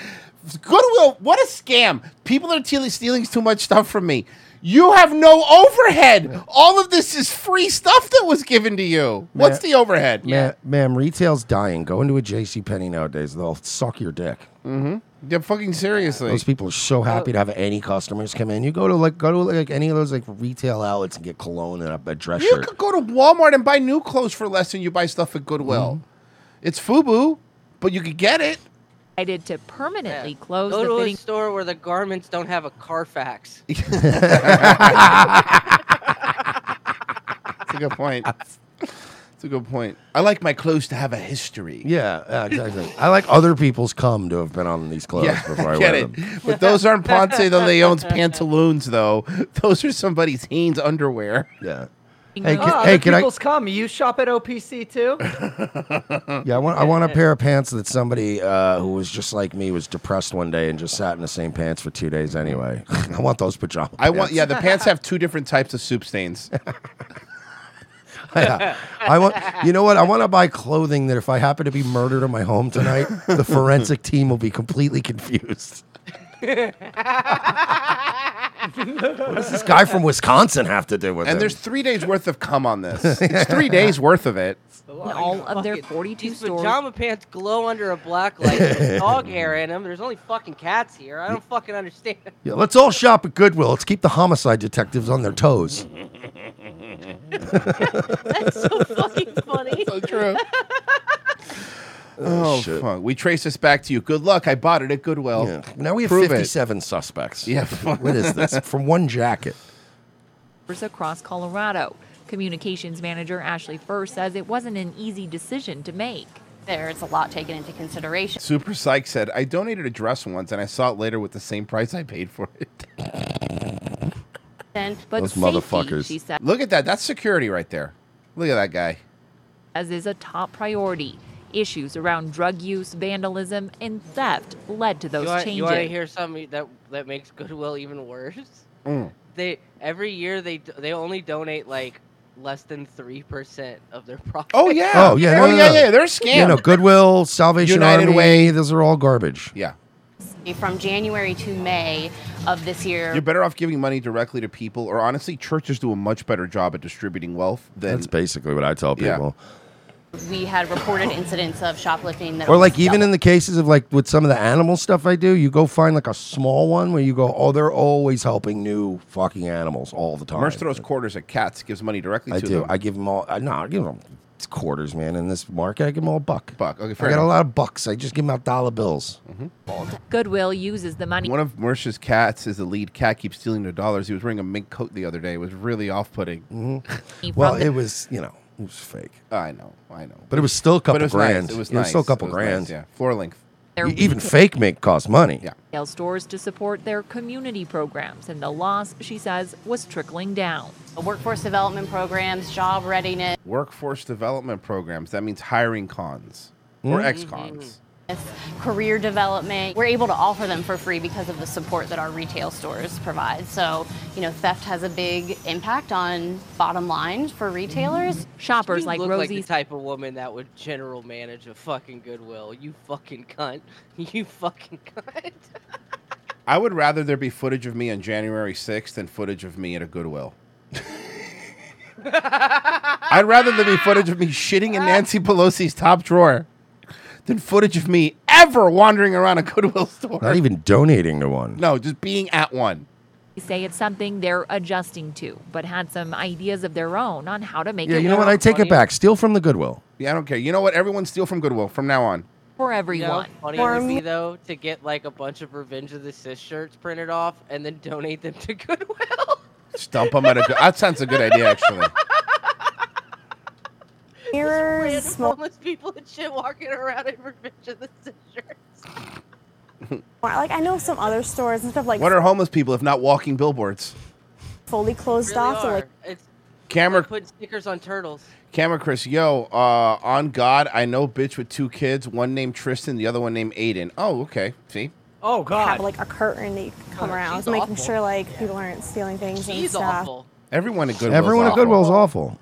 S7: Goodwill, what a scam. People are te- stealing too much stuff from me. You have no overhead. All of this is free stuff that was given to you. What's the overhead?
S4: Ma- ma'am, retail's dying. Go into a J.C. Penney nowadays; they'll suck your dick.
S7: Mm-hmm. Yeah, fucking seriously.
S4: Those people are so
S7: uh,
S4: happy to have any customers come in. You go to like go to like any of those like retail outlets and get cologne and a, a dress
S7: You
S4: shirt.
S7: could go to Walmart and buy new clothes for less than you buy stuff at Goodwill. It's FUBU, but you could get it.
S21: Decided to permanently close
S8: Go to
S21: the
S8: a
S21: fitting.
S8: store where the garments don't have a Carfax.
S7: That's a good point. That's a good point. I like my clothes to have a history.
S4: Yeah, yeah, exactly. I like other people's cum to have been on these clothes
S7: Yeah,
S4: before I
S7: get
S4: wear
S7: it.
S4: them.
S7: But those aren't Ponce de Leon's pantaloons, though. Those are somebody's Hanes underwear.
S4: Yeah.
S9: oh, other people's come. You shop at OPC too? Uh,
S7: Uh,
S4: Yeah, I want I want a pair of pants that somebody uh, who was just like me was depressed one day and just sat in the same pants for two days anyway. I want those pajama.
S7: I want.
S4: pants.
S7: Yeah, the pants have two different types of soup stains.
S4: Yeah. I want. You know what? I want to buy clothing that if I happen to be murdered in my home tonight, the forensic team will be completely confused. What does this guy from Wisconsin have to do with
S7: and
S4: it?
S7: there's three days worth of cum on this. It's three
S4: Oh,
S7: days worth of it.
S21: all of their 42
S8: These
S21: stores.
S8: pajama pants glow under a black light with dog hair in them. There's only fucking cats here. I don't fucking understand.
S4: Yeah, let's all shop at Goodwill. Let's keep the homicide detectives on their toes.
S8: That's so fucking funny.
S7: so true.
S4: Oh,
S7: Oh,
S4: shit.
S7: fuck. We trace this back to you. Good luck. I bought it at Goodwill.
S4: Yeah. Now we have
S7: Prove it.
S4: 57 suspects.
S7: Yeah.
S4: what is this? From one jacket.
S21: stores across Colorado. Communications manager Ashley Furr says it wasn't an easy decision to make.
S1: There's a lot taken into consideration.
S7: Super Psych said, I donated a dress once and I saw it later with the same price I paid for it.
S21: But safety, she says,
S7: Look at that. That's security right there. Look at that guy.
S21: as is a top priority. Issues around drug use, vandalism, and theft led to those
S8: you want,
S21: changes.
S8: You want to hear something that that makes Goodwill even worse? They every year they d- they only donate like less than three percent of their profit.
S7: Oh yeah.
S4: Oh, yeah. no, no, no. Yeah, no, Goodwill, Salvation
S7: United
S4: Army.
S7: Way.
S4: Those are all garbage.
S7: Yeah.
S1: From January to May of this year,
S7: You're better off giving money directly to people, or honestly, churches do a much better job at distributing wealth than.
S4: That's basically what I tell
S7: Yeah.
S4: people.
S1: we had reported incidents of shoplifting that
S4: Or
S1: was
S4: like even
S1: dealt-
S4: in the cases of like with some of the animal stuff I do, you go find like a small one where you go, oh, they're always helping new fucking animals all the time.
S7: Merce throws quarters at cats, gives money directly
S4: I
S7: to
S4: do.
S7: them.
S4: I give them all. I, no, I give them it's quarters, man. In this market, I give them all a buck.
S7: Buck. Okay,
S4: I
S7: fair
S4: got a
S7: enough.
S4: lot of bucks. I just give them out dollar bills.
S21: Goodwill uses the money
S7: One of Merce's cats is the lead cat, keeps stealing their dollars. He was wearing a mink coat the other day. It was really off putting.
S21: He
S4: Mm-hmm. Well, it was you know it was fake.
S7: I know, I know.
S4: But it was still a couple
S7: But it was nice,
S4: grand.
S7: It was
S4: Yeah,
S7: nice.
S4: still a couple
S7: it was nice,
S4: grand.
S7: yeah, floor length.
S21: There-
S4: E, Even fake mink costs money. Yeah.
S21: retail stores to support their community programs, and the loss, she says, was trickling down.
S1: workforce development programs, job readiness,
S7: Workforce development programs. That means hiring cons or
S4: Mm-hmm.
S1: Mhm.
S7: ex cons.
S1: career development. We're able to offer them for free because of the support that our retail stores provide. So, you know, theft has a big impact on bottom line for retailers.
S21: Shoppers
S8: You look like the type of woman that would general manage a fucking Goodwill. You fucking cunt. You fucking cunt.
S7: I would rather there be footage of me on January 6th than footage of me at a Goodwill. I'd rather there be footage of me shitting in Nancy Pelosi's top drawer than footage of me ever wandering around a Goodwill store.
S4: Not even donating to one.
S7: No, just being at one.
S21: They say it's something they're adjusting to, but had some ideas of their own on how to make
S4: Yeah,
S21: it
S4: you know what?
S21: work
S4: I take it back. Steal from the Goodwill.
S7: Yeah, I don't care. You know what? Everyone steal from Goodwill from now on.
S21: for
S8: You know,
S21: everyone.
S8: funny it would be though to get like a bunch of Revenge of the Sith shirts printed off and then donate them to Goodwill.
S7: Dump them at a. Go- that sounds a good idea, actually.
S8: Mirrors, homeless people and shit walking around in Revenge of the Sith shirts.
S6: Or, Like I know some other stores and stuff like
S7: What are homeless people if not walking billboards?
S6: fully closed
S8: Really
S6: off. So
S8: are.
S6: like
S8: It's
S7: Camera
S8: putting stickers on turtles.
S7: Camera Chris, yo, uh, on God, I know bitch with two kids, one named Tristan, the other one named Aiden. Oh, okay. See?
S8: Oh God. Oh,
S6: Have like a curtain that you can come around,
S8: she's
S6: making
S8: awful.
S6: sure like people aren't stealing things and
S8: She's
S6: stuff.
S8: awful.
S7: Everyone at Goodwill.
S4: Everyone at Goodwill's awful.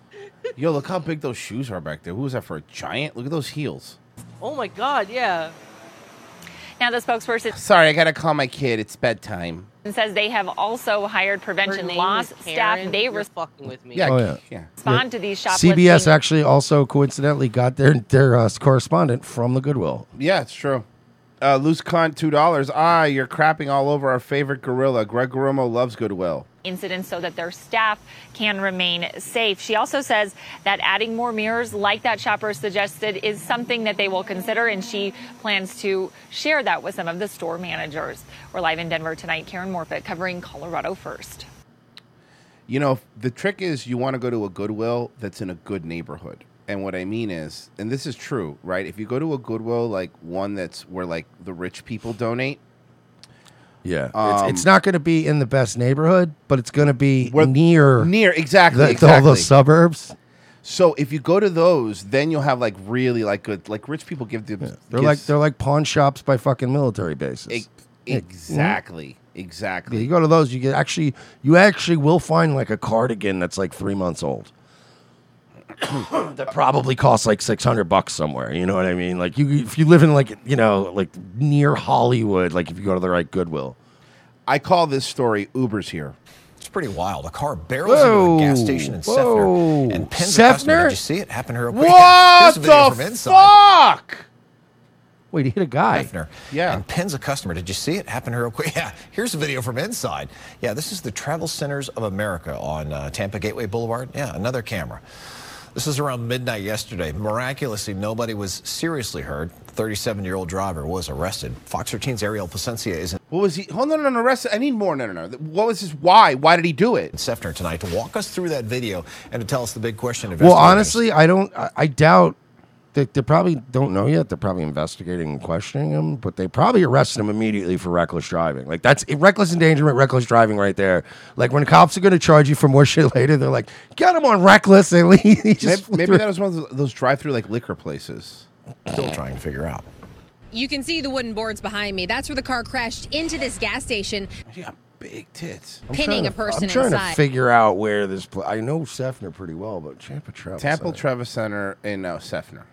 S7: Yo, look how big those
S1: Oh
S7: shoes are back there. Who was that for a giant? Look at those heels.
S8: Oh my God, yeah.
S24: Now, the spokesperson
S7: Sorry, I gotta call my kid. It's bedtime.
S24: says they have also hired prevention loss staff. They were
S8: fucking with me.
S7: Yeah,
S4: Oh, yeah.
S7: yeah.
S24: respond to these shoplifting.
S4: CBS actually also coincidentally got their their uh, correspondent from the Goodwill.
S7: Yeah, it's true. Uh, loose con two dollars. Ah, you're crapping all over our favorite gorilla. Greg Garumo loves Goodwill.
S24: incidents so that their staff can remain safe. She also says that adding more mirrors like that shopper suggested is something that they will consider and she plans to share that with some of the store managers. We're live in Denver tonight. Karen Morfitt covering Colorado first.
S7: You know, the trick is you want to go to a Goodwill that's in a good neighborhood. And what I mean is, and this is true, right? If you go to a Goodwill like one that's where like the rich people donate,
S4: Yeah,
S7: Um,
S4: it's, it's not going to be in the best neighborhood, but it's going to be near
S7: near exactly,
S4: the, the- all
S7: exactly.
S4: those suburbs.
S7: So if you go to those, then you'll have like really like good like rich people give the
S4: They're like they're like pawn shops by fucking military bases. Yeah.
S7: exactly
S4: Yeah,
S7: exactly.
S4: you go to those, you get actually you actually will find like a cardigan that's like three months old. that probably costs like six hundred bucks somewhere. You know what I mean? Like you, if you live in like you know like near Hollywood, like if you go to the right Goodwill.
S7: I call this story Uber's here.
S10: It's pretty wild. A car barrels into a gas station in
S4: whoa.
S10: Sefner and pins a customer. Did you see it happen here?
S4: What
S10: Here's a video
S4: the
S10: from inside.
S7: fuck?
S4: Wait, he hit a guy.
S10: Hefner. Yeah. And pins a customer. Did you see it happen here real quick? Yeah. Here's a video from inside. Yeah, this is the Travel Centers of America on uh, Tampa Gateway Boulevard. Yeah, another camera. This is around midnight yesterday. Miraculously, nobody was seriously hurt. 37 year old driver was arrested. Fox 13's Ariel Placencia is in.
S7: What was he? Hold on, no, no, no, rest. I need more. No, no, no. What was his why? Why did he do it?
S10: Sefner tonight to walk us through that video and to tell us the big question.
S4: Well,
S10: investigators-
S4: honestly, I don't. I, I doubt that they probably don't know yet. They're probably investigating and questioning him, but they probably arrested him immediately for reckless driving. Like that's reckless endangerment, reckless driving, right there. Like when cops are going to charge you for more shit later, they're like, get him on reckless. And he just
S7: maybe
S4: flew
S7: maybe
S4: through-
S7: that was one of those- those drive-through like liquor places.
S10: Still trying to figure out.
S11: You can see the wooden boards behind me. That's where the car crashed into this gas station.
S7: Big tits.
S4: I'm
S11: pinning
S4: trying
S11: a
S4: to-
S11: person
S4: I'm trying
S11: inside.
S4: to figure out where this. Pl- I know Sefner pretty well, but Tampa Travis.
S7: Tampa Travis Center in uh, Sefner.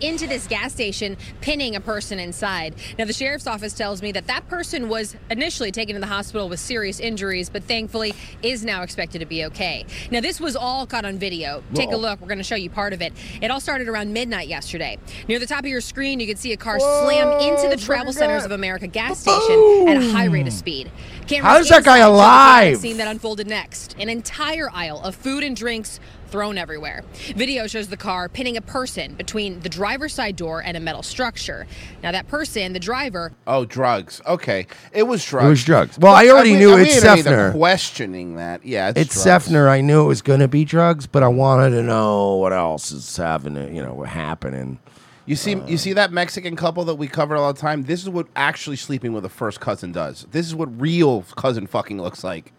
S11: Into this gas station, pinning a person inside. Now, the sheriff's office tells me that that person was initially taken to the hospital with serious injuries, but thankfully is now expected to be okay. Now, this was all caught on video. Take a
S12: Whoa.
S11: look. We're going to show you part of it. It all started around midnight yesterday. Near the top of your screen, you can see a car slam into the Travel Centers of America gas station at a high rate of speed. Cameras
S4: How is that guy
S11: inside show the chaotic
S4: alive?
S11: Scene that unfolded next. An entire aisle of food and drinks thrown everywhere. Video shows the car pinning a person between the driver's side door and a metal structure. Now that person, the driver,
S7: Oh, drugs. Okay, it was drugs.
S4: was drugs. Well, I already
S7: mean-
S4: knew
S7: mean,
S4: it's
S7: I mean, they're
S4: Sefner.
S7: Questioning that, yeah, it's,
S4: It's
S7: drugs.
S4: Sefner. I knew it was going to be drugs, but I wanted to know what else is having, you know, what happening.
S7: You see, you see that Mexican couple that we cover all the time. This is what actually sleeping with a first cousin does. This is what real cousin fucking looks like.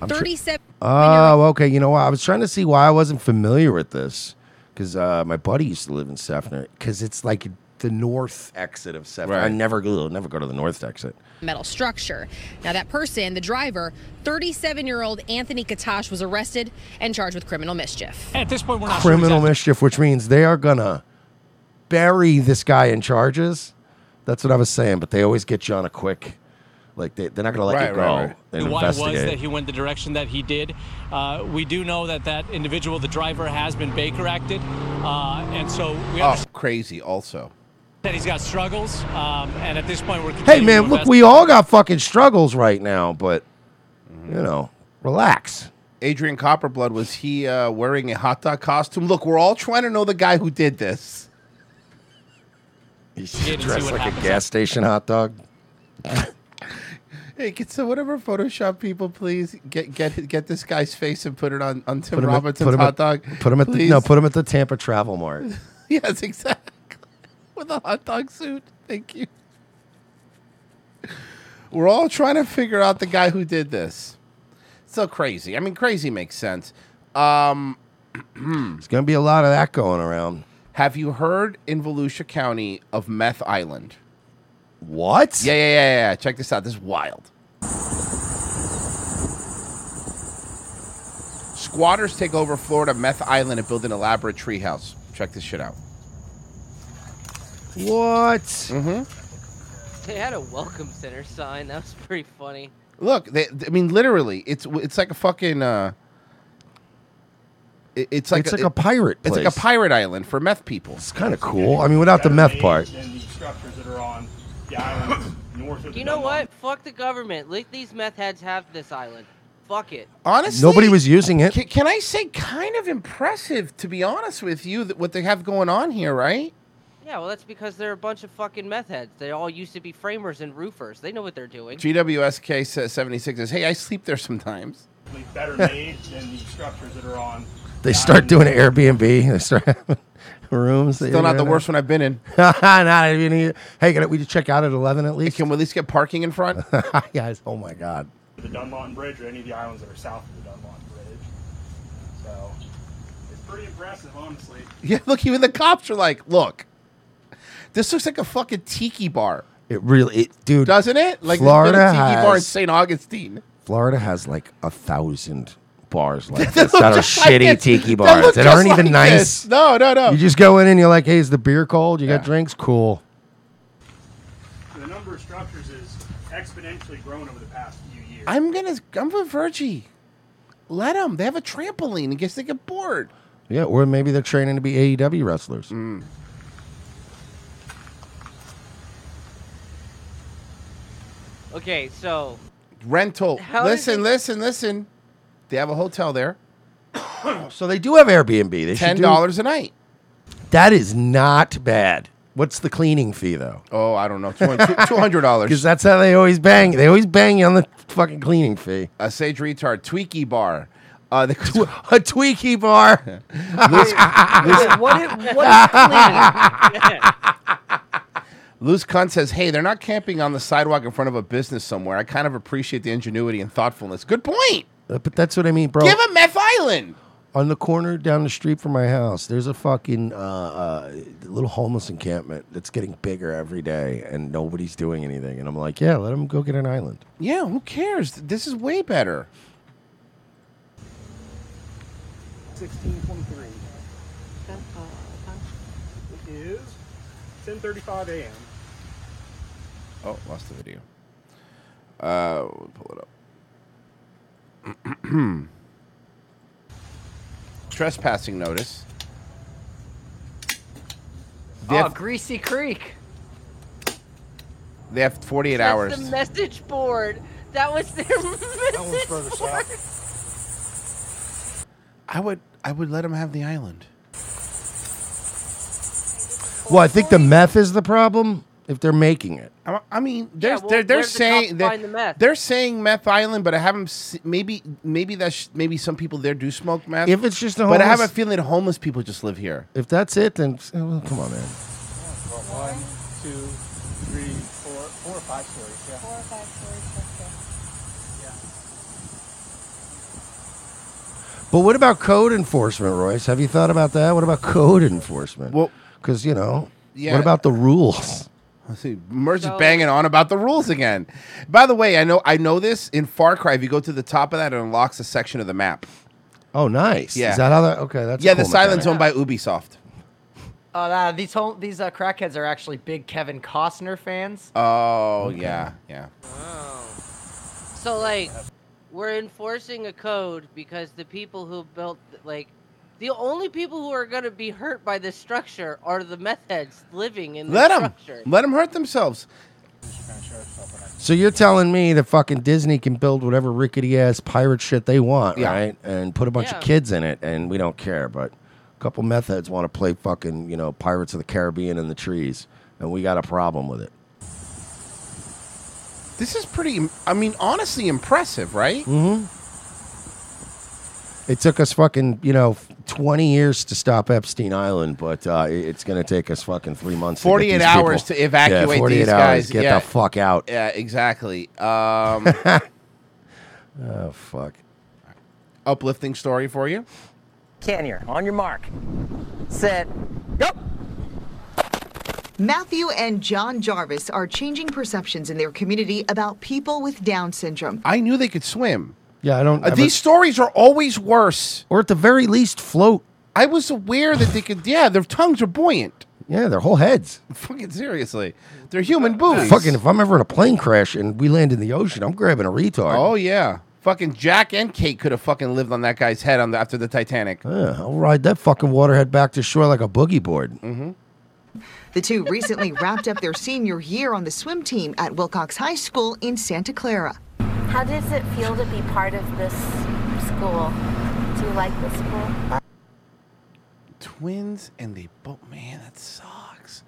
S4: I'm sure-
S11: 37
S4: Oh, okay. You know what? I was trying to see why I wasn't familiar with this because uh, my buddy used to live in Sefner because it's like the north exit of Sefner. I never go, never go to the north exit.
S11: metal structure. Now that person, the driver, 37-year-old Anthony Katash was arrested and charged with criminal mischief.
S14: At this point, we're not
S4: Criminal mischief, which means they are gonna bury this guy in charges. That's what I was saying, but they always get you on a quick. Like they, they're not gonna let you go and
S14: Why was
S4: investigate.
S14: that he went the direction that he did? Uh, we do know that that individual, the driver, has been Baker acted, uh, and so we
S7: Oh,
S14: understand
S7: crazy. Also,
S14: that he's got struggles. Um, and at this point, we're
S4: Hey
S14: continuing
S4: man,
S14: to
S4: look,
S14: invest-
S4: we all got fucking struggles right now, but
S14: Mm-hmm.
S4: you know, relax.
S7: Adrian Copperblood was he uh, wearing a hot dog costume? Look, we're all trying to know the guy who did this.
S4: He's
S14: and see
S4: dressed
S14: what
S4: like a
S14: happens.
S4: gas station hot dog.
S7: Hey, get so whatever Photoshop people, please get get get this guy's face and put it on on Tim
S4: Put him at-
S7: Robinson's
S4: put him
S7: hot
S4: at-
S7: dog.
S4: Put him at the,
S7: please.
S4: no, put him at the Tampa Travel Mart.
S7: yes, exactly. With a hot dog suit. Thank you. We're all trying to figure out the guy who did this. So crazy. I mean, crazy makes sense. Um,
S4: There's gonna be a lot of that going around.
S7: have you heard in Volusia County of Meth Island?
S4: What?
S7: Yeah, yeah, yeah, yeah. Check this out. This is wild. Squatters take over Florida Meth Island and build an elaborate treehouse. Check this shit out.
S4: What?
S7: Mm-hmm.
S8: They had a welcome center sign. That was pretty funny.
S7: Look, they, I mean, literally, it's it's like a fucking. Uh, it- it's like
S4: It's like a pirate
S7: It's like
S4: place.
S7: a pirate island for meth people.
S4: It's kind of cool. I mean, without the meth part.
S12: And the structures that are on the islands north of the
S8: You know
S12: Dunlop.
S8: what? Fuck the government. Let these meth heads have this island. Fuck it.
S7: Honestly,
S4: Nobody was using it.
S7: Can, can I say, kind of impressive, to be honest with you, that what they have going on here, right?
S8: Yeah, well, that's because they're a bunch of fucking meth heads. They all used to be framers and roofers. They know what they're doing.
S7: GWSK says 76 says, hey, I sleep there sometimes.
S12: Better made than the structures that are on.
S4: They start doing an Airbnb. They start having rooms.
S7: Still not the worst one I've been in.
S4: not even. either. Hey, can we just check out at eleven at least?
S7: Can we at least get parking in front?
S4: yes. Oh my God.
S12: The Dunlawton Bridge or any of the islands that are south of the Dunlawton Bridge. So it's pretty impressive, honestly.
S7: Yeah, look, even the cops are like, look, this looks like a fucking tiki bar,
S4: It really, it, dude.
S7: doesn't it? Like, there's
S4: Florida
S7: been a tiki bar in
S4: has
S7: St. Augustine.
S4: Florida has like a thousand bars like
S7: That
S4: this that
S7: look
S4: are
S7: just like
S4: shitty
S7: this.
S4: tiki
S7: That
S4: bars
S7: look
S4: that,
S7: just
S4: aren't even
S7: like
S4: nice.
S7: this. No, no, no.
S4: You just go in and you're like, "Hey, is the beer cold? You got drinks? Cool."
S12: The number of structures is exponentially grown over the past few years.
S7: I'm gonna, I'm for Virgie. Let them. They have a trampoline in case they get bored.
S4: Yeah, or maybe they're training to be AEW wrestlers.
S7: Mm.
S8: Okay, so
S7: Rental.
S8: How does
S7: listen,
S8: it-
S7: listen, listen. They have a hotel there.
S4: So they do have Airbnb. They should
S7: Ten
S4: do-
S7: dollars a night.
S4: That is not bad. What's the cleaning fee though?
S7: Oh, I don't know. Two hundred
S4: Because
S7: dollars.
S4: that's how they always bang. They always bang you on the fucking cleaning fee.
S7: A sage retard tweaky bar. Uh, the
S4: a tweaky bar.
S7: Loose,
S9: Wait, what is, what is clean?
S7: loose cunt says, "Hey, they're not camping on the sidewalk in front of a business somewhere. I kind of appreciate the ingenuity and thoughtfulness. Good point.
S4: Uh, But that's what I mean, bro.
S7: Give a meth island.
S4: on the corner down the street from my house, there's a fucking uh, uh, little homeless encampment that's getting bigger every day, and nobody's doing anything. And I'm like, yeah, let them go get an island.
S7: Yeah, who cares? This is way better.
S12: 1623. It is 10:35 a.m.
S7: Oh, lost the video. Uh, we'll pull it up. Trespassing notice. They
S9: oh,
S7: have,
S9: Greasy Creek.
S7: they have 48
S8: that's
S7: hours.
S8: the message board. That was their message
S7: further
S8: board.
S7: I would I would let them have the island.
S4: Well, I think the meth is the problem if they're making it.
S7: I I mean, there's,
S8: well,
S7: they're, they're
S8: where'd the cops
S7: saying they're,
S8: find the meth?
S7: they're saying meth island, but I haven't. se- Maybe maybe that's maybe some people there do smoke meth.
S4: If it's just the
S7: but I have a
S4: homeless-
S7: feeling that homeless people just live here.
S4: If that's it, then eh, well, come on, man.
S12: One, two, three, four, four or five stories. Yeah. Four or five stories. Yeah.
S4: But what about code enforcement, Royce? Have you thought about that? What about code enforcement? Well, because you know,
S7: Yeah.
S4: what about the rules?
S7: Let's see. Merge is banging on about the rules again. By the way, I know I know this in Far Cry. If you go to the top of that, it unlocks a section of the map.
S4: Oh, nice.
S7: Yeah.
S4: Is that how that? Okay, that's a
S7: yeah.
S4: cool
S7: This island's owned
S4: mechanic.
S7: by Ubisoft.
S9: Oh, nah, these whole, these uh, crackheads are actually big Kevin Costner fans.
S7: Oh
S9: Okay.
S7: yeah, yeah.
S8: So like, we're enforcing a code because the people who built like. The only people who are gonna be hurt by this structure are the meth heads living in
S7: Let
S8: the
S7: them
S8: structure.
S7: let them hurt themselves.
S4: So you're telling me that fucking Disney can build whatever rickety ass pirate shit they want, right? And put a bunch
S8: Yeah.
S4: of kids in it, and we don't care. But a couple meth heads want to play fucking, you know, Pirates of the Caribbean in the trees, and we got a problem with it.
S7: This is pretty. I mean, honestly, impressive, right?
S4: Mm-hmm. It took us fucking, you know, 20 years to stop Epstein Island, but uh, it- it's going to take us fucking three months. to get
S7: 48
S4: these
S7: hours
S4: people-
S7: to evacuate
S4: Yeah, 48
S7: these
S4: hours.
S7: guys.
S4: Get
S7: Yeah.
S4: the fuck out.
S7: Yeah, exactly. Um,
S4: Oh fuck.
S7: Uplifting story for you.
S13: Can here. On your mark. Set. Go. Matthew and John Jarvis are changing perceptions in their community about people with Down syndrome.
S7: I knew they could swim.
S4: Yeah, I don't.
S7: Uh,
S4: ever-
S7: these stories are always worse,
S4: or at the very least, float.
S7: I was aware that they could. Yeah, their tongues are buoyant.
S4: Yeah, their whole heads. Oh,
S7: Fucking seriously, they're human boobies.
S4: Fucking, if I'm ever in a plane crash and we land in the ocean, I'm grabbing a retard.
S7: Oh yeah, fucking Jack and Kate could have fucking lived on that guy's head on the, after the Titanic.
S4: Yeah, I'll ride that fucking waterhead back to shore like a boogie board.
S7: Mm-hmm.
S25: The two recently wrapped up their senior year on the swim team at Wilcox High School in Santa Clara.
S6: How does it feel to be part of this school? Do you like this school?
S7: Twins and they both. Man, that sucks.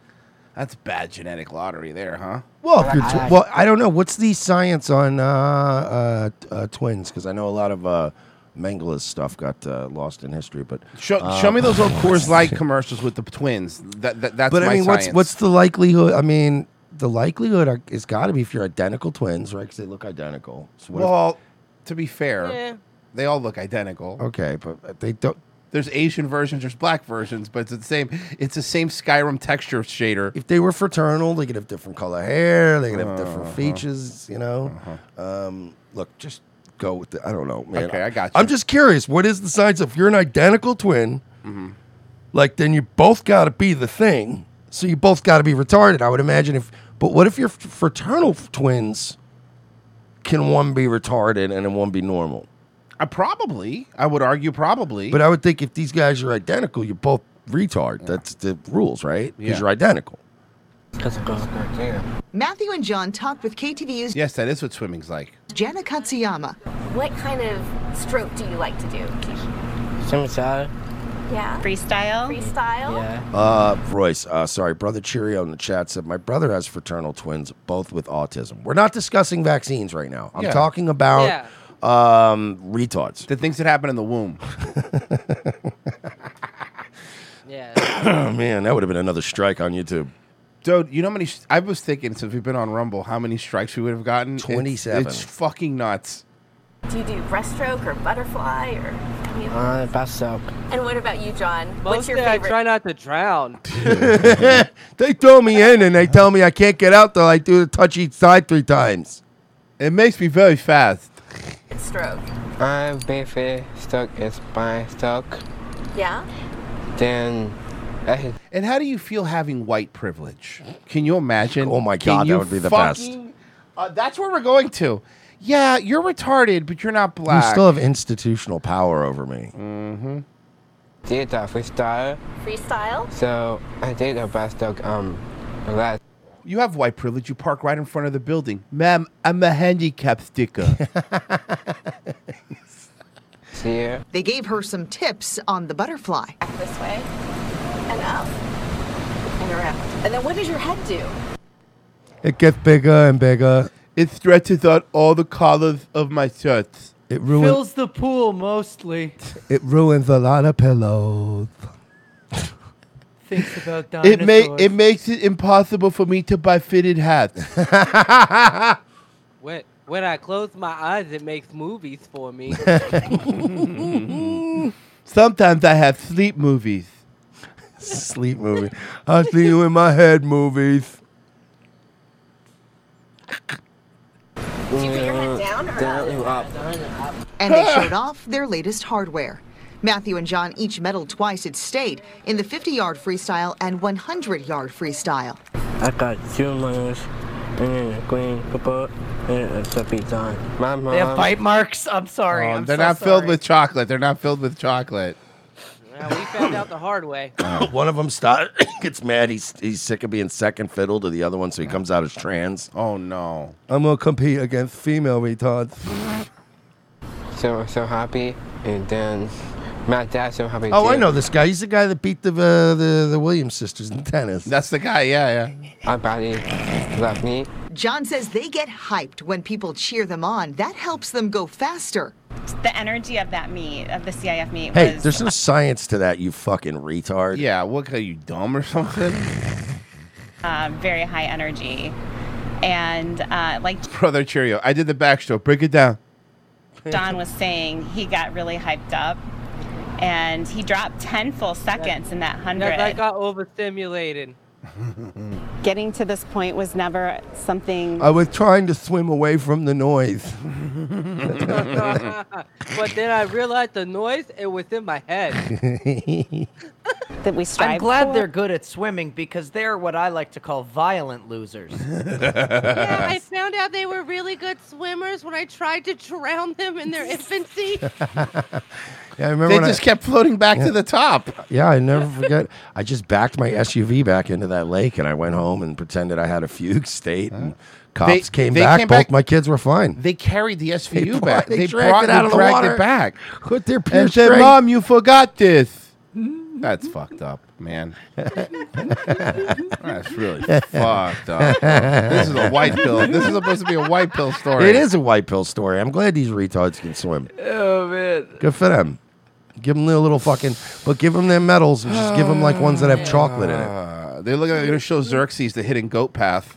S7: That's bad genetic lottery there, huh?
S4: Well, if you're tw- well, I don't know. What's the science on uh, uh, t- uh, twins? Because I know a lot of uh, Mengele's stuff got uh, lost in history. But
S7: Show,
S4: uh,
S7: show me those old Coors Light commercials with the twins. That, that that's
S4: but
S7: my
S4: I mean, what's
S7: science.
S4: what's the likelihood? I mean, the likelihood are- it's got to be if you're identical twins, right? Because they look identical. So what if-
S7: well, to be fair,
S4: Yeah.
S7: they all look identical.
S4: okay, but uh, they don't.
S7: There's Asian versions, there's black versions, but it's the same. It's the same Skyrim texture shader.
S4: If they were fraternal, they could have different color hair. They could have different
S7: Uh-huh.
S4: features. You know, um, look, just go with the. I don't know, man.
S7: Okay, I got
S4: I'm just curious. What is the science of you're an identical twin?
S7: Mm-hmm.
S4: Like then you both got to be the thing. So you both got to be retarded. I would imagine if. But what if your fraternal f- twins? Can one be retarded and then one be normal?
S7: I Uh, probably, I would argue, probably.
S4: But I would think if these guys are identical, you're both retard. That's the rules, right? Because
S7: Yeah.
S4: you're identical.
S25: Matthew and John talked with KTVU's
S7: yes, that is what swimming's like.
S25: Jana Katsuyama.
S6: What kind of stroke do you like to do?
S4: Suicide.
S6: Yeah. Freestyle. Freestyle.
S4: Uh, Royce, uh, sorry, brother Cheerio in the chat said my brother has fraternal twins, both with autism. We're not discussing vaccines right now. I'm
S7: Yeah.
S4: talking about
S7: Yeah.
S4: um retards.
S7: The things that happen in the womb.
S4: oh man, that would have been another strike on YouTube.
S7: Dude, you know how many? I was thinking since we've been on Rumble, how many strikes we would have gotten? It's-
S4: 27.
S7: It's, fucking nuts.
S6: Do you do breaststroke or butterfly or? any of
S7: Uh,
S6: those? and what about you, John? What's your
S8: Mostly I
S6: favorite?
S8: try not to drown.
S4: they throw me in and they tell me I can't get out till I do the touch each side three times.
S7: It makes me very fast.
S6: stroke.
S26: I'm basically stuck in spine stuck.
S6: Yeah.
S7: Then.
S26: And
S7: how do you feel having white privilege? Can you imagine?
S4: Oh my
S7: Can
S4: God, that
S7: you
S4: would be the
S7: fucking- Uh, that's where we're going to. Yeah, you're retarded, but you're not black.
S4: You still have institutional power over me.
S26: Mm-hmm. Did a freestyle,
S6: Freestyle.
S26: so I did a best stuck um last.
S7: You have white privilege. You park right in front of the building. Ma'am, I'm a handicap sticker.
S26: year.
S25: They gave her some tips on the butterfly.
S6: Back this way and up and around. And then what does your head do?
S4: It gets bigger and bigger.
S7: It stretches out all the colors of my shirts.
S4: It
S9: Fills the pool mostly.
S4: it ruins a lot of pillows.
S9: Thinks about dinosaurs.
S7: It may it makes it impossible for me to buy fitted hats.
S8: When, when I close my eyes, it makes movies for me.
S7: Mm-hmm. Sometimes I have sleep movies.
S4: Sleep movie. I see you in my head movies.
S26: Do you put your head down or up?
S25: And they showed off their latest hardware. Matthew and John each medaled twice at state in the 50 yard freestyle and 100 yard freestyle.
S26: I got two moons and then a green purple and a puppy done. My mom.
S9: They have bite marks. I'm sorry.
S7: Um,
S9: I'm
S7: they're
S9: so
S7: not
S9: sorry.
S7: filled with chocolate. They're not filled with chocolate.
S8: Yeah, we found out the hard way.
S4: one of them start, gets mad. He's he's sick of being second fiddle to the other one, so he comes out as trans.
S7: Oh no!
S4: I'm gonna compete against female retards.
S26: So so happy, and then my dad so happy.
S4: Oh, I
S26: too.
S4: know this guy. He's the guy that beat the uh, the the Williams sisters in tennis.
S7: That's the guy. Yeah,
S26: yeah. My body left me.
S25: John says they get hyped when people cheer them on. That helps them go faster.
S27: The energy of that meet, of the CIF meet,
S4: Hey,
S27: was
S4: there's no science to that, you fucking retard.
S7: Yeah, what are you dumb or something?
S27: uh, very high energy. And uh, like
S7: Brother Cheerio, I did the backstroke. Break it down.
S27: John was saying, he got really hyped up and he dropped 10 full seconds in that 100.
S8: Because I got overstimulated.
S27: Getting to this point was never something.
S4: I was trying to swim away from the noise.
S8: but then I realized the noise it was in my head.
S18: that we strive
S9: I'm glad
S18: for.
S9: they're good at swimming because they're what I like to call violent losers.
S6: I found out they were really good swimmers when I tried to drown them in their infancy.
S4: Yeah, I remember
S7: They
S4: when I-
S7: just kept floating back
S4: Yeah.
S7: to the top.
S4: Yeah, I never forget. I just backed my SUV back into that lake, and I went home and pretended I had a fugue state. And cops
S7: They-
S4: came
S7: they
S4: back.
S7: came
S4: Both
S7: back-
S4: my kids were fine.
S7: They carried the SVU
S4: brought-
S7: back.
S4: they
S7: They,
S4: dragged
S7: brought
S4: it out
S7: they
S4: of the
S7: dragged
S4: water
S7: it back.
S4: with their pure
S7: and said,
S4: strength.
S7: "Mom, you forgot this." That's fucked up, man. That's really fucked up. This is a white pill. This is supposed to be a white pill story.
S4: It is a white pill story. I'm glad these retards can swim.
S9: oh man.
S4: Good for them. Give them their little fucking, but give them their medals and just give them like ones that have chocolate in it.
S7: Uh, they're looking. They're going to show Xerxes the hidden goat path.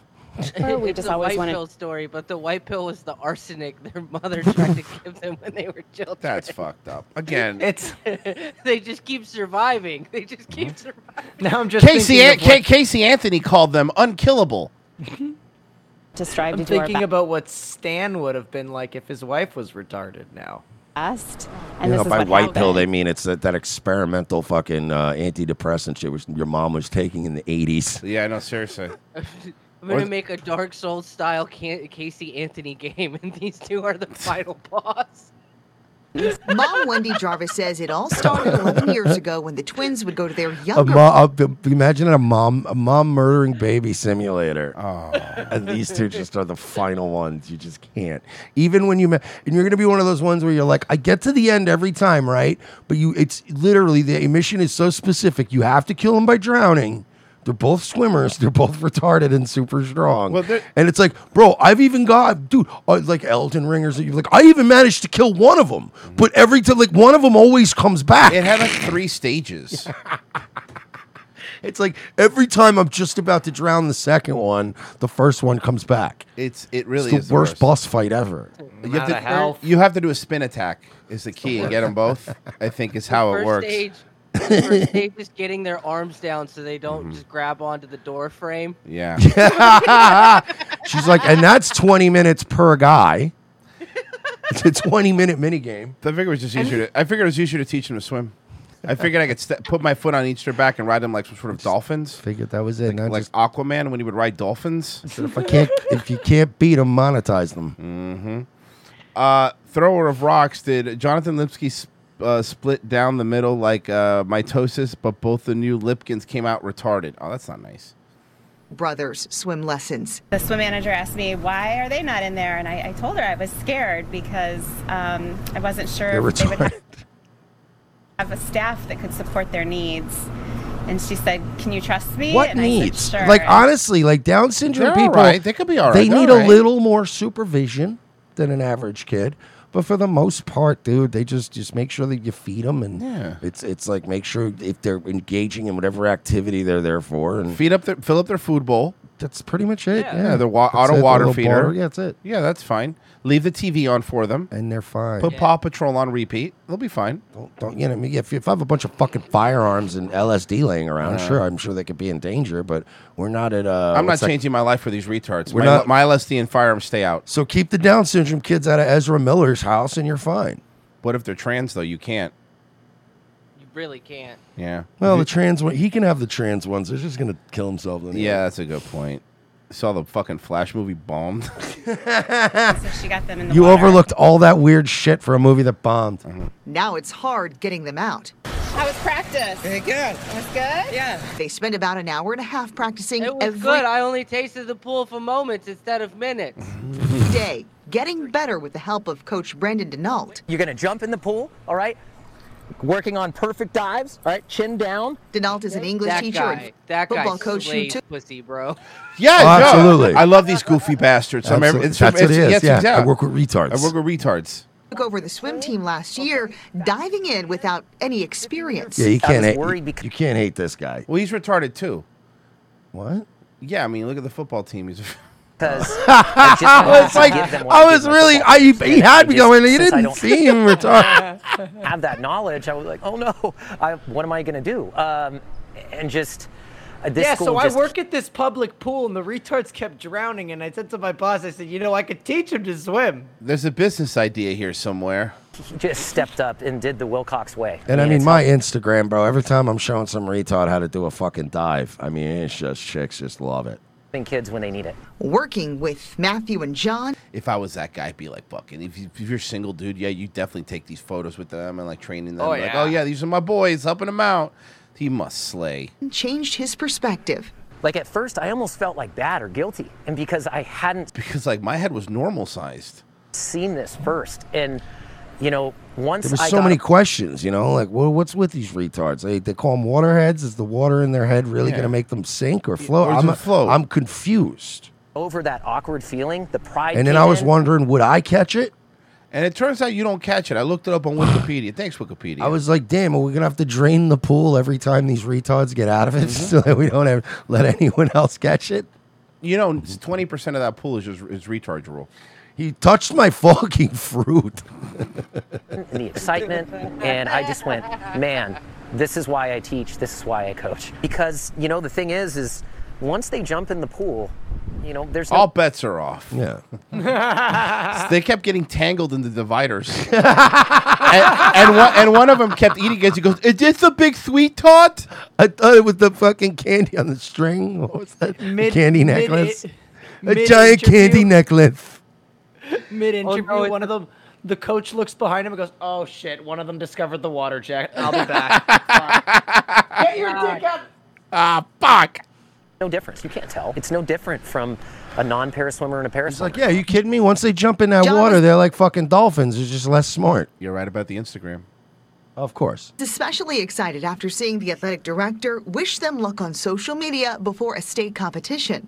S11: Or we
S8: It's
S11: just
S8: a
S11: always
S8: white
S11: wanted-
S8: pill story, but the white pill was the arsenic their mother tried to give them when they were children.
S7: That's fucked up. Again,
S9: it's
S8: they just keep surviving. They just keep surviving.
S9: Now I'm just
S7: Casey.
S9: thinking
S7: An-
S9: of what-
S7: Ca- Casey Anthony called them unkillable.
S18: to strive
S9: I'm
S18: to do our
S9: thinking about what Stan would have been like if his wife was retarded now.
S18: best.
S4: You
S18: And
S4: know,
S18: this is
S4: by
S18: what
S4: white
S18: happened.
S4: pill, they mean it's that, that experimental fucking uh, antidepressant shit which your mom was taking in the 80s.
S7: Yeah, no, seriously.
S8: I'm
S4: Or
S8: gonna
S4: th-
S8: make a Dark Souls style Can- Casey Anthony game, and these two are the final boss.
S13: Mom Wendy Jarvis says it all started 11 years ago when the twins would go to their
S4: A
S13: younger
S4: mo- a- imagine a mom, a mom murdering baby simulator. Oh, and these two just are the final ones. You just can't. Even when you ma- and you're gonna be one of those ones where you're like, I get to the end every time, right? But you, it's literally the mission is so specific. You have to kill them by drowning. They're both swimmers. They're both retarded and super strong. and it's like, bro, I've even got, dude, uh, like Elden Ringers. You're like, I even managed to kill one of them, but every time, like, one of them always comes back.
S7: It had like three stages.
S4: It's like every time I'm just about to drown the second one, the first one comes back.
S7: It's it really
S4: It's
S7: is
S4: the worst, boss fight ever.
S7: You have, to, you have to do a spin attack is the key and get them both. I think is how it
S8: first
S7: works.
S8: stage, first stage is getting their arms down so they
S7: Mm-hmm.
S8: don't just grab onto the door frame.
S7: Yeah.
S4: She's like, and that's 20 minutes per guy. It's a 20 minute minigame.
S7: I figured it was just easier. To, I figured it was easier to teach them to swim. I figured I could st- put my foot on each their back and ride them like some sort of dolphins.
S4: Figured that was it. and I
S7: Like
S4: just-
S7: Aquaman when he would ride dolphins.
S4: if I can't, if you can't beat them, monetize them.
S7: Mm-hmm. Uh, thrower of rocks. Did Jonathan Lipsky sp- uh, split down the middle like uh, mitosis? But both the new Lipkins came out retarded. Oh, that's not nice.
S13: brothers swim lessons.
S18: The swim manager asked me, why are they not in there? And I, I told her I was scared because um, I wasn't sure
S4: They're
S18: if they would
S4: retarded.
S18: have a staff that could support their needs. And she said, can you trust me?
S4: What
S18: and
S4: needs?
S18: I said, sure.
S4: Like honestly, like Down syndrome
S7: They're
S4: people,
S7: all right. They could be all
S4: They
S7: right. They're
S4: need
S7: all
S4: a
S7: right.
S4: little more supervision than an average kid. But for the most part, dude, they just just make sure that you feed them, and
S7: Yeah.
S4: it's it's like make sure if they're engaging in whatever activity they're there for, and
S7: Feed up their fill up their food bowl.
S4: That's pretty much it. Yeah,
S7: Yeah, their wa-
S4: That's it,
S7: auto
S4: the
S7: water
S4: little
S7: feeder.
S4: bar. Yeah, that's it.
S7: Yeah, that's fine. Leave the TV on for them,
S4: and they're fine.
S7: Put
S4: Yeah.
S7: Paw Patrol on repeat. They'll be fine.
S4: Don't, don't you know? I mean, If, if I have a bunch of fucking firearms and LSD laying around,
S7: Yeah.
S4: sure, I'm sure they could be in danger, but we're not at. Uh,
S7: I'm not
S4: what's that-
S7: changing my life for these retards.
S4: We're
S7: My,
S4: not-
S7: my LSD and firearms stay out.
S4: So keep the Down syndrome kids out of Ezra Miller's house, and you're fine.
S7: What if they're trans though? You can't.
S8: You really can't.
S7: Yeah.
S4: Well, the trans one, he can have the trans ones. They're just gonna kill himself. Anyway.
S7: Yeah, that's a good point. Saw the fucking Flash movie bombed.
S18: so she got them in the
S4: You
S18: water.
S4: overlooked all that weird shit for a movie that bombed.
S15: Mm-hmm.
S13: Now it's hard getting them out.
S18: How was practice?
S13: good.
S18: It was good? Yeah.
S13: They spend about an hour and a half practicing
S8: It was
S13: every
S8: good. I only tasted the pool for moments instead of minutes.
S13: day, getting better with the help of Coach Brandon Denault.
S15: You're going to jump in the pool, all right? Working on perfect dives, all right? Chin down.
S13: Denault is an English
S8: that
S13: teacher
S8: guy,
S13: and
S8: that guy
S13: football coach who
S8: slayed
S13: took
S8: pussy, bro.
S7: Yeah,
S4: Oh,
S7: no,
S4: absolutely.
S7: I love these goofy bastards. I'm every-
S4: Absolutely.
S7: it's-
S4: That's what
S7: it's-
S4: it is,
S7: yes,
S4: yeah.
S7: exactly.
S4: I work with retards.
S7: I work with retards.
S13: took over the swim team last year, diving in without any experience.
S4: Yeah, you can't hate. you can't hate this guy.
S7: Well, he's retarded too.
S4: What?
S7: Yeah, I mean, look at the football team. He's
S15: because
S4: I just wanted to give them what I was really- I- he- he had me going, "You didn't see him retarded."
S15: Have that knowledge. I was like, oh no, I, what am I going to do? Um, and just uh, this
S9: yeah,
S15: school
S9: so
S15: just
S9: I work at this public pool and the retards kept drowning. And I said to my boss, I said, you know, I could teach them to swim.
S7: There's a business idea here somewhere.
S15: just stepped up and did the Wilcox way.
S4: And I mean,
S15: it's-
S4: my Instagram, bro. Every time I'm showing some retard how to do a fucking dive, I mean, it's just chicks just love it.
S15: helping kids when they need it.
S13: Working with Matthew and John.
S7: If I was that guy, I'd be like, fucking, if, you, if you're single, dude, yeah, you definitely take these photos with them and like training them.
S13: Oh,
S7: like,
S13: yeah.
S7: oh, yeah, these are my boys, helping them out. He must slay.
S13: Changed his perspective.
S15: Like at first, I almost felt like bad or guilty, and because I hadn't
S7: because like my head was normal sized,
S15: seen this first, and you know, once
S4: There was
S15: I
S4: so
S15: got
S4: many questions, you know, like, well, what's with these retards? They, they call them waterheads. Is the water in their head really
S15: Yeah.
S4: going to make them sink or float?
S15: or is
S4: I'm,
S15: it float?
S4: I'm confused.
S15: over that awkward feeling, the pride.
S4: and then
S15: came
S4: I was
S15: in.
S4: wondering, would I catch it?
S7: and it turns out you don't catch it. I looked it up on Wikipedia. Thanks, Wikipedia.
S4: I was like, damn, are we gonna have to drain the pool every time these retards get out of
S15: Mm-hmm.
S4: it so that we don't have, let anyone else catch it?
S7: you know, twenty percent of that pool is just is retard rule.
S4: He touched my fucking fruit.
S15: and the excitement and i just went man this is why i teach this is why i coach because you know the thing is is once they jump in the pool you know there's no
S7: All bets are off.
S4: Yeah.
S7: they kept getting tangled in the dividers. and, and one, and one of them kept eating it. He goes, Is this a big sweet tot?
S4: I thought it was the fucking candy on the string. What was that? The
S9: Mid-
S4: candy
S9: mid-
S4: necklace. a
S9: mid
S4: giant candy
S9: interview.
S4: necklace.
S9: Mid interview, one of them, the coach looks behind him and goes, "Oh shit!" One of them discovered the water jacket. I'll be back. Fuck. Get your dick out.
S7: Ah, fuck.
S15: no difference you can't tell it's no different from a non-paraswimmer and a paraswimmer
S4: Like, yeah, you kidding me? Once they jump in that water, they're like fucking dolphins. They're just less smart.
S7: You're right about the Instagram.
S4: Of course.
S13: Especially excited after seeing the athletic director wish them luck on social media before a state competition.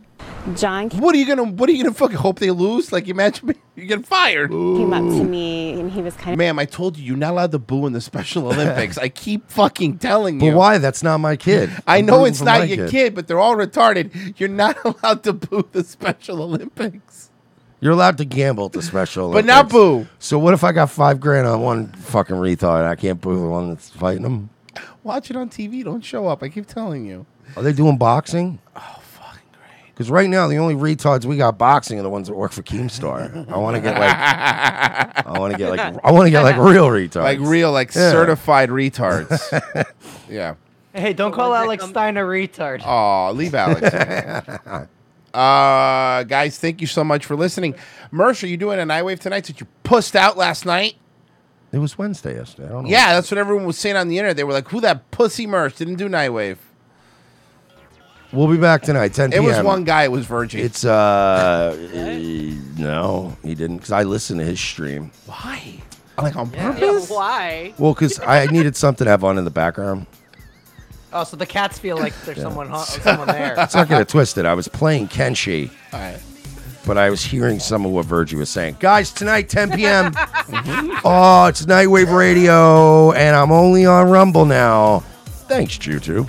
S18: John
S7: What are you gonna what are you gonna fucking hope they lose? Like imagine me- you get fired.
S18: came up to me and he was kind of
S7: Ma'am, I told you you're not allowed to boo in the Special Olympics. I keep fucking telling
S4: But
S7: you.
S4: why? That's not my kid.
S7: I
S4: I'm
S7: know
S4: rooting
S7: it's
S4: for
S7: not
S4: my
S7: your kid, but they're all retarded. You're not allowed to boo the Special Olympics.
S4: You're allowed to gamble at the Special
S7: But
S4: Olympics.
S7: not boo.
S4: So what if I got five grand on one fucking retard? and I can't boo the one that's fighting them.
S7: Watch it on TV. Don't show up. I keep telling you.
S4: Are they doing boxing? Oh, fucking great. Because right now the only retards we got boxing are the ones that work for Keemstar. I want to get like, I want to get like, I want to get like real retards,
S7: Like real, like
S4: Yeah.
S7: certified retards. yeah.
S9: Hey, don't call Alex Stein a retard.
S7: Oh, leave Alex. alone. uh, guys, thank you so much for listening. Mersh, are you doing an iWave tonight since you pussed out last night?
S4: It was Wednesday yesterday. I don't know.
S7: Yeah, that's what everyone was saying on the internet. They were like, who that pussy Mersh didn't do Nightwave?
S4: We'll be back tonight, 10
S7: It
S4: p.m.
S7: was one guy, it was Virgin.
S4: It's uh, eh, no, he didn't. Because I listened to his stream.
S7: Why?
S4: Like
S7: on
S9: purpose? why?
S4: Well, because I needed something to have on in the background.
S9: Oh, so the cats feel like there's
S4: Yeah.
S9: someone, ho- someone there.
S4: It's not gonna twist it. I was playing Kenshi,
S7: All right.
S4: but I was hearing some of what Virgie was saying. Guys, tonight, 10 p.m. Oh, it's Nightwave Radio, and I'm only on Rumble now. Thanks, YouTube.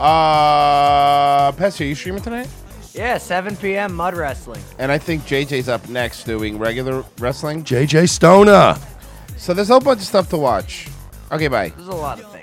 S7: Uh, Pessy, are you streaming tonight?
S9: Yeah, 7 p.m. Mud Wrestling.
S7: And I think JJ's up next doing regular wrestling.
S4: JJ Stoner.
S7: So there's a whole bunch of stuff to watch. Okay, bye.
S9: There's a lot of